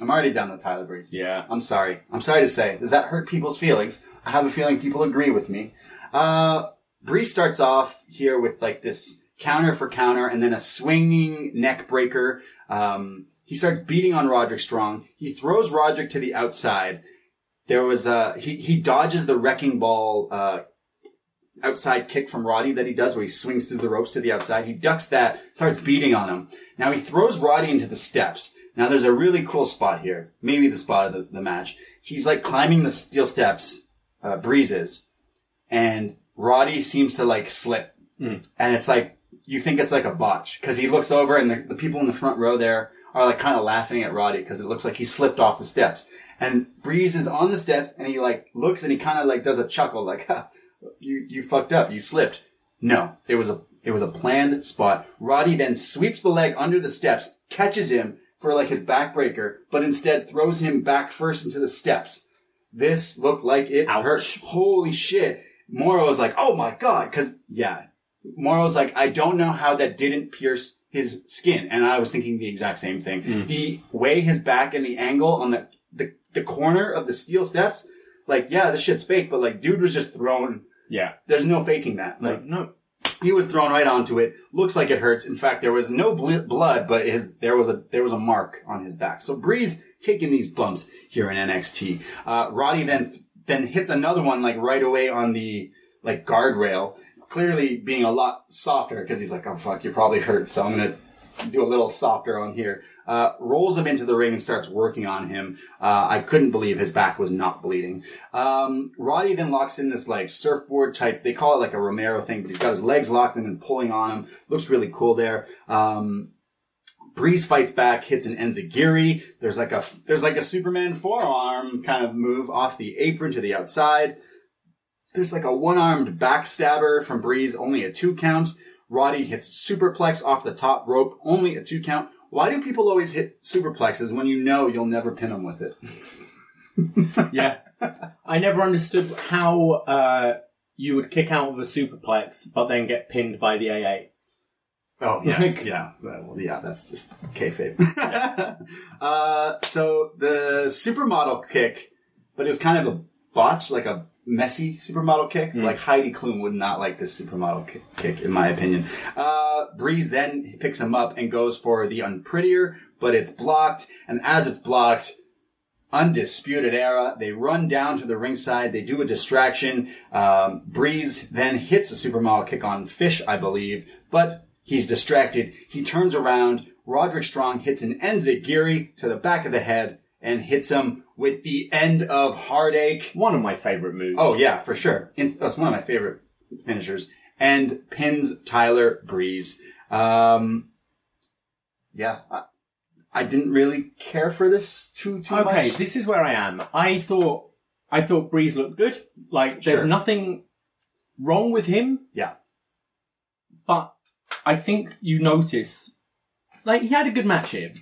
[SPEAKER 2] I'm already done with Tyler Breeze.
[SPEAKER 3] Yeah.
[SPEAKER 2] I'm sorry. I'm sorry to say. Does that hurt people's feelings? I have a feeling people agree with me. Uh, Breeze starts off here with like this counter for counter and then a swinging neck breaker. Um, he starts beating on Roderick Strong. He throws Roderick to the outside. There was a, he, he dodges the wrecking ball, uh, outside kick from Roddy that he does where he swings through the ropes to the outside. He ducks that, starts beating on him. Now he throws Roddy into the steps. Now there's a really cool spot here. Maybe the spot of the, the match. He's like climbing the steel steps, uh, breezes, and Roddy seems to like slip. And it's like, you think it's like a botch because he looks over and the, the people in the front row there are like kind of laughing at Roddy because it looks like he slipped off the steps. And Breeze is on the steps and he like looks and he kind of like does a chuckle like, ha, you, you fucked up. You slipped. No, it was a, it was a planned spot. Roddy then sweeps the leg under the steps, catches him for like his backbreaker, but instead throws him back first into the steps. This looked like it
[SPEAKER 3] Ouch.
[SPEAKER 2] hurt. Holy shit. Moro was like, oh my God. Cause yeah, Morrow's like, I don't know how that didn't pierce his skin. And I was thinking the exact same thing.
[SPEAKER 3] Hmm.
[SPEAKER 2] The way his back and the angle on the, the, the corner of the steel steps, like, yeah, this shit's fake, but like, dude was just thrown.
[SPEAKER 3] Yeah.
[SPEAKER 2] There's no faking that. Like,
[SPEAKER 3] no.
[SPEAKER 2] he was thrown right onto it. Looks like it hurts. In fact, there was no bl- blood, but his there was a there was a mark on his back. So Breeze taking these bumps here in NXT. Uh, Roddy then then hits another one like right away on the like guardrail, clearly being a lot softer because he's like, oh fuck, you probably hurt, so I'm gonna do a little softer on here. Uh, rolls him into the ring and starts working on him. Uh, I couldn't believe his back was not bleeding. Um, Roddy then locks in this like surfboard type. They call it like a Romero thing. He's got his legs locked and then pulling on him. Looks really cool there. Um, Breeze fights back, hits an Enzigiri. There's like a there's like a Superman forearm kind of move off the apron to the outside. There's like a one-armed backstabber from Breeze, only a two count. Roddy hits superplex off the top rope, only a two count. Why do people always hit superplexes when you know you'll never pin them with it?
[SPEAKER 3] Yeah. I never understood how uh, you would kick out of a superplex, but then get pinned by the AA.
[SPEAKER 2] Oh yeah,
[SPEAKER 3] Like-
[SPEAKER 2] yeah, well, yeah. That's just kayfabe. uh, so the supermodel kick, but it was kind of a botch, like a messy supermodel kick. Like Heidi Klum would not like this supermodel ki- kick, in my opinion. Uh, Breeze then picks him up and goes for the unprettier, but it's blocked. And as it's blocked, Undisputed Era. They run down to the ringside. They do a distraction. Um, Breeze then hits a supermodel kick on Fish, I believe, but he's distracted. He turns around. Roderick Strong hits an Enzigiri to the back of the head and hits him with the end of heartache.
[SPEAKER 3] One of my favourite moves.
[SPEAKER 2] Oh yeah, for sure. It's, that's one of my favorite finishers. And pins Tyler Breeze. Um, yeah, I, I didn't really care for this too too much.
[SPEAKER 3] okay, this is where I am. I thought I thought Breeze looked good. Like there's
[SPEAKER 2] Sure.
[SPEAKER 3] nothing wrong with him,
[SPEAKER 2] yeah.
[SPEAKER 3] but I think you notice like he had a good match here.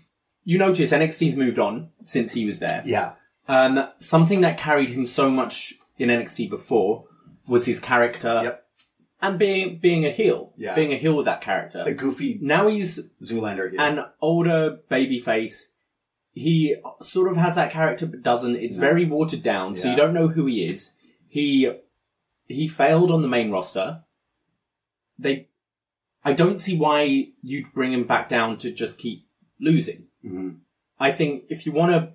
[SPEAKER 3] You notice NXT's moved on since he was there.
[SPEAKER 2] Yeah.
[SPEAKER 3] Um, something that carried him so much in NXT before was his character
[SPEAKER 2] Yep.
[SPEAKER 3] and being being a heel,
[SPEAKER 2] Yeah.
[SPEAKER 3] being a heel with that character.
[SPEAKER 2] The goofy
[SPEAKER 3] now he's
[SPEAKER 2] Zoolander. Yeah.
[SPEAKER 3] an older baby face. He sort of has that character but doesn't. It's very watered down, so you
[SPEAKER 2] Yeah.
[SPEAKER 3] don't know who he is. He he failed on the main roster. They I don't see why you'd bring him back down to just keep losing.
[SPEAKER 2] Mhm.
[SPEAKER 3] I think if you want to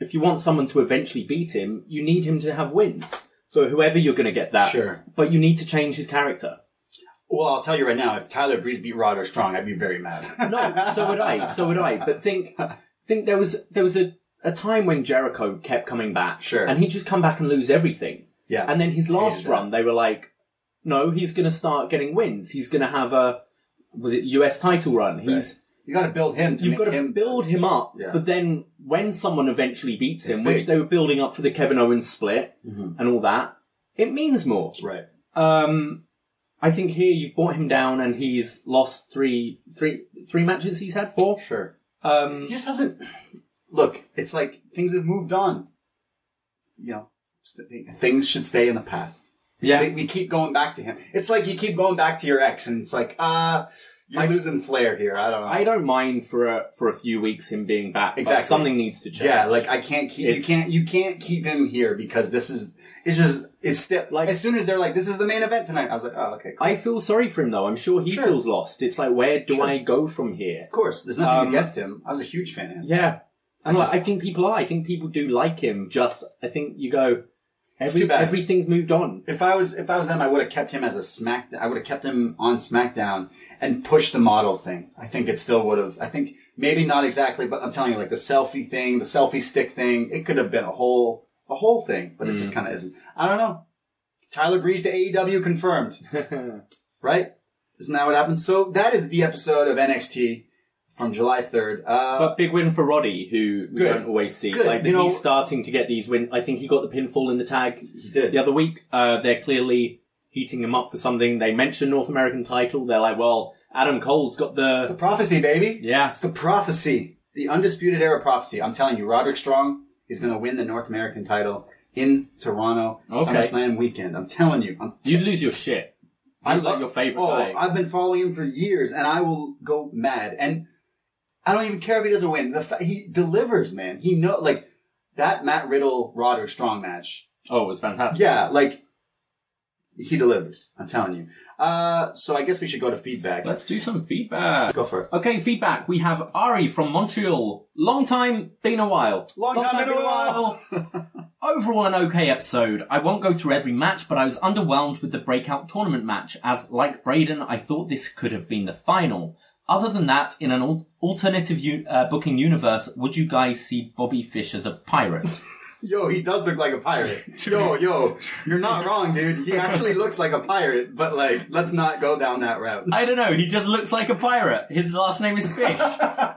[SPEAKER 3] if you want someone to eventually beat him, you need him to have wins. So whoever you're going to get that.
[SPEAKER 2] Sure.
[SPEAKER 3] But you need to change his character.
[SPEAKER 2] well, I'll tell you right now, if Tyler Breeze beat Roderick Strong, I'd be very mad.
[SPEAKER 3] No, so would I. So would I. But think, think there was there was a, a time when Jericho kept coming back,
[SPEAKER 2] Sure.
[SPEAKER 3] and he'd just come back and lose everything.
[SPEAKER 2] yes.
[SPEAKER 3] And then his last
[SPEAKER 2] Hated that.
[SPEAKER 3] run, they were like, "No, he's going to start getting wins. He's going to have a was it US title run? He's
[SPEAKER 2] you got to build him. To
[SPEAKER 3] you've
[SPEAKER 2] make
[SPEAKER 3] got to
[SPEAKER 2] him
[SPEAKER 3] build him up
[SPEAKER 2] Yeah.
[SPEAKER 3] for then when someone eventually beats him,
[SPEAKER 2] It's
[SPEAKER 3] which
[SPEAKER 2] big. Mm-hmm.
[SPEAKER 3] they were building up for the Kevin Owens split and all that. It means more.
[SPEAKER 2] right.
[SPEAKER 3] Um, I think here you've brought him down, and he's lost three, three, three matches. He's had four.
[SPEAKER 2] Sure.
[SPEAKER 3] Um,
[SPEAKER 2] He just hasn't. Look, it's like things have moved on. You know, st- things should stay in the past.
[SPEAKER 3] yeah,
[SPEAKER 2] We, we keep going back to him. It's like you keep going back to your ex, and it's like, ah, you're losing flair here. I don't know.
[SPEAKER 3] I don't mind for a for a few weeks him being back,
[SPEAKER 2] Exactly.
[SPEAKER 3] but something needs to change.
[SPEAKER 2] Yeah, like I can't keep you
[SPEAKER 3] It's-
[SPEAKER 2] can't you can't keep him here because this is it's just it's still
[SPEAKER 3] Like-
[SPEAKER 2] like as soon as they're like this is the main event tonight I was like oh okay cool.
[SPEAKER 3] I feel sorry for him though. I'm sure he
[SPEAKER 2] Sure.
[SPEAKER 3] feels lost. It's like where do
[SPEAKER 2] Sure.
[SPEAKER 3] I go from here?
[SPEAKER 2] Of course, there's nothing
[SPEAKER 3] Um,
[SPEAKER 2] against him. I was a huge fan of him.
[SPEAKER 3] Yeah, and I,
[SPEAKER 2] just-
[SPEAKER 3] I think people are. I think people do like him. Just I think you go. Every,
[SPEAKER 2] too bad.
[SPEAKER 3] Everything's moved on.
[SPEAKER 2] If I was if I was them, I would have kept him as a smack. I would have kept him on SmackDown and pushed the model thing. I think it still would have. I think maybe not exactly, but I'm telling you, like the selfie thing, the selfie stick thing, it could have been a whole a whole thing, but it just kind of isn't. I don't know. Tyler Breeze to AEW confirmed, right? Isn't that what happened? So that is the episode of NXT from July 3rd. Uh,
[SPEAKER 3] But big win for Roddy, who we
[SPEAKER 2] Good.
[SPEAKER 3] don't always see.
[SPEAKER 2] Good.
[SPEAKER 3] Like
[SPEAKER 2] You know-
[SPEAKER 3] he's starting to get these win. I think he got the pinfall in the tag
[SPEAKER 2] did.
[SPEAKER 3] the other week. Uh, they're clearly heating him up for something. They mention North American title. They're like, well, Adam Cole's got
[SPEAKER 2] The
[SPEAKER 3] the
[SPEAKER 2] prophecy, baby.
[SPEAKER 3] yeah.
[SPEAKER 2] It's the prophecy. The undisputed era prophecy. I'm telling you, Roderick Strong is going to win the North American title in Toronto
[SPEAKER 3] Okay.
[SPEAKER 2] SummerSlam weekend. I'm telling you. I'm,
[SPEAKER 3] You'd lose your shit.
[SPEAKER 2] I
[SPEAKER 3] He's like
[SPEAKER 2] lo-
[SPEAKER 3] your favorite
[SPEAKER 2] Oh,
[SPEAKER 3] guy.
[SPEAKER 2] I've been following him for years, and I will go mad. And I don't even care if he doesn't win. The fa- he delivers, man. He know like that Matt Riddle Roderick Strong match.
[SPEAKER 3] Oh, it was fantastic.
[SPEAKER 2] Yeah, like he delivers. I'm telling you. Uh, so I guess we should go to feedback.
[SPEAKER 3] Let's do some feedback.
[SPEAKER 2] go for it.
[SPEAKER 3] Okay, feedback. We have Ari from Montreal. Long time, been a while.
[SPEAKER 2] Long time, been a while.
[SPEAKER 3] while. Overall, an okay episode. I won't go through every match, but I was underwhelmed with the breakout tournament match, as, like Braden, I thought this could have been the final. Other than that, in an al- alternative u- uh, booking universe, would you guys see Bobby Fish as a pirate?
[SPEAKER 2] Yo, he does look like a pirate. Yo, yo, you're not wrong, dude. He actually looks like a pirate, but like, let's not go down that route.
[SPEAKER 3] I don't know, he just looks like a pirate. His last name is Fish,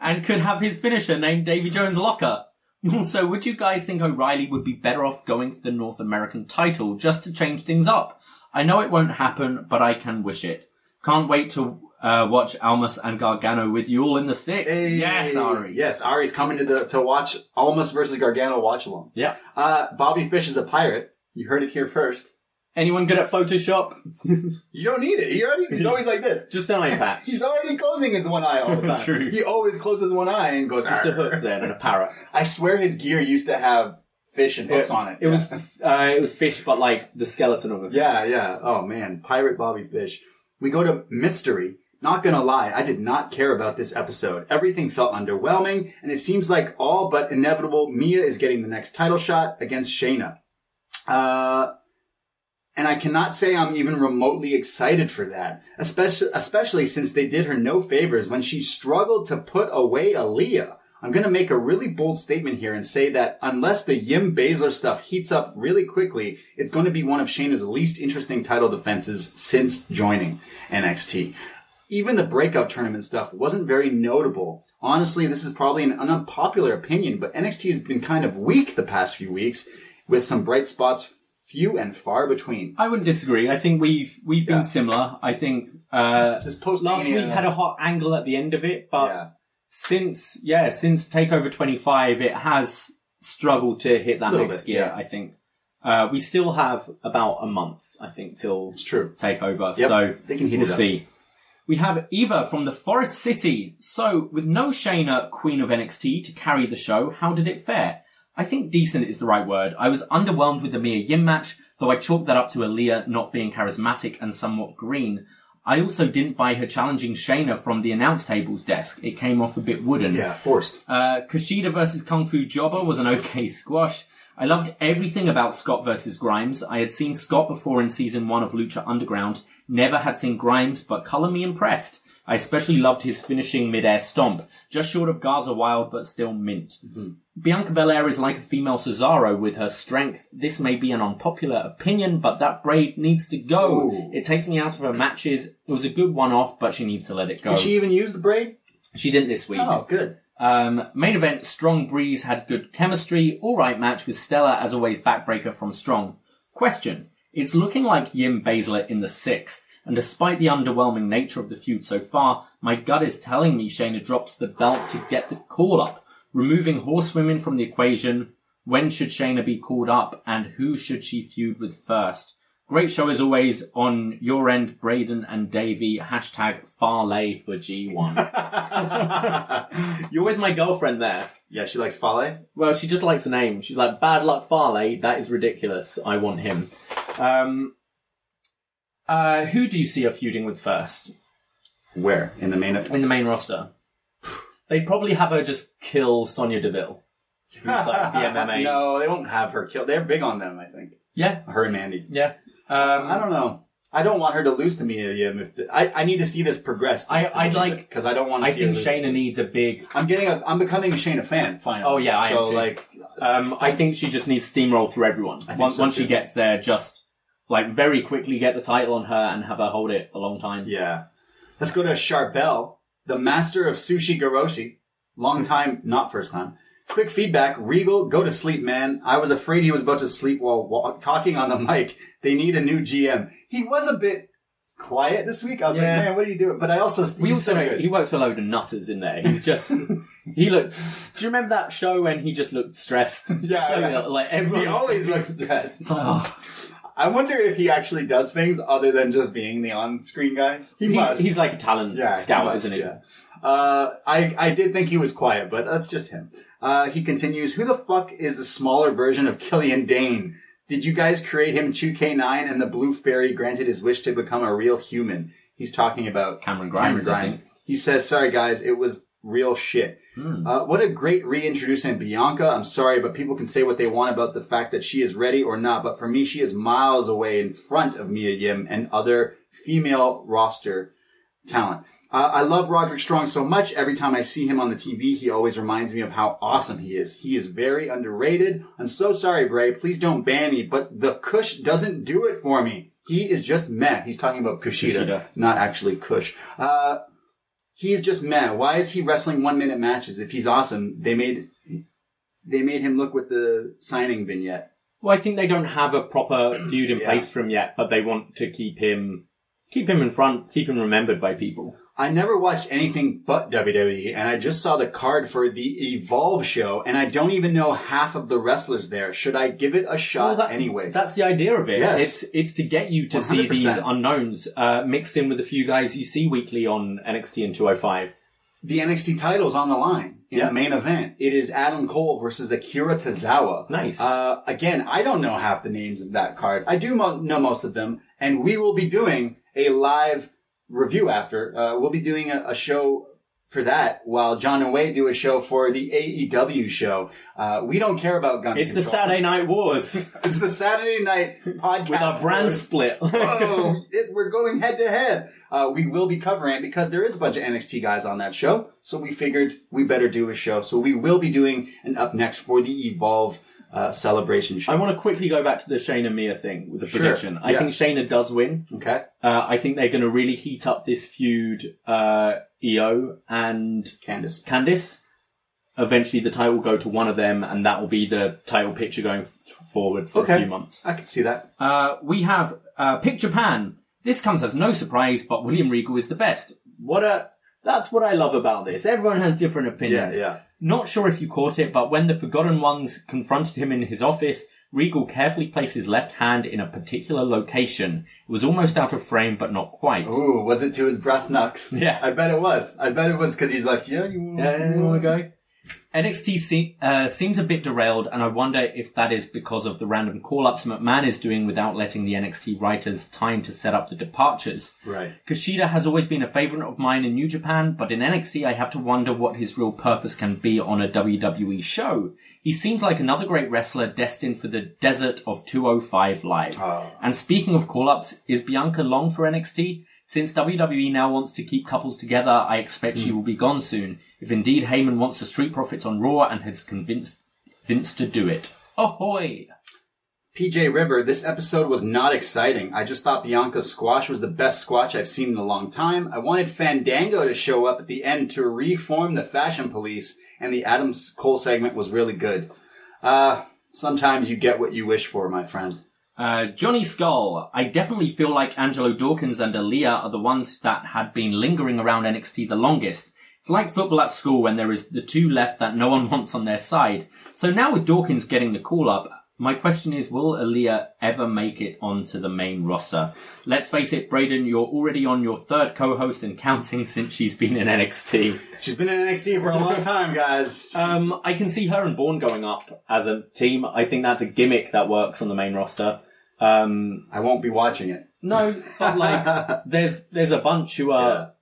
[SPEAKER 3] and could have his finisher named Davy Jones Locker. Also, would you guys think O'Reilly would be better off going for the North American title just to change things up? I know it won't happen, but I can wish it. Can't wait to uh, watch Almas and Gargano with you all in the six.
[SPEAKER 2] Hey.
[SPEAKER 3] Yes, Ari.
[SPEAKER 2] Yes, Ari's coming to the to watch Almas versus Gargano watch along.
[SPEAKER 3] Yeah.
[SPEAKER 2] Uh, Bobby Fish is a pirate. You heard it here first.
[SPEAKER 3] Anyone good at Photoshop?
[SPEAKER 2] You don't need it. He already he's always like this.
[SPEAKER 3] Just an eye patch.
[SPEAKER 2] He's already closing his one eye all the time.
[SPEAKER 3] True.
[SPEAKER 2] He always closes one eye and goes.
[SPEAKER 3] Just a
[SPEAKER 2] "Arr."
[SPEAKER 3] hook then and a parrot.
[SPEAKER 2] I swear his gear used to have fish and hooks on it.
[SPEAKER 3] It was uh, it was fish, but like the skeleton of a fish.
[SPEAKER 2] Yeah, yeah. Oh man, Pirate Bobby Fish. We go to mystery. Not gonna lie, I did not care about this episode. Everything felt underwhelming, and it seems like all but inevitable Mia is getting the next title shot against Shayna. Uh, and I cannot say I'm even remotely excited for that, especially especially since they did her no favors when she struggled to put away Aaliyah. I'm gonna make a really bold statement here and say that unless the Yim Baszler stuff heats up really quickly, it's going to be one of Shayna's least interesting title defenses since joining NXT. Even the breakout tournament stuff wasn't very notable. Honestly, this is probably an unpopular opinion, but NXT has been kind of weak the past few weeks, with some bright spots few and far between.
[SPEAKER 3] I wouldn't disagree. I think we've we've been
[SPEAKER 2] Yeah.
[SPEAKER 3] similar. I think uh,
[SPEAKER 2] This post
[SPEAKER 3] last week had a hot angle at the end of it, but
[SPEAKER 2] yeah,
[SPEAKER 3] since yeah, since Takeover 25, it has struggled to hit that
[SPEAKER 2] Little
[SPEAKER 3] next
[SPEAKER 2] bit,
[SPEAKER 3] gear.
[SPEAKER 2] yeah.
[SPEAKER 3] I think uh, we still have about a month. I think till
[SPEAKER 2] it's true.
[SPEAKER 3] Takeover,
[SPEAKER 2] Yep.
[SPEAKER 3] so
[SPEAKER 2] They can heat
[SPEAKER 3] we'll
[SPEAKER 2] it up.
[SPEAKER 3] see. We have Eva from the Forest City. So, with no Shayna, Queen of NXT, to carry the show, how did it fare? I think decent is the right word. I was underwhelmed with the Mia Yim match, though I chalked that up to Aaliyah not being charismatic and somewhat green. I also didn't buy her challenging Shayna from the announce tables desk. It came off a bit wooden.
[SPEAKER 2] Yeah, forced.
[SPEAKER 3] Uh, Kushida versus Kung Fu Jobber was an okay squash. I loved everything about Scott versus Grimes. I had seen Scott before in season one of Lucha Underground, never had seen Grimes, but color me impressed. I especially loved his finishing mid-air stomp, just short of Gaza Wild, but still mint.
[SPEAKER 2] Mm-hmm.
[SPEAKER 3] Bianca Belair is like a female Cesaro with her strength. This may be an unpopular opinion, but that braid needs to go.
[SPEAKER 2] Ooh.
[SPEAKER 3] It takes me out of her matches. It was a good one-off, but she needs to let it go.
[SPEAKER 2] Did she even use the braid?
[SPEAKER 3] She didn't this week.
[SPEAKER 2] Oh, good.
[SPEAKER 3] Um, main event, Strong Breeze had good chemistry, alright match with Stella, as always, backbreaker from Strong. Question. It's looking like Yim Baszler in the sixth, and despite the underwhelming nature of the feud so far, my gut is telling me Shayna drops the belt to get the call up. Removing horsewomen from the equation, when should Shayna be called up, and who should she feud with first? Great show as always on your end, Braden and Davey. Hashtag Farley for G1. You're with my girlfriend there.
[SPEAKER 2] Yeah, she likes Fale.
[SPEAKER 3] Well, she just likes the name. She's like, bad luck, Farley. That is ridiculous. I want him. Um, uh, who do you see her feuding with first
[SPEAKER 2] Where? In the main event.
[SPEAKER 3] in the main roster? They probably have her just kill Sonia Deville, who's like the MMA.
[SPEAKER 2] No, they won't have her killed. They're big on them, I think.
[SPEAKER 3] Yeah,
[SPEAKER 2] her and Mandy.
[SPEAKER 3] yeah. Um,
[SPEAKER 2] I don't know. I don't want her to lose to Mia Yim. If the, I, I need to see this progress.
[SPEAKER 3] I- I'd like-
[SPEAKER 2] because I don't want to.
[SPEAKER 3] I
[SPEAKER 2] see
[SPEAKER 3] think
[SPEAKER 2] her lose.
[SPEAKER 3] Shayna needs a big.
[SPEAKER 2] I'm getting a. I'm becoming a Shayna fan finally.
[SPEAKER 3] Oh, yeah, I am
[SPEAKER 2] so
[SPEAKER 3] too.
[SPEAKER 2] like
[SPEAKER 3] Um, I think she just needs steamroll through everyone.
[SPEAKER 2] think
[SPEAKER 3] Once,
[SPEAKER 2] so
[SPEAKER 3] once she
[SPEAKER 2] too.
[SPEAKER 3] gets there, just like very quickly get the title on her and have her hold it a long time.
[SPEAKER 2] yeah. Let's go to Charbel, the master of sushi garoshi.
[SPEAKER 3] Hmm.
[SPEAKER 2] Long time, not first time. Quick feedback. Regal, go to sleep, man. I was afraid he was about to sleep while wa- talking on the
[SPEAKER 3] Hmm.
[SPEAKER 2] mic. They need a new GM. He was a bit quiet this week. I was
[SPEAKER 3] Yeah.
[SPEAKER 2] like, man, what are you doing? But I also
[SPEAKER 3] We
[SPEAKER 2] he's
[SPEAKER 3] also
[SPEAKER 2] so
[SPEAKER 3] know
[SPEAKER 2] good.
[SPEAKER 3] he works for a load of nutters in there. He's just he looked. Do you remember that show when he just looked stressed?
[SPEAKER 2] Yeah,
[SPEAKER 3] So,
[SPEAKER 2] yeah.
[SPEAKER 3] like everyone.
[SPEAKER 2] he always looks stressed.
[SPEAKER 3] Oh.
[SPEAKER 2] I wonder if he actually does things other than just being the on-screen guy. He,
[SPEAKER 3] He-
[SPEAKER 2] must.
[SPEAKER 3] he's like a talent
[SPEAKER 2] Yeah,
[SPEAKER 3] scout,
[SPEAKER 2] he must,
[SPEAKER 3] isn't he?
[SPEAKER 2] yeah. Uh, I I did think he was quiet, but that's just him. Uh, he continues. Who the fuck is the smaller version of Killian Dane? Did you guys create him 2K9 and the blue fairy granted his wish to become a real human? He's talking about
[SPEAKER 3] Cameron Grimes, I think.
[SPEAKER 2] He says, "Sorry guys, it was real shit."
[SPEAKER 3] Hmm.
[SPEAKER 2] Uh, what a great reintroducing Bianca. I'm sorry, but people can say what they want about the fact that she is ready or not, but for me, she is miles away in front of Mia Yim and other female roster talent. Uh, I love Roderick Strong so much. Every time I see him on the TV, he always reminds me of how awesome he is. He is very underrated. I'm so sorry, Bray. Please don't ban me, but the Kush doesn't do it for me. He is just meh. He's talking about Kushida,
[SPEAKER 3] Kushida.
[SPEAKER 2] not actually Kush. Uh, he's just meh. Why is he wrestling one minute matches if he's awesome? They made they made him look with the signing vignette.
[SPEAKER 3] Well, I think they don't have a proper feud in
[SPEAKER 2] Yeah.
[SPEAKER 3] place for him yet, but they want to keep him, keep him in front, keep him remembered by people.
[SPEAKER 2] I never watched anything but WWE, and I just saw the card for the Evolve show, and I don't even know half of the wrestlers there. Should I give it a shot
[SPEAKER 3] Well, that-
[SPEAKER 2] anyway?
[SPEAKER 3] That's the idea of it.
[SPEAKER 2] Yes.
[SPEAKER 3] It's it's to get you to see these
[SPEAKER 2] 100%.
[SPEAKER 3] unknowns uh, mixed in with a few guys you see weekly on NXT and 205.
[SPEAKER 2] the NXT title's on the line in
[SPEAKER 3] Yeah.
[SPEAKER 2] the main event. It is Adam Cole versus Akira Tozawa.
[SPEAKER 3] Nice.
[SPEAKER 2] Uh, again, I don't know half the names of that card. I do mo- know most of them, and we will be doing a live review after. Uh, we'll be doing a, a show for that while John and Wade do a show for the AEW show. Uh, we don't care about gun
[SPEAKER 3] It's the
[SPEAKER 2] control.
[SPEAKER 3] Saturday Night Wars
[SPEAKER 2] It's the Saturday night podcast
[SPEAKER 3] with our brand
[SPEAKER 2] wars.
[SPEAKER 3] split.
[SPEAKER 2] Whoa, it, we're going head to head. Uh, we will be covering it because there is a bunch of NXT guys on that show. So we figured we better do a show. So we will be doing an up next for the Evolve uh, celebration show.
[SPEAKER 3] I want to quickly go back to the Shayna Mia thing with the
[SPEAKER 2] Sure.
[SPEAKER 3] prediction. I
[SPEAKER 2] Yeah.
[SPEAKER 3] think Shayna does win.
[SPEAKER 2] okay.
[SPEAKER 3] Uh, I think they're going to really heat up this feud. Uh, EO and
[SPEAKER 2] Candace.
[SPEAKER 3] Candice. Eventually, the title will go to one of them, and that will be the title picture going f- forward for
[SPEAKER 2] Okay.
[SPEAKER 3] a few months.
[SPEAKER 2] I can see that.
[SPEAKER 3] Uh, we have uh, Pick Japan. This comes as no surprise, but William Regal is the best. What a that's what I love about this. Everyone has different opinions.
[SPEAKER 2] yeah.
[SPEAKER 3] Not sure if you caught it, but when the Forgotten Ones confronted him in his office, Regal carefully placed his left hand in a particular location. It was almost out of frame, but not quite.
[SPEAKER 2] Ooh, was it to his brass knucks?
[SPEAKER 3] Yeah.
[SPEAKER 2] I bet it was. I bet it was because he's like, yeah, you want
[SPEAKER 3] Yeah, you want to go? NXT se- uh, seems a bit derailed, and I wonder if that is because of the random call-ups McMahon is doing without letting the NXT writers time to set up the departures.
[SPEAKER 2] Right.
[SPEAKER 3] Kushida has always been a favorite of mine in New Japan, but in NXT I have to wonder what his real purpose can be on a WWE show. He seems like another great wrestler destined for the desert of 205 Live. And speaking of call ups, is Bianca long for NXT? Since WWE now wants to keep couples together, I expect she will be gone soon. If indeed Heyman wants the Street Profits on Raw and has convinced Vince to do it. Ahoy!
[SPEAKER 2] PJ River, this episode was not exciting. I just thought Bianca's squash was the best squash I've seen in a long time. I wanted Fandango to show up at the end to reform the fashion police, and the Adams Cole segment was really good. Uh, sometimes you get what you wish for, my friend.
[SPEAKER 3] Uh, Johnny Skull. I definitely feel like Angelo Dawkins and Aaliyah are the ones that had been lingering around NXT the longest. It's like football at school when there is the two left that no one wants on their side. So now with Dawkins getting the call up, my question is, will Aaliyah ever make it onto the main roster? Let's face it, Braden, you're already on your third co-host and counting since she's been in NXT.
[SPEAKER 2] She's been in NXT for a long time, guys.
[SPEAKER 3] Um, I can see her and Bourne going up as a team. I think that's a gimmick that works on the main roster. Um,
[SPEAKER 2] I won't be watching it.
[SPEAKER 3] No, but like there's there's a bunch who are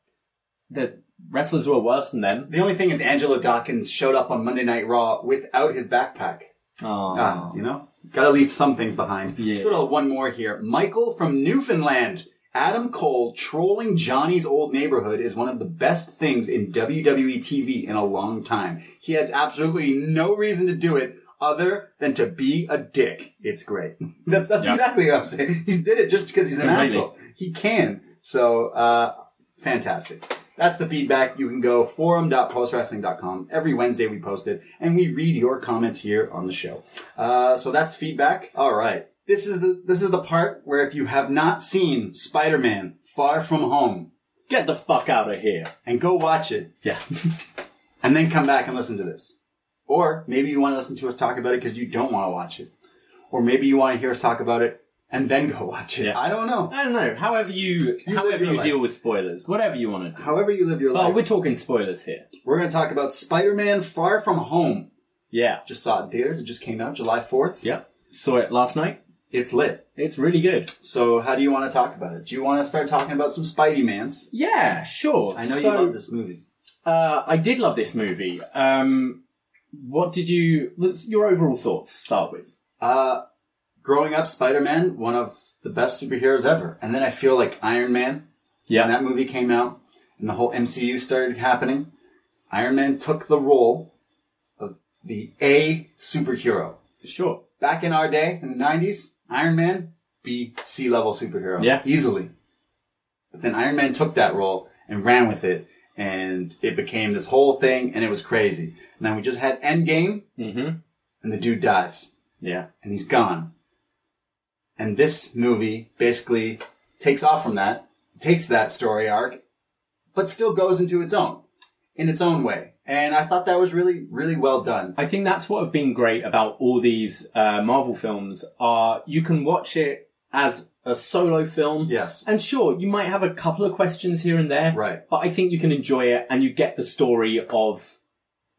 [SPEAKER 3] the wrestlers who are worse than them.
[SPEAKER 2] The only thing is Angelo Dawkins showed up on Monday Night Raw without his backpack.
[SPEAKER 3] Oh,
[SPEAKER 2] Ah, you know? Gotta leave some things behind.
[SPEAKER 3] Yeah.
[SPEAKER 2] Let's go to one more here. Michael from Newfoundland. Adam Cole trolling Johnny's old neighborhood is one of the best things in WWE TV in a long time. He has absolutely no reason to do it other than to be a dick. It's great. That's, that's
[SPEAKER 3] Yeah.
[SPEAKER 2] exactly what I'm saying. He did it just because he's an
[SPEAKER 3] Amazing.
[SPEAKER 2] asshole. He can. So, uh, fantastic. That's the feedback. You can go forum.postwrestling.com. Every Wednesday we post it, and we read your comments here on the show. Uh, so that's feedback. All right. This is the this is the part where if you have not seen Spider-Man: Far From Home,
[SPEAKER 3] Get the fuck out of here.
[SPEAKER 2] and go watch it,
[SPEAKER 3] Yeah.
[SPEAKER 2] and then come back and listen to this. Or maybe you want to listen to us talk about it because you don't want to watch it. Or maybe you want to hear us talk about it and then go watch it.
[SPEAKER 3] Yeah.
[SPEAKER 2] I don't know.
[SPEAKER 3] I don't know. However you,
[SPEAKER 2] You live
[SPEAKER 3] however
[SPEAKER 2] your
[SPEAKER 3] you
[SPEAKER 2] life.
[SPEAKER 3] deal with spoilers, whatever you want to do.
[SPEAKER 2] However you live your
[SPEAKER 3] But
[SPEAKER 2] life,
[SPEAKER 3] we're talking spoilers here.
[SPEAKER 2] we're going to talk about Spider-Man: Far From Home.
[SPEAKER 3] Yeah.
[SPEAKER 2] Just saw it in theaters. It just came out July 4th.
[SPEAKER 3] Yeah. Saw it last night.
[SPEAKER 2] It's lit.
[SPEAKER 3] It's really good.
[SPEAKER 2] So, how do you want to talk about it? Do you want to start talking about some Spidey Mans?
[SPEAKER 3] Yeah, sure.
[SPEAKER 2] I know
[SPEAKER 3] So,
[SPEAKER 2] you love this movie.
[SPEAKER 3] Uh, I did love this movie. Um, what did you? What's your overall thoughts? Start with.
[SPEAKER 2] Uh, growing up, Spider Man, one of the best superheroes ever. And then I feel like Iron Man,
[SPEAKER 3] Yeah.
[SPEAKER 2] when that movie came out and the whole MCU started happening, Iron Man took the role of the A superhero.
[SPEAKER 3] Sure.
[SPEAKER 2] Back in our day, in the 90s, Iron Man, B, C level superhero.
[SPEAKER 3] Yeah.
[SPEAKER 2] Easily. But then Iron Man took that role and ran with it, and it became this whole thing, and it was crazy. And then we just had Endgame,
[SPEAKER 3] Mm-hmm.
[SPEAKER 2] and the dude dies,
[SPEAKER 3] Yeah.
[SPEAKER 2] and he's gone. And this movie basically takes off from that, takes that story arc, but still goes into its own, in its own way. And I thought that was really, really well done.
[SPEAKER 3] I think that's what have been great about all these uh, Marvel films. Are you can watch it as a solo film.
[SPEAKER 2] Yes.
[SPEAKER 3] And sure, you might have a couple of questions here and there.
[SPEAKER 2] Right.
[SPEAKER 3] But I think you can enjoy it, and you get the story of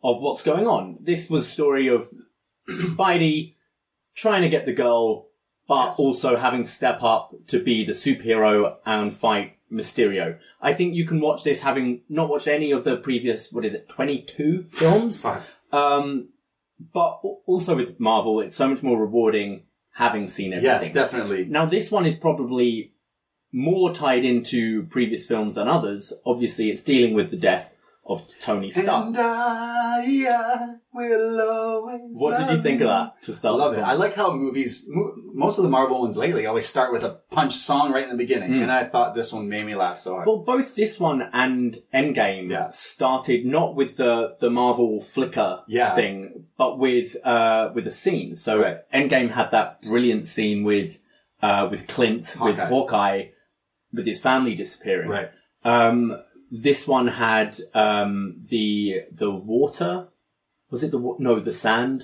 [SPEAKER 3] of what's going on. This was a story of Spidey trying to get the girl, but
[SPEAKER 2] Yes.
[SPEAKER 3] also having to step up to be the superhero and fight Mysterio. I think you can watch this having not watched any of the previous, what is it, 22 films?
[SPEAKER 2] Fuck.
[SPEAKER 3] um, but al- also with Marvel, it's so much more rewarding having seen everything.
[SPEAKER 2] Yes, definitely.
[SPEAKER 3] Now, this one is probably more tied into previous films than others. Obviously, it's dealing with the death of Tony Stark.
[SPEAKER 2] And I, I will always.
[SPEAKER 3] What did you
[SPEAKER 2] love
[SPEAKER 3] think of that to
[SPEAKER 2] I
[SPEAKER 3] start?
[SPEAKER 2] love
[SPEAKER 3] with?
[SPEAKER 2] it. I like how movies, mo- most of the Marvel ones lately, always start with a punch song right in the beginning,
[SPEAKER 3] Hmm.
[SPEAKER 2] and I thought this one made me laugh so hard.
[SPEAKER 3] Well, both this one and Endgame
[SPEAKER 2] Yeah.
[SPEAKER 3] started not with the, the Marvel flicker
[SPEAKER 2] Yeah.
[SPEAKER 3] thing, but with uh, with a scene. So
[SPEAKER 2] Right.
[SPEAKER 3] Endgame had that brilliant scene with uh, with Clint, with
[SPEAKER 2] Hawkeye.
[SPEAKER 3] Hawkeye, with his family disappearing.
[SPEAKER 2] right.
[SPEAKER 3] Um, this one had um, the the water. Was it the wa- no the sand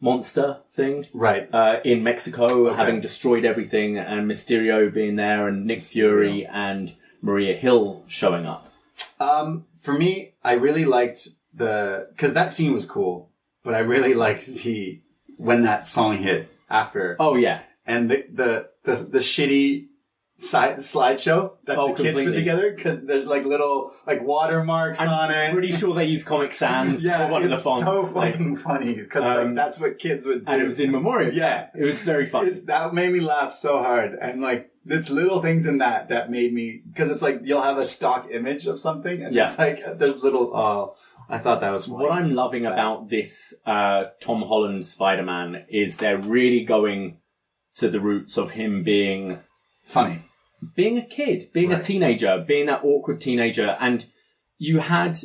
[SPEAKER 3] monster thing?
[SPEAKER 2] Right.
[SPEAKER 3] uh, in Mexico, having destroyed everything, and Mysterio being there, and Nick Fury and Maria Hill showing up.
[SPEAKER 2] Um, for me, I really liked the because that scene was cool, but I really liked the when that song hit after
[SPEAKER 3] Oh yeah,
[SPEAKER 2] and the the the, the shitty. Side slideshow that
[SPEAKER 3] Oh,
[SPEAKER 2] the kids put
[SPEAKER 3] completely.
[SPEAKER 2] together because there's like little like watermarks on it.
[SPEAKER 3] I'm pretty sure they used Comic Sans for one of the
[SPEAKER 2] it's
[SPEAKER 3] fonts,
[SPEAKER 2] so
[SPEAKER 3] like,
[SPEAKER 2] fucking funny because like
[SPEAKER 3] Um,
[SPEAKER 2] that's what kids would do.
[SPEAKER 3] and it was in memoriam.
[SPEAKER 2] Yeah.
[SPEAKER 3] it was very funny.
[SPEAKER 2] It- that made me laugh so hard, and like it's little things in that that made me because it's like you'll have a stock image of something, and
[SPEAKER 3] Yeah.
[SPEAKER 2] it's like there's little. Oh, I thought that was
[SPEAKER 3] What I'm loving
[SPEAKER 2] Sad.
[SPEAKER 3] about this uh, Tom Holland Spider Man is they're really going to the roots of him being
[SPEAKER 2] funny.
[SPEAKER 3] being a kid, being
[SPEAKER 2] Right.
[SPEAKER 3] a teenager, being that awkward teenager, and you had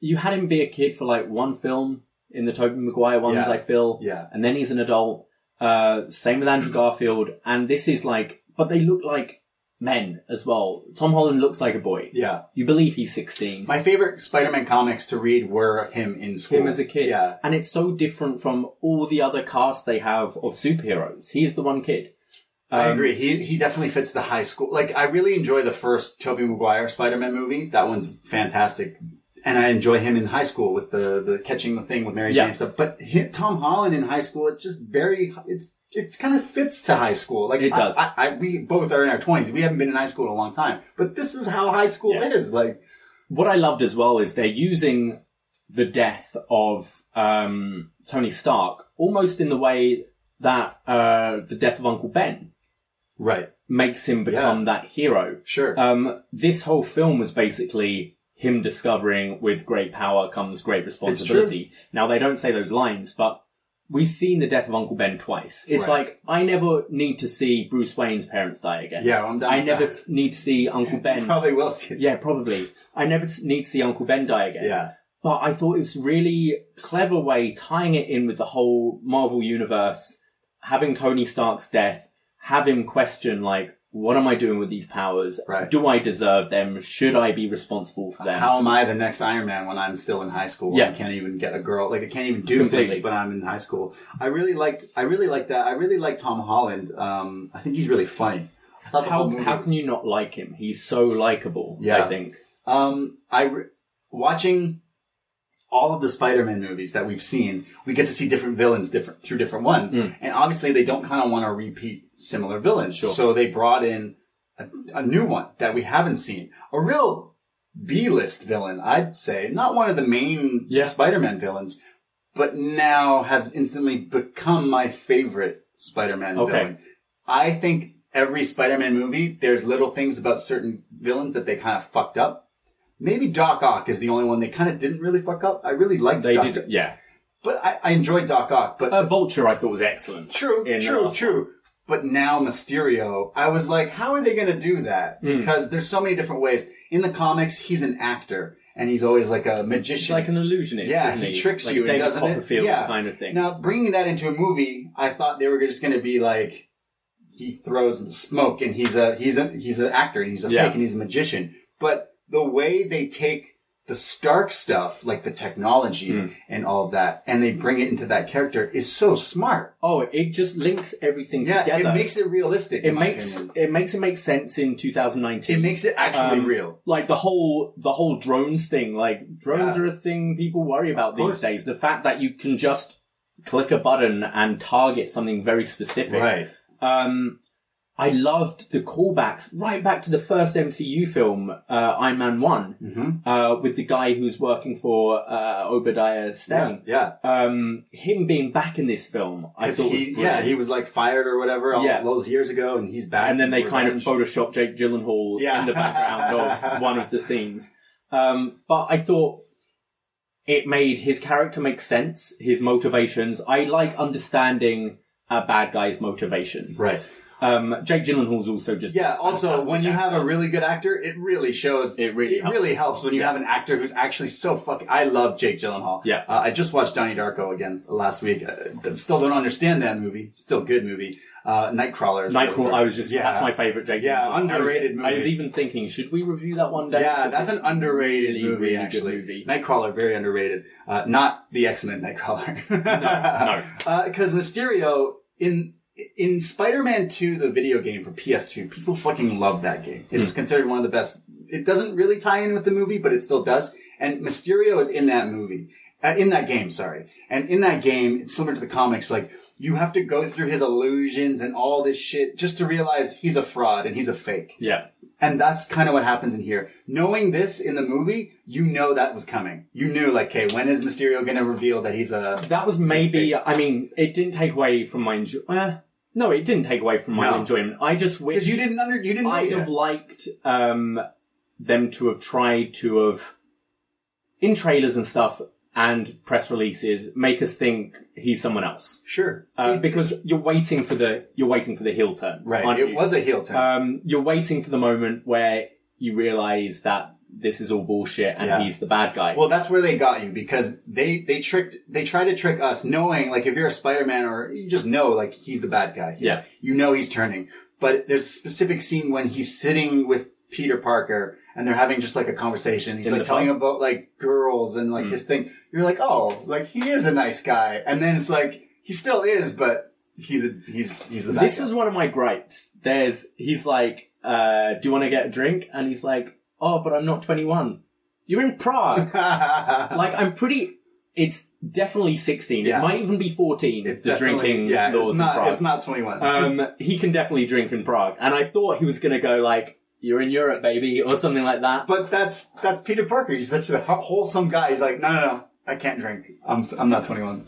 [SPEAKER 3] you had him be a kid for like one film in the Tobey Maguire ones,
[SPEAKER 2] Yeah.
[SPEAKER 3] I feel,
[SPEAKER 2] Yeah.
[SPEAKER 3] and then he's an adult. Uh, same with Andrew Garfield, and this is like, but they look like men as well. Tom Holland looks like a boy.
[SPEAKER 2] Yeah,
[SPEAKER 3] You believe he's sixteen.
[SPEAKER 2] my favorite Spider-Man comics to read were him in school.
[SPEAKER 3] him as a kid,
[SPEAKER 2] Yeah,
[SPEAKER 3] and it's so different from all the other casts they have of superheroes. He's the one kid.
[SPEAKER 2] I
[SPEAKER 3] Um,
[SPEAKER 2] agree. He he definitely fits the high school. Like I really enjoy the first Tobey Maguire Spider-Man movie. That one's fantastic, and I enjoy him in high school with the the catching the thing with Mary
[SPEAKER 3] Yeah.
[SPEAKER 2] Jane and stuff. But hi Tom Holland in high school, it's just very it's it kind of fits to high school. Like
[SPEAKER 3] It
[SPEAKER 2] I-
[SPEAKER 3] does.
[SPEAKER 2] I, I, we both are in our twenties. We haven't been in high school in a long time, but this is how high school
[SPEAKER 3] Yeah.
[SPEAKER 2] is. Like
[SPEAKER 3] what I loved as well is they're using the death of um, Tony Stark almost in the way that uh, the death of Uncle Ben
[SPEAKER 2] Right.
[SPEAKER 3] makes him become
[SPEAKER 2] Yeah.
[SPEAKER 3] that hero.
[SPEAKER 2] Sure.
[SPEAKER 3] Um, this whole film was basically him discovering with great power comes great responsibility. Now they don't say those lines, but we've seen the death of Uncle Ben twice. It's
[SPEAKER 2] Right.
[SPEAKER 3] like I never need to see Bruce Wayne's parents die again.
[SPEAKER 2] Yeah, I'm down
[SPEAKER 3] I
[SPEAKER 2] with
[SPEAKER 3] never
[SPEAKER 2] that.
[SPEAKER 3] s- need to see Uncle Ben.
[SPEAKER 2] Probably will see it.
[SPEAKER 3] Yeah, probably. I never s- need to see Uncle Ben die again.
[SPEAKER 2] Yeah.
[SPEAKER 3] But I thought it was really clever way tying it in with the whole Marvel universe, having Tony Stark's death, have him question like, what am I doing with these powers?
[SPEAKER 2] Right.
[SPEAKER 3] Do I deserve them? Should I be responsible for them?
[SPEAKER 2] How am I the next Iron Man when I'm still in high school?
[SPEAKER 3] Yeah.
[SPEAKER 2] I can't even get a girl. Like I can't even do
[SPEAKER 3] Completely.
[SPEAKER 2] things, but I'm in high school. I really liked. I really liked that. I really like Tom Holland. Um, I think he's really funny. I thought the whole
[SPEAKER 3] how,
[SPEAKER 2] movie
[SPEAKER 3] how
[SPEAKER 2] was-
[SPEAKER 3] can you not like him? He's so likable, I
[SPEAKER 2] Yeah.
[SPEAKER 3] think.
[SPEAKER 2] Um, I re- watching all of the Spider-Man movies that we've seen, we get to see different villains different through different ones,
[SPEAKER 3] Hmm.
[SPEAKER 2] and obviously they don't kind of want to repeat similar villains, so they brought in a, a new one that we haven't seen, a real B-list villain, I'd say, not one of the main
[SPEAKER 3] Yeah.
[SPEAKER 2] Spider-Man villains, but now has instantly become my favorite Spider-Man
[SPEAKER 3] Okay.
[SPEAKER 2] villain. I think every Spider-Man movie, there's little things about certain villains that they kind of fucked up. Maybe Doc Ock is the only one they kind of didn't really fuck up. I really liked
[SPEAKER 3] They
[SPEAKER 2] Doc
[SPEAKER 3] did,
[SPEAKER 2] Ock.
[SPEAKER 3] yeah.
[SPEAKER 2] but I, I enjoyed Doc Ock. But
[SPEAKER 3] Uh, Vulture, I thought was excellent.
[SPEAKER 2] true,
[SPEAKER 3] in uh, the
[SPEAKER 2] true,
[SPEAKER 3] last-
[SPEAKER 2] true. But now Mysterio, I was like, how are they going to do that?
[SPEAKER 3] Hmm.
[SPEAKER 2] Because there's so many different ways. In the comics, he's an actor, and he's always like a
[SPEAKER 3] It's
[SPEAKER 2] magician.
[SPEAKER 3] like an illusionist,
[SPEAKER 2] Yeah,
[SPEAKER 3] isn't
[SPEAKER 2] he
[SPEAKER 3] he?
[SPEAKER 2] tricks
[SPEAKER 3] like
[SPEAKER 2] you and
[SPEAKER 3] David
[SPEAKER 2] doesn't it?
[SPEAKER 3] Copperfield
[SPEAKER 2] Yeah.
[SPEAKER 3] kind of thing.
[SPEAKER 2] Now, bringing that into a movie, I thought they were just going to be like he throws smoke and he's a he's a he's an actor and he's a
[SPEAKER 3] Yeah.
[SPEAKER 2] fake and he's a magician. But the way they take the Stark stuff, like the technology
[SPEAKER 3] Hmm.
[SPEAKER 2] and all of that, and they bring it into that character is so smart.
[SPEAKER 3] Oh, it just links everything
[SPEAKER 2] Yeah,
[SPEAKER 3] together.
[SPEAKER 2] it makes it realistic.
[SPEAKER 3] it
[SPEAKER 2] in my
[SPEAKER 3] makes
[SPEAKER 2] opinion.
[SPEAKER 3] it makes it make sense in 2019.
[SPEAKER 2] it makes it actually
[SPEAKER 3] Um,
[SPEAKER 2] real.
[SPEAKER 3] Like the whole the whole drones thing. Like drones
[SPEAKER 2] Yeah.
[SPEAKER 3] are a thing people worry about these
[SPEAKER 2] course.
[SPEAKER 3] days. The fact that you can just click a button and target something very specific. Um, I loved the callbacks right back to the first MCU film, uh, Iron Man One,
[SPEAKER 2] Mm-hmm.
[SPEAKER 3] uh, with the guy who's working for uh, Obadiah
[SPEAKER 2] Yeah.
[SPEAKER 3] Stane.
[SPEAKER 2] Yeah.
[SPEAKER 3] Um, him being back in this film, I
[SPEAKER 2] 'Cause
[SPEAKER 3] thought was
[SPEAKER 2] he,
[SPEAKER 3] brilliant.
[SPEAKER 2] yeah, he was like fired or whatever all
[SPEAKER 3] Yeah.
[SPEAKER 2] those years ago, and he's back.
[SPEAKER 3] and then they kind of
[SPEAKER 2] Revenge.
[SPEAKER 3] Photoshop Jake Gyllenhaal
[SPEAKER 2] Yeah.
[SPEAKER 3] in the background of one of the scenes. Um, but I thought it made his character make sense, his motivations. I like understanding a bad guy's motivations.
[SPEAKER 2] right.
[SPEAKER 3] Um, Jake Gyllenhaal's also just
[SPEAKER 2] Yeah.
[SPEAKER 3] a
[SPEAKER 2] Also,
[SPEAKER 3] fantastic
[SPEAKER 2] when you have a
[SPEAKER 3] actor.
[SPEAKER 2] really good actor, it really shows.
[SPEAKER 3] It really helps.
[SPEAKER 2] helps when you have an actor who's actually so fucking. I love Jake Gyllenhaal.
[SPEAKER 3] Yeah.
[SPEAKER 2] Uh, I just watched Donnie Darko again last week. Uh, still don't understand that movie. Still good movie. Uh, Nightcrawler. is really
[SPEAKER 3] Nightcrawler,
[SPEAKER 2] good.
[SPEAKER 3] I was just that's my favorite Jake.
[SPEAKER 2] Yeah,
[SPEAKER 3] Gyllenhaal. I was-
[SPEAKER 2] underrated
[SPEAKER 3] I was
[SPEAKER 2] movie.
[SPEAKER 3] even thinking, should we review that one day?
[SPEAKER 2] Yeah,
[SPEAKER 3] 'Cause
[SPEAKER 2] that's
[SPEAKER 3] it's
[SPEAKER 2] an underrated
[SPEAKER 3] really,
[SPEAKER 2] movie.
[SPEAKER 3] really good
[SPEAKER 2] actually,
[SPEAKER 3] movie.
[SPEAKER 2] Nightcrawler very underrated. Uh, not the X Men Nightcrawler. no,
[SPEAKER 3] no.
[SPEAKER 2] Because Mysterio in in Spider Man Two, the video game for PS2, people fucking love that game. It's
[SPEAKER 3] Hmm.
[SPEAKER 2] considered one of the best. It doesn't really tie in with the movie, but it still does. And Mysterio is in that movie. Uh, in that game, sorry. And in that game, it's similar to the comics, like, you have to go through his illusions and all this shit just to realize he's a fraud and he's a fake.
[SPEAKER 3] Yeah,
[SPEAKER 2] And that's kind of what happens in here. Knowing this in the movie, you know that was coming. You knew, like, okay, when is Mysterio going to reveal that he's a.
[SPEAKER 3] That was maybe. I mean, it didn't take away from my enjoy. Uh, no, it didn't take away from my
[SPEAKER 2] No.
[SPEAKER 3] enjoyment. I just wish
[SPEAKER 2] Because you didn't under. You didn't. know
[SPEAKER 3] I'd
[SPEAKER 2] yet.
[SPEAKER 3] have liked um, them to have tried to have in trailers and stuff and press releases make us think he's someone else
[SPEAKER 2] Sure.
[SPEAKER 3] uh, because you're waiting for the you're waiting for the heel turn.
[SPEAKER 2] Right.
[SPEAKER 3] aren't
[SPEAKER 2] It
[SPEAKER 3] you?
[SPEAKER 2] was a heel turn.
[SPEAKER 3] Um, you're waiting for the moment where you realize that this is all bullshit and
[SPEAKER 2] Yeah.
[SPEAKER 3] he's the bad guy.
[SPEAKER 2] Well, that's where they got you because they they tricked they tried to trick us knowing like if you're a Spider-Man or you just know like he's the bad guy.
[SPEAKER 3] Yeah.
[SPEAKER 2] You know he's turning. But there's a specific scene when he's sitting with Peter Parker and they're having just like a conversation. He's
[SPEAKER 3] In
[SPEAKER 2] like
[SPEAKER 3] the
[SPEAKER 2] telling
[SPEAKER 3] pub? Hmm.
[SPEAKER 2] about like girls and like his thing. You're like, "Oh, like he is a nice guy." And then it's like he still is, but he's a he's he's the bad
[SPEAKER 3] This
[SPEAKER 2] guy.
[SPEAKER 3] was one of my gripes. There's, he's like, uh, do you want to get a drink? And he's like, oh, but I'm not 21. You're in Prague. like, I'm pretty, it's definitely 16.
[SPEAKER 2] Yeah.
[SPEAKER 3] It might even be 14.
[SPEAKER 2] it's
[SPEAKER 3] the
[SPEAKER 2] definitely-
[SPEAKER 3] drinking
[SPEAKER 2] yeah,
[SPEAKER 3] laws
[SPEAKER 2] it's not
[SPEAKER 3] in Prague.
[SPEAKER 2] it's not 21.
[SPEAKER 3] um, he can definitely drink in Prague. And I thought he was going to go like, you're in Europe, baby, or something like that.
[SPEAKER 2] But that's that's Peter Parker. He's such a wholesome guy. He's like, no, no, no, I can't drink. I'm I'm not 21.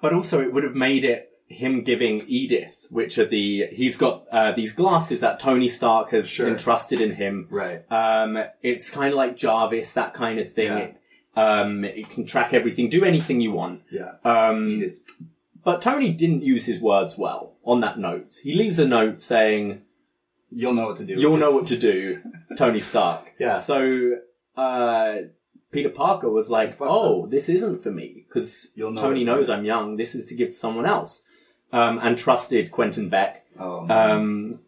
[SPEAKER 3] But also, it would have made it him giving Edith, which are the he's got uh, these glasses that Tony Stark has
[SPEAKER 2] Sure.
[SPEAKER 3] entrusted in him.
[SPEAKER 2] Right.
[SPEAKER 3] Um, it's kind of like Jarvis, that kind of thing.
[SPEAKER 2] Yeah.
[SPEAKER 3] It, um, it can track everything, do anything you want.
[SPEAKER 2] Yeah.
[SPEAKER 3] Um,
[SPEAKER 2] Edith.
[SPEAKER 3] but Tony didn't use his words well on that note. He leaves a note saying,
[SPEAKER 2] You'll know what to do.
[SPEAKER 3] You'll know what to do, Tony Stark.
[SPEAKER 2] Yeah.
[SPEAKER 3] So uh, Peter Parker was like,
[SPEAKER 2] Fuck
[SPEAKER 3] "Oh, this isn't for me because
[SPEAKER 2] You'll know
[SPEAKER 3] Tony
[SPEAKER 2] it.
[SPEAKER 3] knows I'm young. This is to give to someone else." Um, and trusted Quentin Beck.
[SPEAKER 2] Oh, man.
[SPEAKER 3] Um,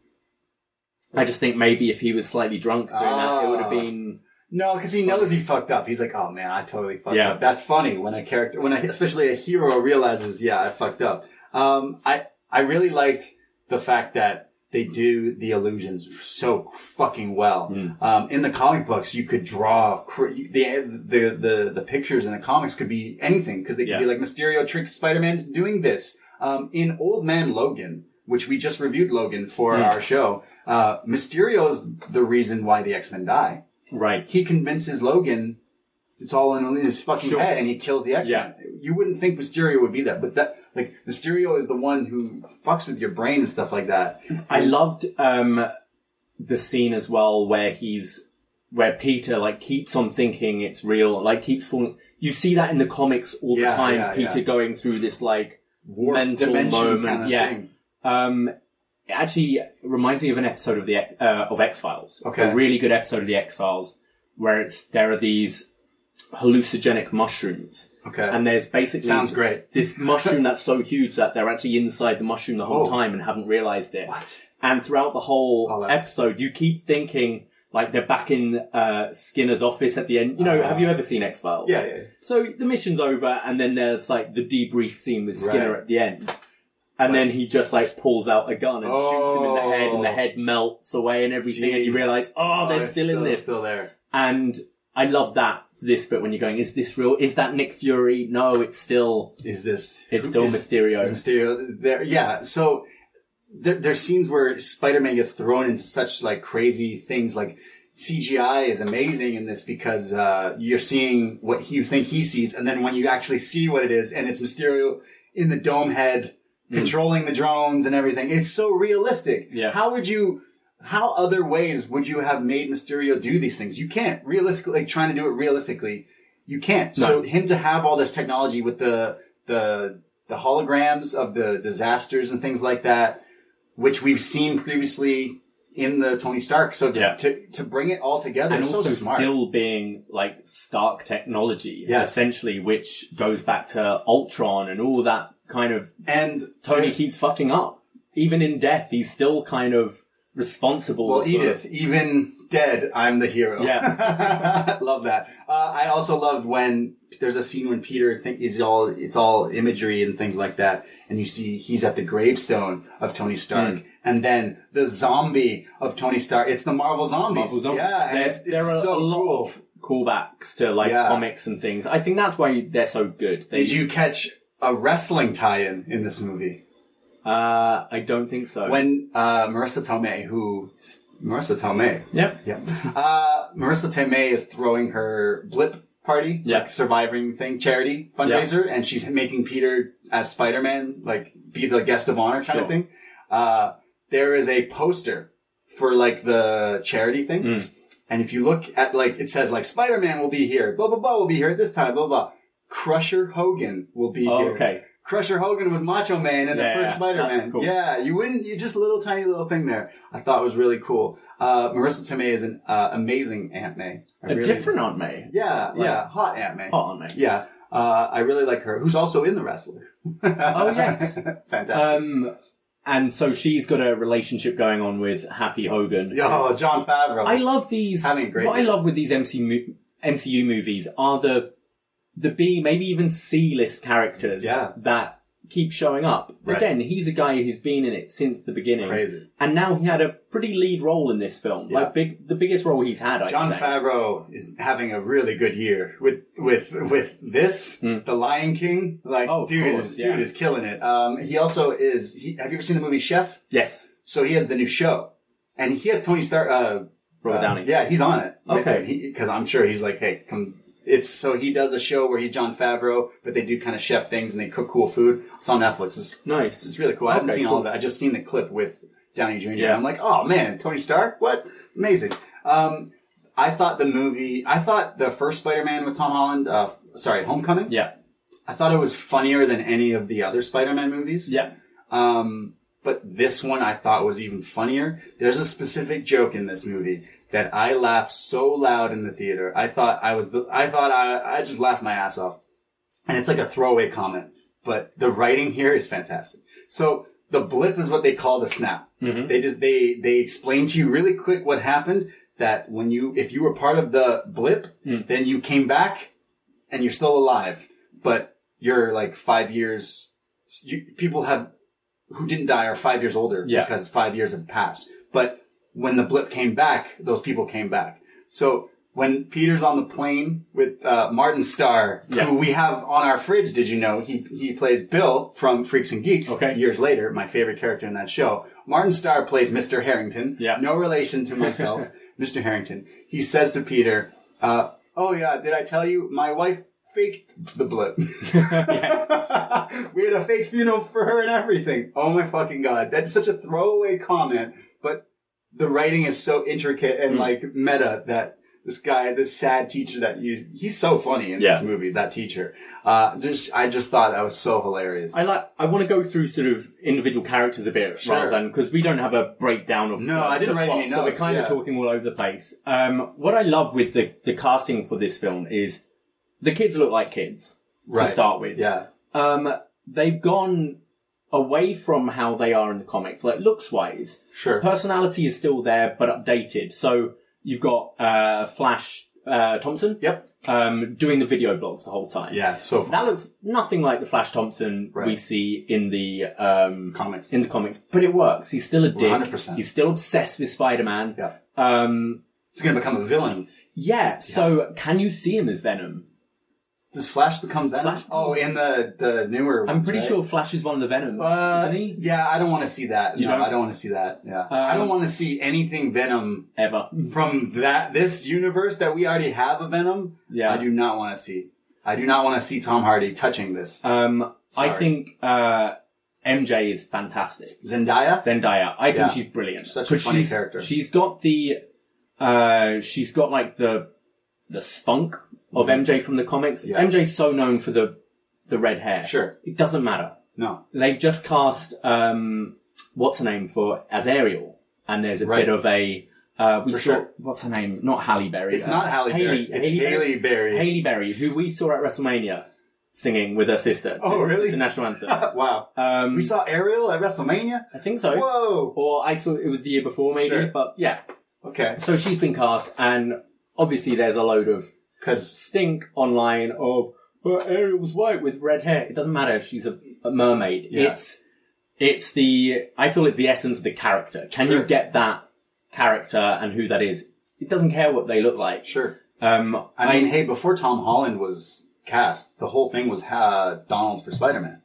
[SPEAKER 3] I just think maybe if he was slightly drunk during that, it would have
[SPEAKER 2] Ah.
[SPEAKER 3] been
[SPEAKER 2] No, because he knows he fucked up. He's like, "Oh man, I totally fucked
[SPEAKER 3] Yeah.
[SPEAKER 2] up." That's funny when a character, when a, especially a hero realizes, "Yeah, I fucked up." Um, I I really liked the fact that they do the illusions so fucking well.
[SPEAKER 3] Hmm.
[SPEAKER 2] Um, in the comic books, you could draw cr- you- the the the the pictures in the comics could be anything because they could
[SPEAKER 3] Yeah.
[SPEAKER 2] be like Mysterio tricked Spider Man doing this. Um, in Old Man Logan, which we just reviewed Logan for
[SPEAKER 3] Hmm.
[SPEAKER 2] our show, uh, Mysterio's the reason why the X Men die
[SPEAKER 3] right.
[SPEAKER 2] he convinces Logan it's all in his fucking
[SPEAKER 3] Sure.
[SPEAKER 2] head, and he kills the X Men. You wouldn't think Mysterio would be that, but that like Mysterio is the one who fucks with your brain and stuff like that.
[SPEAKER 3] I loved um, the scene as well where he's where Peter like keeps on thinking it's real, like keeps falling. You see that in the comics all
[SPEAKER 2] Yeah,
[SPEAKER 3] the time.
[SPEAKER 2] yeah,
[SPEAKER 3] Peter
[SPEAKER 2] yeah.
[SPEAKER 3] going through this like mental
[SPEAKER 2] dimension
[SPEAKER 3] moment.
[SPEAKER 2] kind of
[SPEAKER 3] yeah.
[SPEAKER 2] thing.
[SPEAKER 3] Um, it actually reminds me of an episode of the uh, of X Files.
[SPEAKER 2] Okay.
[SPEAKER 3] a really good episode of the X Files where it's there are these hallucinogenic mushrooms.
[SPEAKER 2] Okay.
[SPEAKER 3] And there's basically
[SPEAKER 2] Sounds great.
[SPEAKER 3] This mushroom that's so huge that they're actually inside the mushroom the whole
[SPEAKER 2] Oh.
[SPEAKER 3] time and haven't realized it.
[SPEAKER 2] What?
[SPEAKER 3] And throughout the whole
[SPEAKER 2] Oh, that's-
[SPEAKER 3] episode, you keep thinking like they're back in uh, Skinner's office at the end. You know, have you ever seen X Files?
[SPEAKER 2] Yeah, yeah.
[SPEAKER 3] So the mission's over, and then there's like the debrief scene with Skinner
[SPEAKER 2] Right.
[SPEAKER 3] at the end. And then he just like pulls out a gun and shoots him in the head, and the
[SPEAKER 2] Oh.
[SPEAKER 3] head melts away and everything, and you
[SPEAKER 2] Jeez.
[SPEAKER 3] realize, oh, they're still in this.
[SPEAKER 2] Still there.
[SPEAKER 3] And I love that this bit when you're going, is this real? Is that Nick Fury? No, it's still
[SPEAKER 2] Is this?
[SPEAKER 3] it's still
[SPEAKER 2] is-
[SPEAKER 3] Mysterio.
[SPEAKER 2] is Mysterio there? Yeah. So there, there's scenes where Spider-Man gets thrown into such like crazy things. Like CGI is amazing in this because uh, you're seeing what you think he sees, and then when you actually see what it is, and it's Mysterio in the dome head controlling the drones and everything. It's so realistic.
[SPEAKER 3] Hmm. Yeah.
[SPEAKER 2] How would you? How other ways would you have made Mysterio do these things? You can't realistically like, trying to do it realistically. You can't. So him to have all this technology with the the the holograms of the disasters and things like that, which we've seen previously in the Tony Stark. So to
[SPEAKER 3] Yeah.
[SPEAKER 2] to, to bring it all together,
[SPEAKER 3] and
[SPEAKER 2] it's
[SPEAKER 3] also
[SPEAKER 2] so smart.
[SPEAKER 3] still being like Stark technology,
[SPEAKER 2] Yes.
[SPEAKER 3] essentially, which goes back to Ultron and all that kind of.
[SPEAKER 2] and
[SPEAKER 3] Tony
[SPEAKER 2] there's-
[SPEAKER 3] keeps fucking up. Even in death, he's still kind of responsible.
[SPEAKER 2] Well,
[SPEAKER 3] for-
[SPEAKER 2] Edith, even dead, I'm the hero. Yeah, love that. Uh, I also loved when there's a scene when Peter think he's all it's all imagery and things like that, and you see he's at the gravestone of Tony Stark,
[SPEAKER 3] Hmm.
[SPEAKER 2] and then the zombie of Tony Stark. It's the Marvel zombies.
[SPEAKER 3] Marvel Zombies.
[SPEAKER 2] Yeah, and
[SPEAKER 3] there,
[SPEAKER 2] it's, it's
[SPEAKER 3] there are
[SPEAKER 2] so
[SPEAKER 3] a lot
[SPEAKER 2] cool.
[SPEAKER 3] of callbacks to like
[SPEAKER 2] Yeah.
[SPEAKER 3] comics and things. I think that's why they're so good. They,
[SPEAKER 2] Did you catch a wrestling tie-in in this movie?
[SPEAKER 3] Uh, I don't think so.
[SPEAKER 2] When uh, Marissa Tomei, who Marissa Tomei,
[SPEAKER 3] yep.
[SPEAKER 2] yeah, uh, Marissa Tomei is throwing her blip party,
[SPEAKER 3] Yeah.
[SPEAKER 2] like surviving thing, charity fundraiser, and she's making Peter as Spider Man, like be the guest of honor kind
[SPEAKER 3] Sure.
[SPEAKER 2] of thing. Uh, there is a poster for like the charity thing.
[SPEAKER 3] Mm.
[SPEAKER 2] And if you look at like it says like Spider Man will be here, blah blah blah will be here at this time, blah blah. blah. Crusher Hogan will be
[SPEAKER 3] Oh,
[SPEAKER 2] here.
[SPEAKER 3] okay.
[SPEAKER 2] Crusher Hogan with Macho Man and
[SPEAKER 3] Yeah,
[SPEAKER 2] the first Spider
[SPEAKER 3] that's
[SPEAKER 2] Man.
[SPEAKER 3] cool.
[SPEAKER 2] Yeah, you wouldn't. You just a little tiny little thing there. I thought was really cool. Uh, Marissa Tomei is an uh, amazing Aunt May. I
[SPEAKER 3] A
[SPEAKER 2] really-
[SPEAKER 3] different Aunt May.
[SPEAKER 2] Yeah,
[SPEAKER 3] Like,
[SPEAKER 2] yeah, hot Aunt May.
[SPEAKER 3] Hot Aunt May.
[SPEAKER 2] Yeah, uh, I really like her. Who's also in the wrestler.
[SPEAKER 3] Oh yes.
[SPEAKER 2] fantastic.
[SPEAKER 3] um, and so she's got a relationship going on with Happy Hogan.
[SPEAKER 2] Yo, John Favreau.
[SPEAKER 3] I love these.
[SPEAKER 2] Having a great
[SPEAKER 3] what I
[SPEAKER 2] day.
[SPEAKER 3] love with these MC mo- MCU movies are the the B, maybe even C list characters
[SPEAKER 2] Yeah.
[SPEAKER 3] that keep showing up.
[SPEAKER 2] Right.
[SPEAKER 3] Again, he's a guy who's been in it since the beginning,
[SPEAKER 2] Crazy.
[SPEAKER 3] and now he had a pretty lead role in this film,
[SPEAKER 2] Yeah.
[SPEAKER 3] like big, the biggest role he's had. I'd
[SPEAKER 2] John
[SPEAKER 3] say.
[SPEAKER 2] Favreau is having a really good year with with with this, The Lion King. Like,
[SPEAKER 3] Hmm. Oh, of
[SPEAKER 2] dude,
[SPEAKER 3] course,
[SPEAKER 2] is,
[SPEAKER 3] yeah.
[SPEAKER 2] dude is killing it. Um, he also is. He, have you ever seen the movie Chef?
[SPEAKER 3] Yes,
[SPEAKER 2] So he has the new show, and he has Tony Stark. Uh,
[SPEAKER 3] Robert
[SPEAKER 2] uh,
[SPEAKER 3] Downey.
[SPEAKER 2] Yeah, he's on it.
[SPEAKER 3] Okay.
[SPEAKER 2] because I'm sure he's like, hey, come It's so he does a show where he's John Favreau, but they do kind of chef things and they cook cool food. It's on Netflix. It's,
[SPEAKER 3] Nice.
[SPEAKER 2] it's really cool. I haven't
[SPEAKER 3] Okay,
[SPEAKER 2] seen all
[SPEAKER 3] cool.
[SPEAKER 2] of that. I just seen the clip with Downey Jr.
[SPEAKER 3] Yeah.
[SPEAKER 2] I'm like, oh man, Tony Stark, what? Amazing. Um, I thought the movie, I thought the first Spider-Man with Tom Holland, uh, sorry, Homecoming.
[SPEAKER 3] Yeah.
[SPEAKER 2] I thought it was funnier than any of the other Spider-Man movies.
[SPEAKER 3] Yeah.
[SPEAKER 2] Um, but this one I thought was even funnier. There's a specific joke in this movie that I laughed so loud in the theater. I thought I was the, I thought I, I just laughed my ass off. And it's like a throwaway comment, but the writing here is fantastic. So the blip is what they call the snap. They just, they, they explain to you really quick what happened that when you, if you were part of the blip, then you came back and you're still alive, but you're like five years, you, people have who didn't die are five years older
[SPEAKER 3] Yeah.
[SPEAKER 2] because five years have passed. But when the blip came back, those people came back. So when Peter's on the plane with uh, Martin Starr,
[SPEAKER 3] Yeah.
[SPEAKER 2] who we have on our fridge, did you know he he plays Bill from Freaks and Geeks?
[SPEAKER 3] Okay.
[SPEAKER 2] Years later, my favorite character in that show, Martin Starr plays Mr. Harrington.
[SPEAKER 3] Yeah.
[SPEAKER 2] No relation to myself, Mr. Harrington. He says to Peter, uh, "Oh yeah, did I tell you my wife faked the blip?" we had a fake funeral for her and everything. Oh my fucking god. That's such a throwaway comment, but the writing is so intricate
[SPEAKER 3] Hmm.
[SPEAKER 2] and like meta that this guy, this sad teacher that used, he's so funny in
[SPEAKER 3] Yeah.
[SPEAKER 2] this movie, that teacher. Uh, just, I just thought that was so hilarious.
[SPEAKER 3] I like. I want to go through sort of individual characters a bit
[SPEAKER 2] Sure.
[SPEAKER 3] rather than because we don't have a breakdown of.
[SPEAKER 2] No,
[SPEAKER 3] uh,
[SPEAKER 2] I didn't
[SPEAKER 3] the
[SPEAKER 2] write
[SPEAKER 3] plot,
[SPEAKER 2] any
[SPEAKER 3] so we're
[SPEAKER 2] notes,
[SPEAKER 3] kind
[SPEAKER 2] yeah.
[SPEAKER 3] of talking all over the place. Um, what I love with the the casting for this film is the kids look like kids
[SPEAKER 2] Right.
[SPEAKER 3] to start with.
[SPEAKER 2] yeah.
[SPEAKER 3] Um, they've gone away from how they are in the comics, like looks wise.
[SPEAKER 2] Sure.
[SPEAKER 3] Personality is still there, but updated. So you've got uh, Flash uh, Thompson.
[SPEAKER 2] Yep.
[SPEAKER 3] Um, doing the video blogs the whole time.
[SPEAKER 2] Yeah, it's so funny.
[SPEAKER 3] That looks nothing like the Flash Thompson
[SPEAKER 2] Right.
[SPEAKER 3] we see in the um,
[SPEAKER 2] Comics.
[SPEAKER 3] In the comics, but it works. He's still a dick.
[SPEAKER 2] 100%.
[SPEAKER 3] He's still obsessed with Spider-Man.
[SPEAKER 2] Yeah.
[SPEAKER 3] Um,
[SPEAKER 2] He's gonna become a villain.
[SPEAKER 3] yeah. So, can you see him as Venom?
[SPEAKER 2] Does Flash become Venom?
[SPEAKER 3] Flash-
[SPEAKER 2] oh, in the, the newer
[SPEAKER 3] I'm
[SPEAKER 2] ones,
[SPEAKER 3] pretty
[SPEAKER 2] right?
[SPEAKER 3] sure Flash is one of the Venoms,
[SPEAKER 2] Uh,
[SPEAKER 3] isn't he?
[SPEAKER 2] yeah, I don't want to see that.
[SPEAKER 3] You
[SPEAKER 2] no,
[SPEAKER 3] don't? Um,
[SPEAKER 2] I don't want to see that. Yeah, I don't want to see anything Venom
[SPEAKER 3] Ever.
[SPEAKER 2] from that this universe that we already have a Venom.
[SPEAKER 3] Yeah.
[SPEAKER 2] I do not want to see. I do not want to see Tom Hardy touching this.
[SPEAKER 3] Um, I
[SPEAKER 2] Sorry.
[SPEAKER 3] think uh, MJ is fantastic.
[SPEAKER 2] Zendaya.
[SPEAKER 3] Zendaya, I think
[SPEAKER 2] Yeah.
[SPEAKER 3] she's brilliant.
[SPEAKER 2] Such a
[SPEAKER 3] 'Cause
[SPEAKER 2] funny
[SPEAKER 3] she's-
[SPEAKER 2] character.
[SPEAKER 3] She's got the, uh, she's got like the, the spunk of MJ from the comics.
[SPEAKER 2] Mm-hmm. Yeah.
[SPEAKER 3] MJ's so known for the, the red hair.
[SPEAKER 2] Sure.
[SPEAKER 3] It doesn't matter.
[SPEAKER 2] no.
[SPEAKER 3] They've just cast, um, what's her name for, as Ariel. And there's a
[SPEAKER 2] Right.
[SPEAKER 3] bit of a, uh, we
[SPEAKER 2] For
[SPEAKER 3] saw,
[SPEAKER 2] sure.
[SPEAKER 3] what's her name? Not Halle Berry.
[SPEAKER 2] It's
[SPEAKER 3] uh,
[SPEAKER 2] not Halle Berry.
[SPEAKER 3] Hailey-
[SPEAKER 2] It's Hailey Berry.
[SPEAKER 3] Hailey Berry, who we saw at WrestleMania singing with her sister.
[SPEAKER 2] Oh, really?
[SPEAKER 3] The national anthem.
[SPEAKER 2] wow.
[SPEAKER 3] Um,
[SPEAKER 2] we saw Ariel at WrestleMania.
[SPEAKER 3] I think so.
[SPEAKER 2] Whoa.
[SPEAKER 3] Or I saw it was the year before, maybe.
[SPEAKER 2] Sure.
[SPEAKER 3] But yeah,
[SPEAKER 2] Okay.
[SPEAKER 3] so she's been cast, and obviously there's a load of
[SPEAKER 2] Because
[SPEAKER 3] stink online of but Ariel's white with red hair. It doesn't matter. She's a, a mermaid.
[SPEAKER 2] Yeah.
[SPEAKER 3] It's it's the I feel it's the essence of the character. Can
[SPEAKER 2] Sure.
[SPEAKER 3] you get that character and who that is? It doesn't care what they look like.
[SPEAKER 2] sure.
[SPEAKER 3] Um,
[SPEAKER 2] I mean, hey, before Tom Holland was cast, the whole thing was uh, Donald for Spider Man.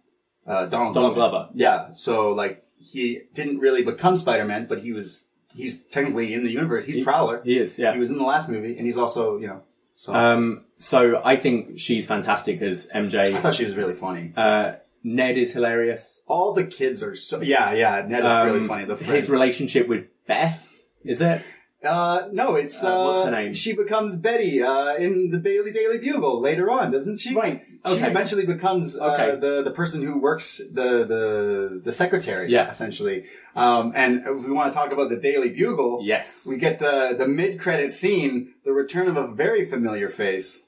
[SPEAKER 2] Uh, Donald,
[SPEAKER 3] Donald
[SPEAKER 2] Glover.
[SPEAKER 3] Glover.
[SPEAKER 2] Yeah. So like he didn't really become Spider Man, but he was he's technically in the universe. He's Prowler.
[SPEAKER 3] He is, yeah.
[SPEAKER 2] He was in the last movie, and he's also you know. So
[SPEAKER 3] um, so I think she's fantastic as MJ.
[SPEAKER 2] I thought she was really funny.
[SPEAKER 3] uh, Ned is hilarious.
[SPEAKER 2] All the kids are so yeah yeah. Ned is really
[SPEAKER 3] Um,
[SPEAKER 2] funny. The friend.
[SPEAKER 3] his relationship with Beth is it?
[SPEAKER 2] uh, no, it's uh,
[SPEAKER 3] Uh, what's her name?
[SPEAKER 2] She becomes Betty uh, in the Bailey Daily Bugle later on, doesn't she?
[SPEAKER 3] Right,
[SPEAKER 2] She
[SPEAKER 3] okay.
[SPEAKER 2] eventually becomes uh,
[SPEAKER 3] Okay.
[SPEAKER 2] the the person who works the the the secretary.
[SPEAKER 3] Yeah.
[SPEAKER 2] essentially. Um, and if we want to talk about the Daily Bugle,
[SPEAKER 3] Yes.
[SPEAKER 2] we get the the mid credit scene, the return of a very familiar face.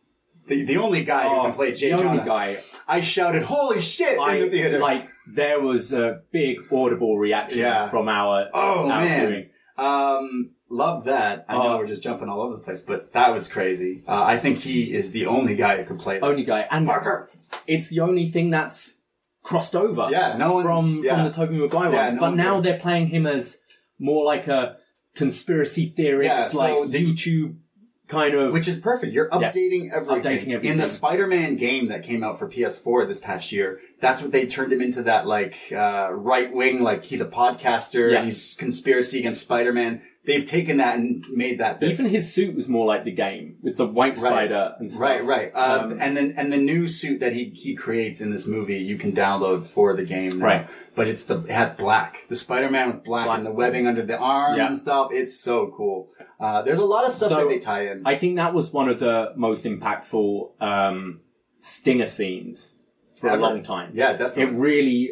[SPEAKER 2] The, the only guy who can play Jay
[SPEAKER 3] Oh, the only
[SPEAKER 2] Jonah.
[SPEAKER 3] guy.
[SPEAKER 2] I shouted, "Holy shit!"
[SPEAKER 3] I,
[SPEAKER 2] in the theater.
[SPEAKER 3] like there was a big audible reaction
[SPEAKER 2] Yeah.
[SPEAKER 3] from our
[SPEAKER 2] Oh,
[SPEAKER 3] our
[SPEAKER 2] man.
[SPEAKER 3] viewing.
[SPEAKER 2] um, love that. I know
[SPEAKER 3] Uh,
[SPEAKER 2] we're just jumping all over the place, but that was crazy. Uh, I think he is the only guy who can play. this.
[SPEAKER 3] only guy, and
[SPEAKER 2] Parker.
[SPEAKER 3] it's the only thing that's crossed over.
[SPEAKER 2] Yeah, no one's-
[SPEAKER 3] from
[SPEAKER 2] yeah.
[SPEAKER 3] from the Toby Maguire
[SPEAKER 2] Yeah,
[SPEAKER 3] ones,
[SPEAKER 2] no
[SPEAKER 3] but
[SPEAKER 2] one's
[SPEAKER 3] now
[SPEAKER 2] heard.
[SPEAKER 3] they're playing him as more like a conspiracy theorist,
[SPEAKER 2] Yeah, so
[SPEAKER 3] like
[SPEAKER 2] did you-
[SPEAKER 3] YouTube kind of.
[SPEAKER 2] Which is perfect. You're
[SPEAKER 3] Yeah.
[SPEAKER 2] updating everything.
[SPEAKER 3] Updating everything.
[SPEAKER 2] In the Spider-Man game that came out for PS4 this past year, that's what they turned him into that like uh, right wing, like he's a podcaster
[SPEAKER 3] Yeah.
[SPEAKER 2] and he's conspiracy against Spider-Man. they've taken that and made that. Bit.
[SPEAKER 3] Even his suit was more like the game with the white spider and stuff.
[SPEAKER 2] Right, right. Uh,
[SPEAKER 3] Um,
[SPEAKER 2] and then and the new suit that he, he creates in this movie you can download for the game now.
[SPEAKER 3] Right.
[SPEAKER 2] But it's the it has black. The Spider Man with black, and the webbing under the arms
[SPEAKER 3] Yeah.
[SPEAKER 2] and stuff. It's so cool. Uh, there's a lot of stuff
[SPEAKER 3] So,
[SPEAKER 2] that they tie in.
[SPEAKER 3] I think that was one of the most impactful um, stinger scenes for
[SPEAKER 2] Ever.
[SPEAKER 3] a long time.
[SPEAKER 2] yeah, definitely.
[SPEAKER 3] it really,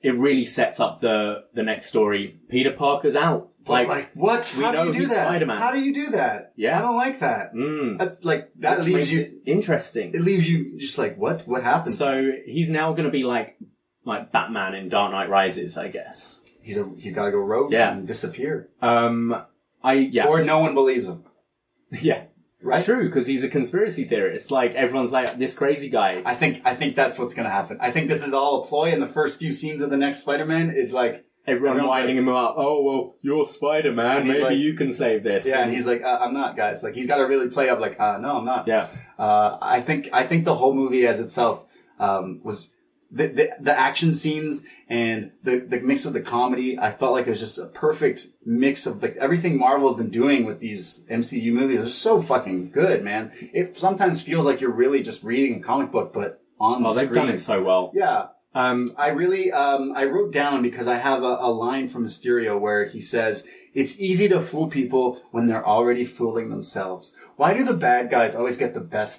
[SPEAKER 3] it really sets up the the next story. Peter Parker's out.
[SPEAKER 2] But, like, what?
[SPEAKER 3] we
[SPEAKER 2] How do
[SPEAKER 3] know
[SPEAKER 2] you do
[SPEAKER 3] he's
[SPEAKER 2] that?
[SPEAKER 3] Spider-Man.
[SPEAKER 2] How do you do that?
[SPEAKER 3] Yeah.
[SPEAKER 2] I don't like that.
[SPEAKER 3] Mm.
[SPEAKER 2] That's like that
[SPEAKER 3] Which
[SPEAKER 2] leaves
[SPEAKER 3] makes
[SPEAKER 2] you.
[SPEAKER 3] it interesting.
[SPEAKER 2] It leaves you just like what? What happened?
[SPEAKER 3] So he's now going to be like like Batman in Dark Knight Rises, I guess.
[SPEAKER 2] he's a, he's got to go rogue
[SPEAKER 3] Yeah.
[SPEAKER 2] and disappear,
[SPEAKER 3] Um, I yeah
[SPEAKER 2] or no one believes him.
[SPEAKER 3] yeah
[SPEAKER 2] Right?
[SPEAKER 3] true because he's a conspiracy theorist. Like everyone's like this crazy guy.
[SPEAKER 2] I think I think that's what's going to happen. I think this is all a ploy, and the first few scenes of the next Spider-Man is like,
[SPEAKER 3] Everyone
[SPEAKER 2] Everyone's
[SPEAKER 3] winding
[SPEAKER 2] like-
[SPEAKER 3] him up. Oh well, you're Spider Man.
[SPEAKER 2] And he's
[SPEAKER 3] Maybe
[SPEAKER 2] like-
[SPEAKER 3] you can save this.
[SPEAKER 2] yeah, and he's like, uh, I'm not, guys. Like he's got to really play up, like, uh, no, I'm not.
[SPEAKER 3] yeah.
[SPEAKER 2] Uh, I think I think the whole movie as itself um, was the, the the action scenes and the the mix of the comedy. I felt like it was just a perfect mix of like everything Marvel's been doing with these MCU movies. They're so fucking good, man. It sometimes feels like you're really just reading a comic book, but on
[SPEAKER 3] Well,
[SPEAKER 2] the
[SPEAKER 3] Oh, they've
[SPEAKER 2] screen.
[SPEAKER 3] done it so well.
[SPEAKER 2] Yeah,
[SPEAKER 3] Um,
[SPEAKER 2] I really um, I wrote down because I have a, a line from Mysterio where he says, "It's easy to fool people when they're already fooling themselves." Why do the bad guys always get the best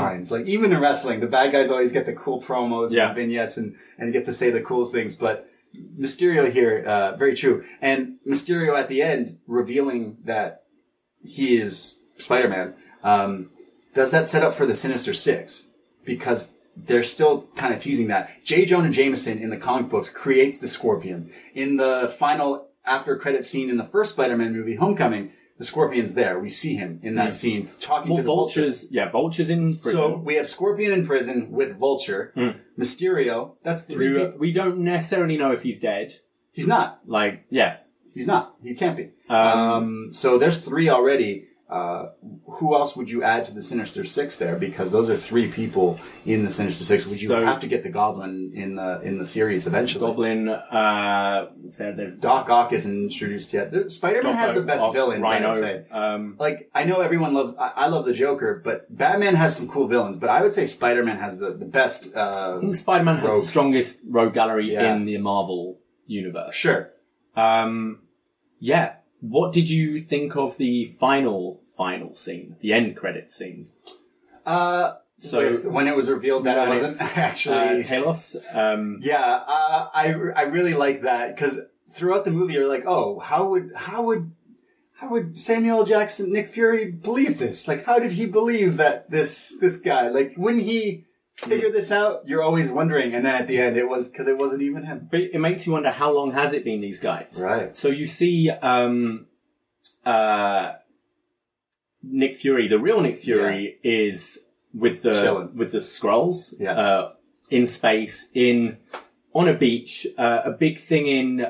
[SPEAKER 2] lines? Like even in wrestling, the bad guys always get the cool promos
[SPEAKER 3] Yeah.
[SPEAKER 2] and vignettes and and get to say the coolest things. But Mysterio here, uh, very true. And Mysterio at the end revealing that he is Spider Man. Um, does that set up for the Sinister Six? Because they're still kind of teasing that. J. Jonah Jameson in the comic books creates the Scorpion. In the final after credit scene in the first Spider Man movie, Homecoming, the Scorpion's there. We see him in that scene talking
[SPEAKER 3] Hmm. well,
[SPEAKER 2] to the Vulture.
[SPEAKER 3] vultures. Yeah, vultures in prison. Hmm.
[SPEAKER 2] So we have Scorpion in prison with Vulture, Mysterio. That's three
[SPEAKER 3] we,
[SPEAKER 2] people.
[SPEAKER 3] we don't necessarily know if he's dead.
[SPEAKER 2] He's not.
[SPEAKER 3] Like, yeah,
[SPEAKER 2] He's not. He can't be. Um, so there's three already. Uh, who else would you add to the Sinister Six there? Because those are three people in the Sinister Six. Would you
[SPEAKER 3] So-
[SPEAKER 2] have to get the Goblin in the in the series eventually?
[SPEAKER 3] Goblin. Uh, what's there? There's
[SPEAKER 2] Doc Ock isn't introduced yet. Spider Man has the best
[SPEAKER 3] Doppo,
[SPEAKER 2] villains. I
[SPEAKER 3] Rhino.
[SPEAKER 2] would say.
[SPEAKER 3] Um,
[SPEAKER 2] Like I know everyone loves. I, I love the Joker, but Batman has some cool villains. But I would say Spider Man has the the best. Uh,
[SPEAKER 3] I think Spider Man has
[SPEAKER 2] Rogue.
[SPEAKER 3] the strongest rogue gallery
[SPEAKER 2] Yeah.
[SPEAKER 3] in the Marvel universe.
[SPEAKER 2] sure.
[SPEAKER 3] Um, yeah. What did you think of the final final scene, the end credit scene?
[SPEAKER 2] Uh,
[SPEAKER 3] So-
[SPEAKER 2] with- when it was revealed that it
[SPEAKER 3] When
[SPEAKER 2] wasn't
[SPEAKER 3] it's,
[SPEAKER 2] actually
[SPEAKER 3] uh, Talos. Um,
[SPEAKER 2] Yeah, uh, I I really like that because throughout the movie, you're like, oh, how would how would how would Samuel L. Jackson, Nick Fury believe this? Like, how did he believe that this this guy? Like, wouldn't he figure this out? You're always wondering, and then at the end, it was because it wasn't even him.
[SPEAKER 3] But it makes you wonder how long has it been these guys?
[SPEAKER 2] Right.
[SPEAKER 3] So you see um, uh, Nick Fury, the real Nick Fury, is with the
[SPEAKER 2] Chilling.
[SPEAKER 3] with the scrolls
[SPEAKER 2] Yeah.
[SPEAKER 3] uh, in space in on a beach. Uh, a big thing in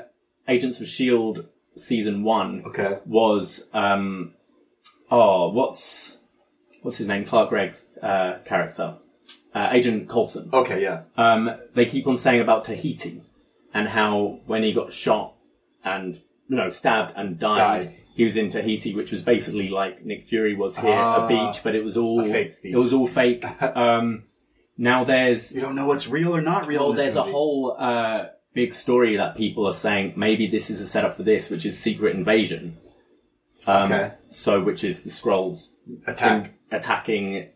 [SPEAKER 3] Agents of Shield E season one
[SPEAKER 2] Okay.
[SPEAKER 3] was um, oh what's what's his name Clark Gregg's uh, character uh, Agent Coulson
[SPEAKER 2] Okay. Yeah.
[SPEAKER 3] um, they keep on saying about Tahiti and how when he got shot and you know stabbed and died,
[SPEAKER 2] Died.
[SPEAKER 3] he was in Tahiti, which was basically like Nick Fury was here, a beach, but it was all
[SPEAKER 2] Ah. fake beach.
[SPEAKER 3] it was all fake. um, now there's
[SPEAKER 2] You don't know what's real or not real.
[SPEAKER 3] well,
[SPEAKER 2] in this
[SPEAKER 3] there's
[SPEAKER 2] movie.
[SPEAKER 3] a whole uh, big story that people are saying maybe this is a setup for this, which is Secret Invasion. Um,
[SPEAKER 2] Okay.
[SPEAKER 3] So, which is the scrolls
[SPEAKER 2] attack.
[SPEAKER 3] attacking,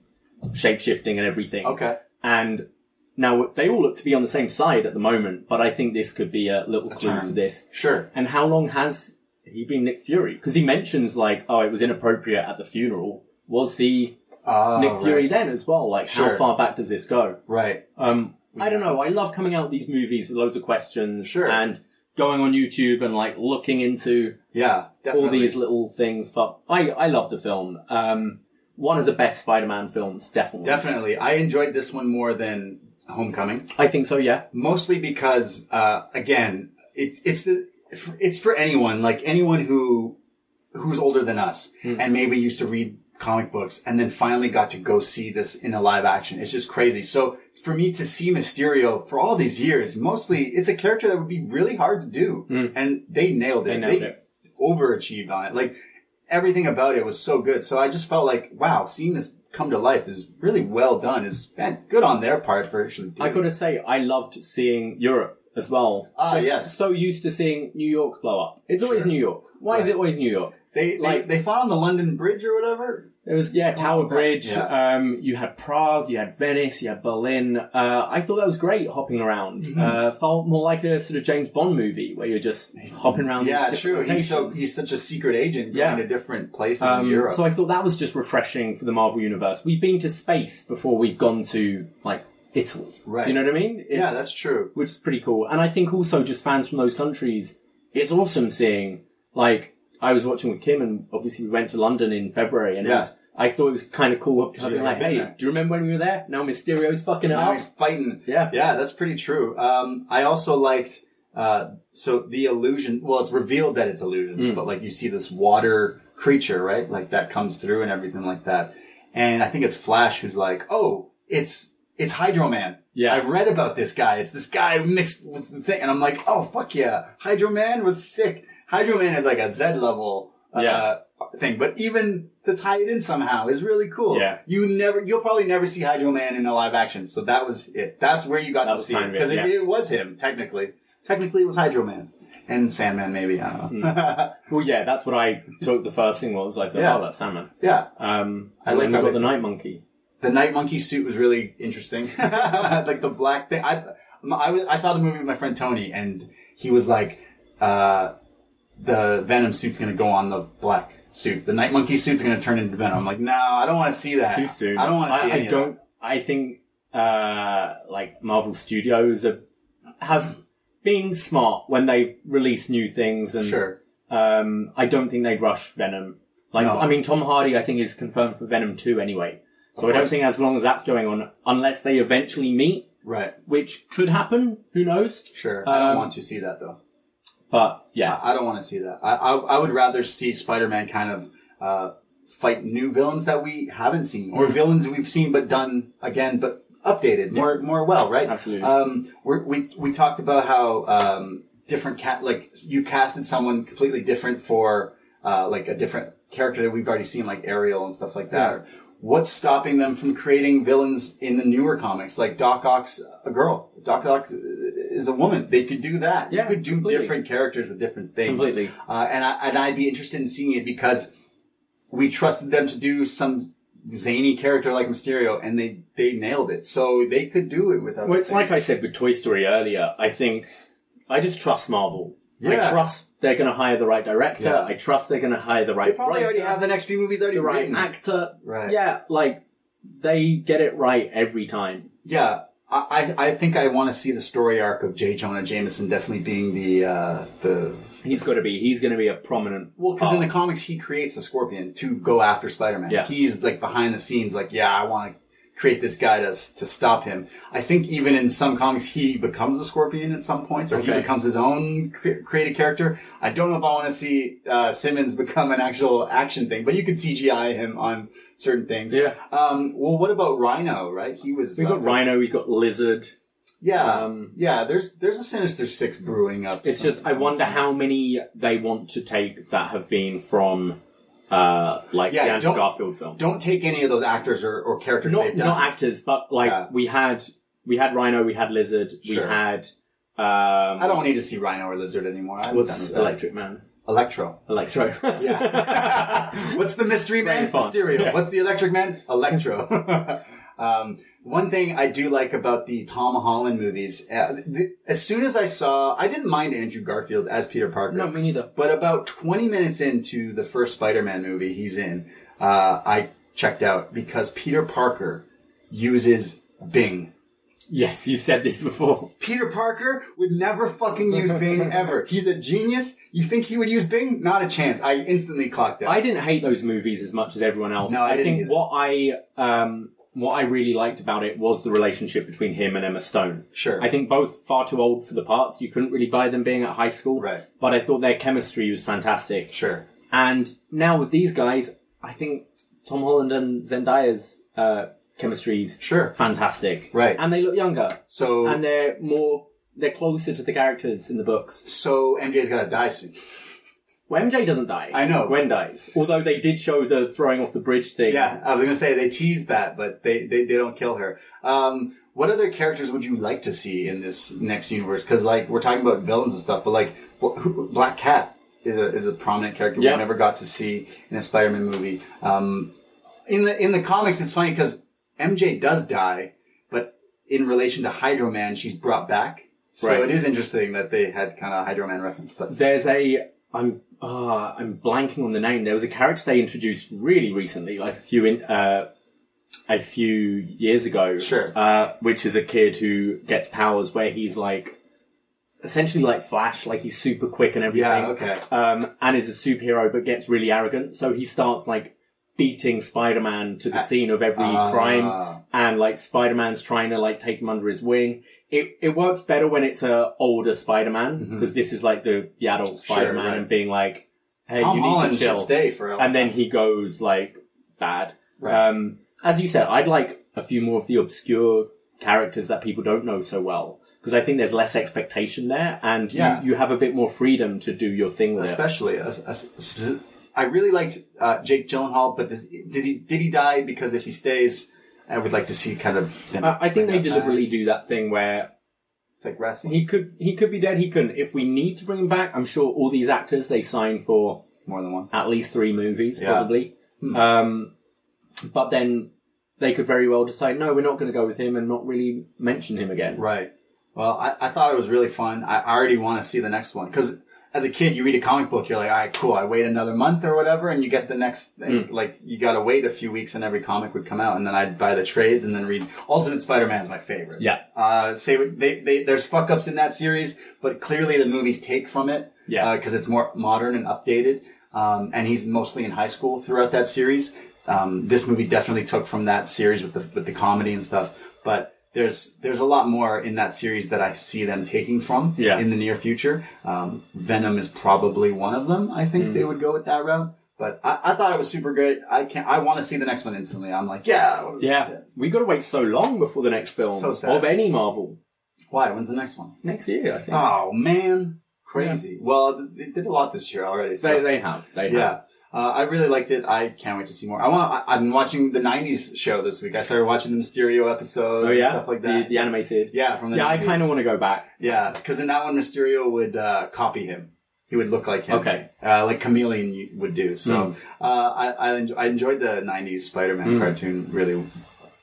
[SPEAKER 3] shape shifting, and everything.
[SPEAKER 2] Okay.
[SPEAKER 3] And now they all look to be on the same side at the moment, but I think this could be a little clue
[SPEAKER 2] turn.
[SPEAKER 3] for this.
[SPEAKER 2] Sure.
[SPEAKER 3] And how long has he been Nick Fury? Because he mentions like, oh, it was inappropriate at the funeral. Was he
[SPEAKER 2] Oh,
[SPEAKER 3] Nick
[SPEAKER 2] right.
[SPEAKER 3] Fury then as well? Like,
[SPEAKER 2] Sure.
[SPEAKER 3] how far back does this go?
[SPEAKER 2] Right.
[SPEAKER 3] Um, I don't know. I love coming out of these movies with loads of questions
[SPEAKER 2] Sure.
[SPEAKER 3] and going on YouTube and like looking into
[SPEAKER 2] Yeah. Definitely.
[SPEAKER 3] all these little things. But I, I love the film. Um, one of the best Spider-Man films, definitely.
[SPEAKER 2] Definitely. I enjoyed this one more than Homecoming.
[SPEAKER 3] I think so. Yeah.
[SPEAKER 2] mostly because uh, again it's it's the it's for anyone like anyone who who's older than us
[SPEAKER 3] Hmm.
[SPEAKER 2] and maybe used to read comic books and then finally got to go see this in a live action it's just crazy so for me to see mysterio for all these years mostly it's a character that would be really hard to do and they nailed it
[SPEAKER 3] Hmm. They nailed it.
[SPEAKER 2] overachieved on it. Like everything about it was so good. So I just felt like, wow, seeing this come to life is really well done. Is fan- good on their part for actually. Doing
[SPEAKER 3] I gotta
[SPEAKER 2] it.
[SPEAKER 3] say, I loved seeing Europe as well.
[SPEAKER 2] Ah,
[SPEAKER 3] Just
[SPEAKER 2] yes.
[SPEAKER 3] So used to seeing New York blow up. It's always
[SPEAKER 2] Sure.
[SPEAKER 3] New York. Why is
[SPEAKER 2] Right.
[SPEAKER 3] it always New York?
[SPEAKER 2] They like
[SPEAKER 3] like-
[SPEAKER 2] they fought on the London Bridge or whatever.
[SPEAKER 3] There was yeah, Tower
[SPEAKER 2] Oh, that-
[SPEAKER 3] Bridge.
[SPEAKER 2] yeah.
[SPEAKER 3] Um, you had Prague, you had Venice, you had Berlin. Uh, I thought that was great hopping around.
[SPEAKER 2] Mm-hmm.
[SPEAKER 3] Uh, felt more like a sort of James Bond movie where you're just hopping around.
[SPEAKER 2] yeah,
[SPEAKER 3] these
[SPEAKER 2] true.
[SPEAKER 3] different
[SPEAKER 2] He's so
[SPEAKER 3] locations.
[SPEAKER 2] he's such a secret agent going
[SPEAKER 3] Yeah.
[SPEAKER 2] to different places in
[SPEAKER 3] Um,
[SPEAKER 2] Europe.
[SPEAKER 3] so I thought that was just refreshing for the Marvel universe. We've been to space before. We've gone to like Italy.
[SPEAKER 2] Right.
[SPEAKER 3] Do you know what I mean?
[SPEAKER 2] yeah,
[SPEAKER 3] It's-
[SPEAKER 2] that's true.
[SPEAKER 3] which is pretty cool. And I think also just fans from those countries, it's awesome seeing. Like I was watching with Kim, and obviously we went to London in February, and it
[SPEAKER 2] Yeah.
[SPEAKER 3] was, I thought it was kind of cool.
[SPEAKER 2] you've
[SPEAKER 3] Having like,
[SPEAKER 2] been
[SPEAKER 3] hey,
[SPEAKER 2] there.
[SPEAKER 3] do you remember when we were there? Now Mysterio's fucking it
[SPEAKER 2] Now
[SPEAKER 3] up.
[SPEAKER 2] he's fighting.
[SPEAKER 3] Yeah.
[SPEAKER 2] yeah, that's pretty true. Um, I also liked uh, so the illusion. Well, it's revealed that it's illusions,
[SPEAKER 3] Mm.
[SPEAKER 2] but like you see this water creature, right? Like that comes through and everything like that. And I think it's Flash who's like, "Oh, it's it's Hydro Man."
[SPEAKER 3] Yeah.
[SPEAKER 2] I've read about this guy. It's this guy mixed with the thing, and I'm like, "Oh fuck yeah, Hydro Man was sick." Hydro Man is like a Z level. Uh,
[SPEAKER 3] Yeah.
[SPEAKER 2] thing but even to tie it in somehow is really cool
[SPEAKER 3] Yeah.
[SPEAKER 2] you never you'll probably never see hydro man in a live action so that was it that's where you got
[SPEAKER 3] That
[SPEAKER 2] to
[SPEAKER 3] was
[SPEAKER 2] see
[SPEAKER 3] kind of it,
[SPEAKER 2] because it,
[SPEAKER 3] yeah.
[SPEAKER 2] it was him technically technically it was hydro man and sandman maybe i don't know
[SPEAKER 3] Well, yeah, that's what I took. The first thing was I thought,
[SPEAKER 2] Yeah.
[SPEAKER 3] oh, that's salmon.
[SPEAKER 2] yeah
[SPEAKER 3] Um,
[SPEAKER 2] I
[SPEAKER 3] and
[SPEAKER 2] like
[SPEAKER 3] then
[SPEAKER 2] how
[SPEAKER 3] we got
[SPEAKER 2] they-
[SPEAKER 3] the night monkey.
[SPEAKER 2] the night monkey suit was really interesting like the black thing I, I was- I saw the movie with my friend tony and he was like uh the venom suit's gonna go on the black suit the night monkey suit's gonna turn into venom i'm like no i don't want to see that
[SPEAKER 3] Too soon.
[SPEAKER 2] i don't want to see
[SPEAKER 3] I,
[SPEAKER 2] any of that.
[SPEAKER 3] don't. I think uh, like Marvel Studios are, have been smart when they release new things and
[SPEAKER 2] sure
[SPEAKER 3] Um, I don't think they'd rush Venom. Like,
[SPEAKER 2] No.
[SPEAKER 3] I mean, Tom Hardy, I think, is confirmed for Venom 2 anyway. So I don't
[SPEAKER 2] course.
[SPEAKER 3] think as long as that's going on, unless they eventually meet,
[SPEAKER 2] right
[SPEAKER 3] which could happen, who knows?
[SPEAKER 2] sure i don't
[SPEAKER 3] Um,
[SPEAKER 2] want to see that though
[SPEAKER 3] But yeah,
[SPEAKER 2] I I don't want to see that. I, I, I would rather see Spider Man kind of uh, fight new villains that we haven't seen,
[SPEAKER 3] Mm-hmm.
[SPEAKER 2] or villains we've seen but done again, but updated more more well, right?
[SPEAKER 3] Absolutely.
[SPEAKER 2] Um, we're, we we talked about how um, different cat like you casted someone completely different for uh, like a different character that we've already seen, like Ariel and stuff like that. What's stopping them from creating villains in the newer comics, like Doc Ock's a girl? Doc Ock is a woman. They could do that.
[SPEAKER 3] Yeah,
[SPEAKER 2] you could do
[SPEAKER 3] completely.
[SPEAKER 2] different characters with different things.
[SPEAKER 3] Completely.
[SPEAKER 2] Uh, and I and I'd be interested in seeing it because we trusted them to do some zany character like Mysterio, and they they nailed it. So they could do it without.
[SPEAKER 3] well, it's like I said with Toy Story earlier, I think I just trust Marvel.
[SPEAKER 2] Yeah.
[SPEAKER 3] I trust they're going to hire the right director.
[SPEAKER 2] Yeah.
[SPEAKER 3] I trust they're going to hire the right
[SPEAKER 2] they probably already
[SPEAKER 3] writer,
[SPEAKER 2] have the next few movies already
[SPEAKER 3] the right
[SPEAKER 2] written.
[SPEAKER 3] actor.
[SPEAKER 2] Right.
[SPEAKER 3] Yeah, like, they get it right every time.
[SPEAKER 2] Yeah. I, I I think I want to see the story arc of J. Jonah Jameson definitely being the uh, the
[SPEAKER 3] He's got to be, he's going to be a prominent.
[SPEAKER 2] well because in
[SPEAKER 3] part.
[SPEAKER 2] the comics he creates a Scorpion to go after Spider Man.
[SPEAKER 3] Oh. Yeah.
[SPEAKER 2] He's like behind the scenes, like yeah, I want to create this guy to to stop him. I think even in some comics he becomes a Scorpion at some points, or he
[SPEAKER 3] Okay.
[SPEAKER 2] becomes his own cre- created character. I don't know if I want to see uh, Simmons become an actual action thing, but you could CGI him on certain things.
[SPEAKER 3] Yeah.
[SPEAKER 2] Um. Well, what about Rhino? Right? He was.
[SPEAKER 3] We've
[SPEAKER 2] uh,
[SPEAKER 3] got Rhino, we've got Lizard.
[SPEAKER 2] Yeah,
[SPEAKER 3] Um,
[SPEAKER 2] yeah. There's there's a Sinister Six brewing up.
[SPEAKER 3] It's
[SPEAKER 2] some-
[SPEAKER 3] just I wonder
[SPEAKER 2] some-
[SPEAKER 3] how many they want to take that have been from uh like
[SPEAKER 2] Yeah,
[SPEAKER 3] the Andrew
[SPEAKER 2] don't-
[SPEAKER 3] Garfield film.
[SPEAKER 2] Don't take any of those actors or, or characters
[SPEAKER 3] Not
[SPEAKER 2] they've done.
[SPEAKER 3] not actors, but like
[SPEAKER 2] Yeah.
[SPEAKER 3] we had we had Rhino, we had Lizard,
[SPEAKER 2] Sure.
[SPEAKER 3] we had um
[SPEAKER 2] I don't need to see Rhino or Lizard anymore. I'm done
[SPEAKER 3] what's
[SPEAKER 2] with that.
[SPEAKER 3] Electric Man.
[SPEAKER 2] Electro.
[SPEAKER 3] Electro.
[SPEAKER 2] Yeah. What's the mystery man?
[SPEAKER 3] fun.
[SPEAKER 2] Mysterio.
[SPEAKER 3] Yeah.
[SPEAKER 2] What's the electric man? Electro. um, one thing I do like about the Tom Holland movies, uh, the, as soon as I saw, I didn't mind Andrew Garfield as Peter Parker.
[SPEAKER 3] no, me neither.
[SPEAKER 2] But about 20 minutes into the first Spider-Man movie he's in, uh, I checked out because Peter Parker uses Bing.
[SPEAKER 3] Yes, you said this before.
[SPEAKER 2] Peter Parker would never fucking use Bing ever. He's a genius. You think he would use Bing? Not a chance. I instantly clocked it.
[SPEAKER 3] I didn't hate those movies as much as everyone else.
[SPEAKER 2] No, I didn't
[SPEAKER 3] think
[SPEAKER 2] either.
[SPEAKER 3] what I um what I really liked about it was the relationship between him and Emma Stone.
[SPEAKER 2] Sure.
[SPEAKER 3] I think both far too old for the parts. You couldn't really buy them being at high school.
[SPEAKER 2] Right.
[SPEAKER 3] But I thought their chemistry was fantastic.
[SPEAKER 2] sure.
[SPEAKER 3] And now with these guys, I think Tom Holland and Zendaya's uh, chemistry's
[SPEAKER 2] Sure.
[SPEAKER 3] fantastic.
[SPEAKER 2] Right.
[SPEAKER 3] And they look younger.
[SPEAKER 2] So
[SPEAKER 3] And they're more. They're closer to the characters in the books.
[SPEAKER 2] so MJ's got to die soon.
[SPEAKER 3] Well, MJ doesn't die.
[SPEAKER 2] I know.
[SPEAKER 3] Gwen dies. Although they did show the throwing off the bridge thing.
[SPEAKER 2] Yeah, I was gonna say they tease that, but they, they, they don't kill her. Um, what other characters would you like to see in this next universe? Because like we're talking about villains and stuff, but like Bl- who- Black Cat is a, is a prominent character
[SPEAKER 3] Yeah.
[SPEAKER 2] we never got to see in a Spider-Man movie. Um, in the in the comics, it's funny because MJ does die, but in relation to Hydro Man, she's brought back. So
[SPEAKER 3] Right.
[SPEAKER 2] it is interesting that they had kind of Hydro Man reference, but
[SPEAKER 3] There's a I'm ah I'm blanking on the name. There was a character they introduced really recently, like a few in uh, a few years ago.
[SPEAKER 2] Sure.
[SPEAKER 3] Uh, which is a kid who gets powers where he's like essentially like Flash, like he's super quick and everything.
[SPEAKER 2] yeah, okay,
[SPEAKER 3] Um, and is a superhero but gets really arrogant, so he starts like beating Spider-Man to the scene of every
[SPEAKER 2] Ah.
[SPEAKER 3] crime, and like Spider-Man's trying to like take him under his wing. It it works better when it's a older Spider-Man because this is like the the adult
[SPEAKER 2] Mm-hmm. Sure,
[SPEAKER 3] Spider-Man
[SPEAKER 2] right.
[SPEAKER 3] and being like, hey,
[SPEAKER 2] Tom
[SPEAKER 3] you need
[SPEAKER 2] Holland
[SPEAKER 3] to chill,
[SPEAKER 2] should stay for
[SPEAKER 3] and then he goes like bad.
[SPEAKER 2] Right.
[SPEAKER 3] Um, as you said, I'd like a few more of the obscure characters that people don't know so well because I think there's less expectation there, and
[SPEAKER 2] Yeah.
[SPEAKER 3] you, you have a bit more freedom to do your thing with it.
[SPEAKER 2] especially. a- a- speci- I really liked uh, Jake Gyllenhaal, but does, did he did he die? Because if he stays, I would like to see kind of. them
[SPEAKER 3] I I
[SPEAKER 2] bring
[SPEAKER 3] think they
[SPEAKER 2] that
[SPEAKER 3] deliberately
[SPEAKER 2] back.
[SPEAKER 3] do that thing where
[SPEAKER 2] It's like wrestling.
[SPEAKER 3] he could he could be dead, he couldn't. If we need to bring him back, I'm sure all these actors they sign for
[SPEAKER 2] More than one.
[SPEAKER 3] at least three movies,
[SPEAKER 2] Yeah. Hmm.
[SPEAKER 3] probably. Um, but then they could very well decide, no, we're not going to go with him and not really mention him again.
[SPEAKER 2] Right. Well, I, I thought it was really fun. I I already want to see the next one because as a kid, you read a comic book, you're like, all right, cool. I wait another month or whatever, and you get the next thing.
[SPEAKER 3] Hmm.
[SPEAKER 2] Like you got to wait a few weeks, and every comic would come out, and then I'd buy the trades and then read. Ultimate Spider-Man's my favorite.
[SPEAKER 3] Yeah.
[SPEAKER 2] Uh, say what- they, they there's fuck ups in that series, but clearly the movies take from it.
[SPEAKER 3] Yeah.
[SPEAKER 2] Because it's more modern and updated, um, and he's mostly in high school throughout that series. Um, this movie definitely took from that series with the with the comedy and stuff, but. There's there's a lot more in that series that I see them taking from
[SPEAKER 3] Yeah.
[SPEAKER 2] in the near future. Um, Venom is probably one of them. I
[SPEAKER 3] Hmm.
[SPEAKER 2] think they would go with that route. But I, I thought it was super good. I can not I want to see the next one instantly. I'm like, yeah.
[SPEAKER 3] Yeah, we got to wait so long before the next film
[SPEAKER 2] So sad.
[SPEAKER 3] of any Marvel
[SPEAKER 2] Why? When's the next one?
[SPEAKER 3] next year. I think
[SPEAKER 2] Oh man, crazy. Well, th- they did a lot this year already. So.
[SPEAKER 3] they, they have they
[SPEAKER 2] yeah.
[SPEAKER 3] have.
[SPEAKER 2] Uh, I really liked it. I can't wait to see more. I want. I, I've been watching the '90s show this week. I started watching the Mysterio episodes
[SPEAKER 3] Oh
[SPEAKER 2] and
[SPEAKER 3] yeah,
[SPEAKER 2] stuff like that.
[SPEAKER 3] The, the animated.
[SPEAKER 2] yeah, from the
[SPEAKER 3] yeah. I
[SPEAKER 2] 90s.
[SPEAKER 3] kind of want to go back.
[SPEAKER 2] Yeah, because in that one, Mysterio would uh, copy him. He would look like him.
[SPEAKER 3] Okay. Hmm.
[SPEAKER 2] Uh, like Chameleon you- would do. So uh, I, I, enjoy, I enjoyed the 90s Spider Man cartoon really.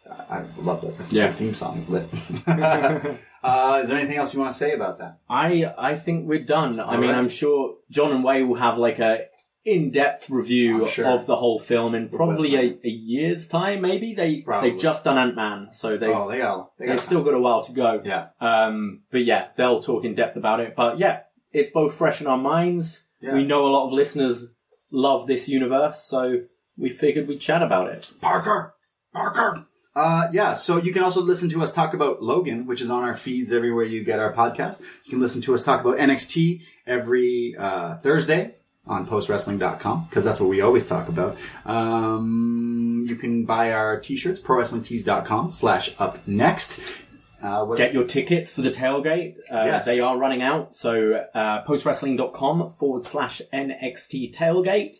[SPEAKER 2] I I loved it. The
[SPEAKER 3] Yeah.
[SPEAKER 2] theme song is lit. uh, is there anything else you want to say about that?
[SPEAKER 3] I I think we're done. I mean,
[SPEAKER 2] right.
[SPEAKER 3] I'm sure John and Way will have like a in-depth review
[SPEAKER 2] I'm sure.
[SPEAKER 3] of the whole film in probably a,
[SPEAKER 2] website.
[SPEAKER 3] a year's time. Maybe they
[SPEAKER 2] Probably.
[SPEAKER 3] they've just done Ant Man, so they've
[SPEAKER 2] oh, they got, they
[SPEAKER 3] they've
[SPEAKER 2] got
[SPEAKER 3] still got a while to go.
[SPEAKER 2] Yeah.
[SPEAKER 3] Um, but yeah, they'll talk in depth about it. But yeah, it's both fresh in our minds.
[SPEAKER 2] Yeah.
[SPEAKER 3] We know a lot of listeners love this universe, so we figured we'd chat about it.
[SPEAKER 2] Parker! Parker! Uh, yeah, so you can also listen to us talk about Logan, which is on our feeds everywhere you get our podcast. You can listen to us talk about NXT every uh, Thursday on postwrestling.com because that's what we always talk about. Um, you can buy our t-shirts, prowrestlingtees.com slash up next. Uh, what
[SPEAKER 3] Get your tickets for the tailgate. Uh,
[SPEAKER 2] Yes.
[SPEAKER 3] They are running out. So uh, postwrestling.com forward slash NXT tailgate.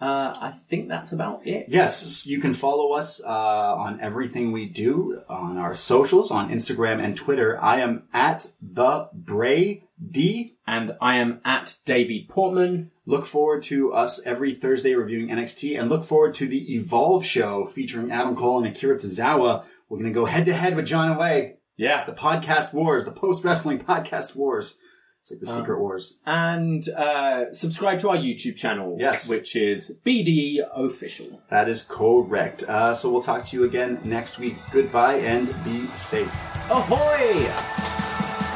[SPEAKER 3] Uh, I think that's about it.
[SPEAKER 2] Yes, you can follow us uh, on everything we do on our socials, on Instagram and Twitter. I am at the Bray D
[SPEAKER 3] And I am at Davey Portman.
[SPEAKER 2] Look forward to us every Thursday reviewing NXT and look forward to the Evolve show featuring Adam Cole and Akira Tozawa. We're going to go head to head with John Away,
[SPEAKER 3] Yeah.
[SPEAKER 2] the podcast wars, the post wrestling podcast wars. It's like the secret wars.
[SPEAKER 3] And uh, subscribe to our YouTube channel,
[SPEAKER 2] Yes.
[SPEAKER 3] which is BDE Official.
[SPEAKER 2] That is correct. Uh, so we'll talk to you again next week. Goodbye and be safe.
[SPEAKER 3] Ahoy!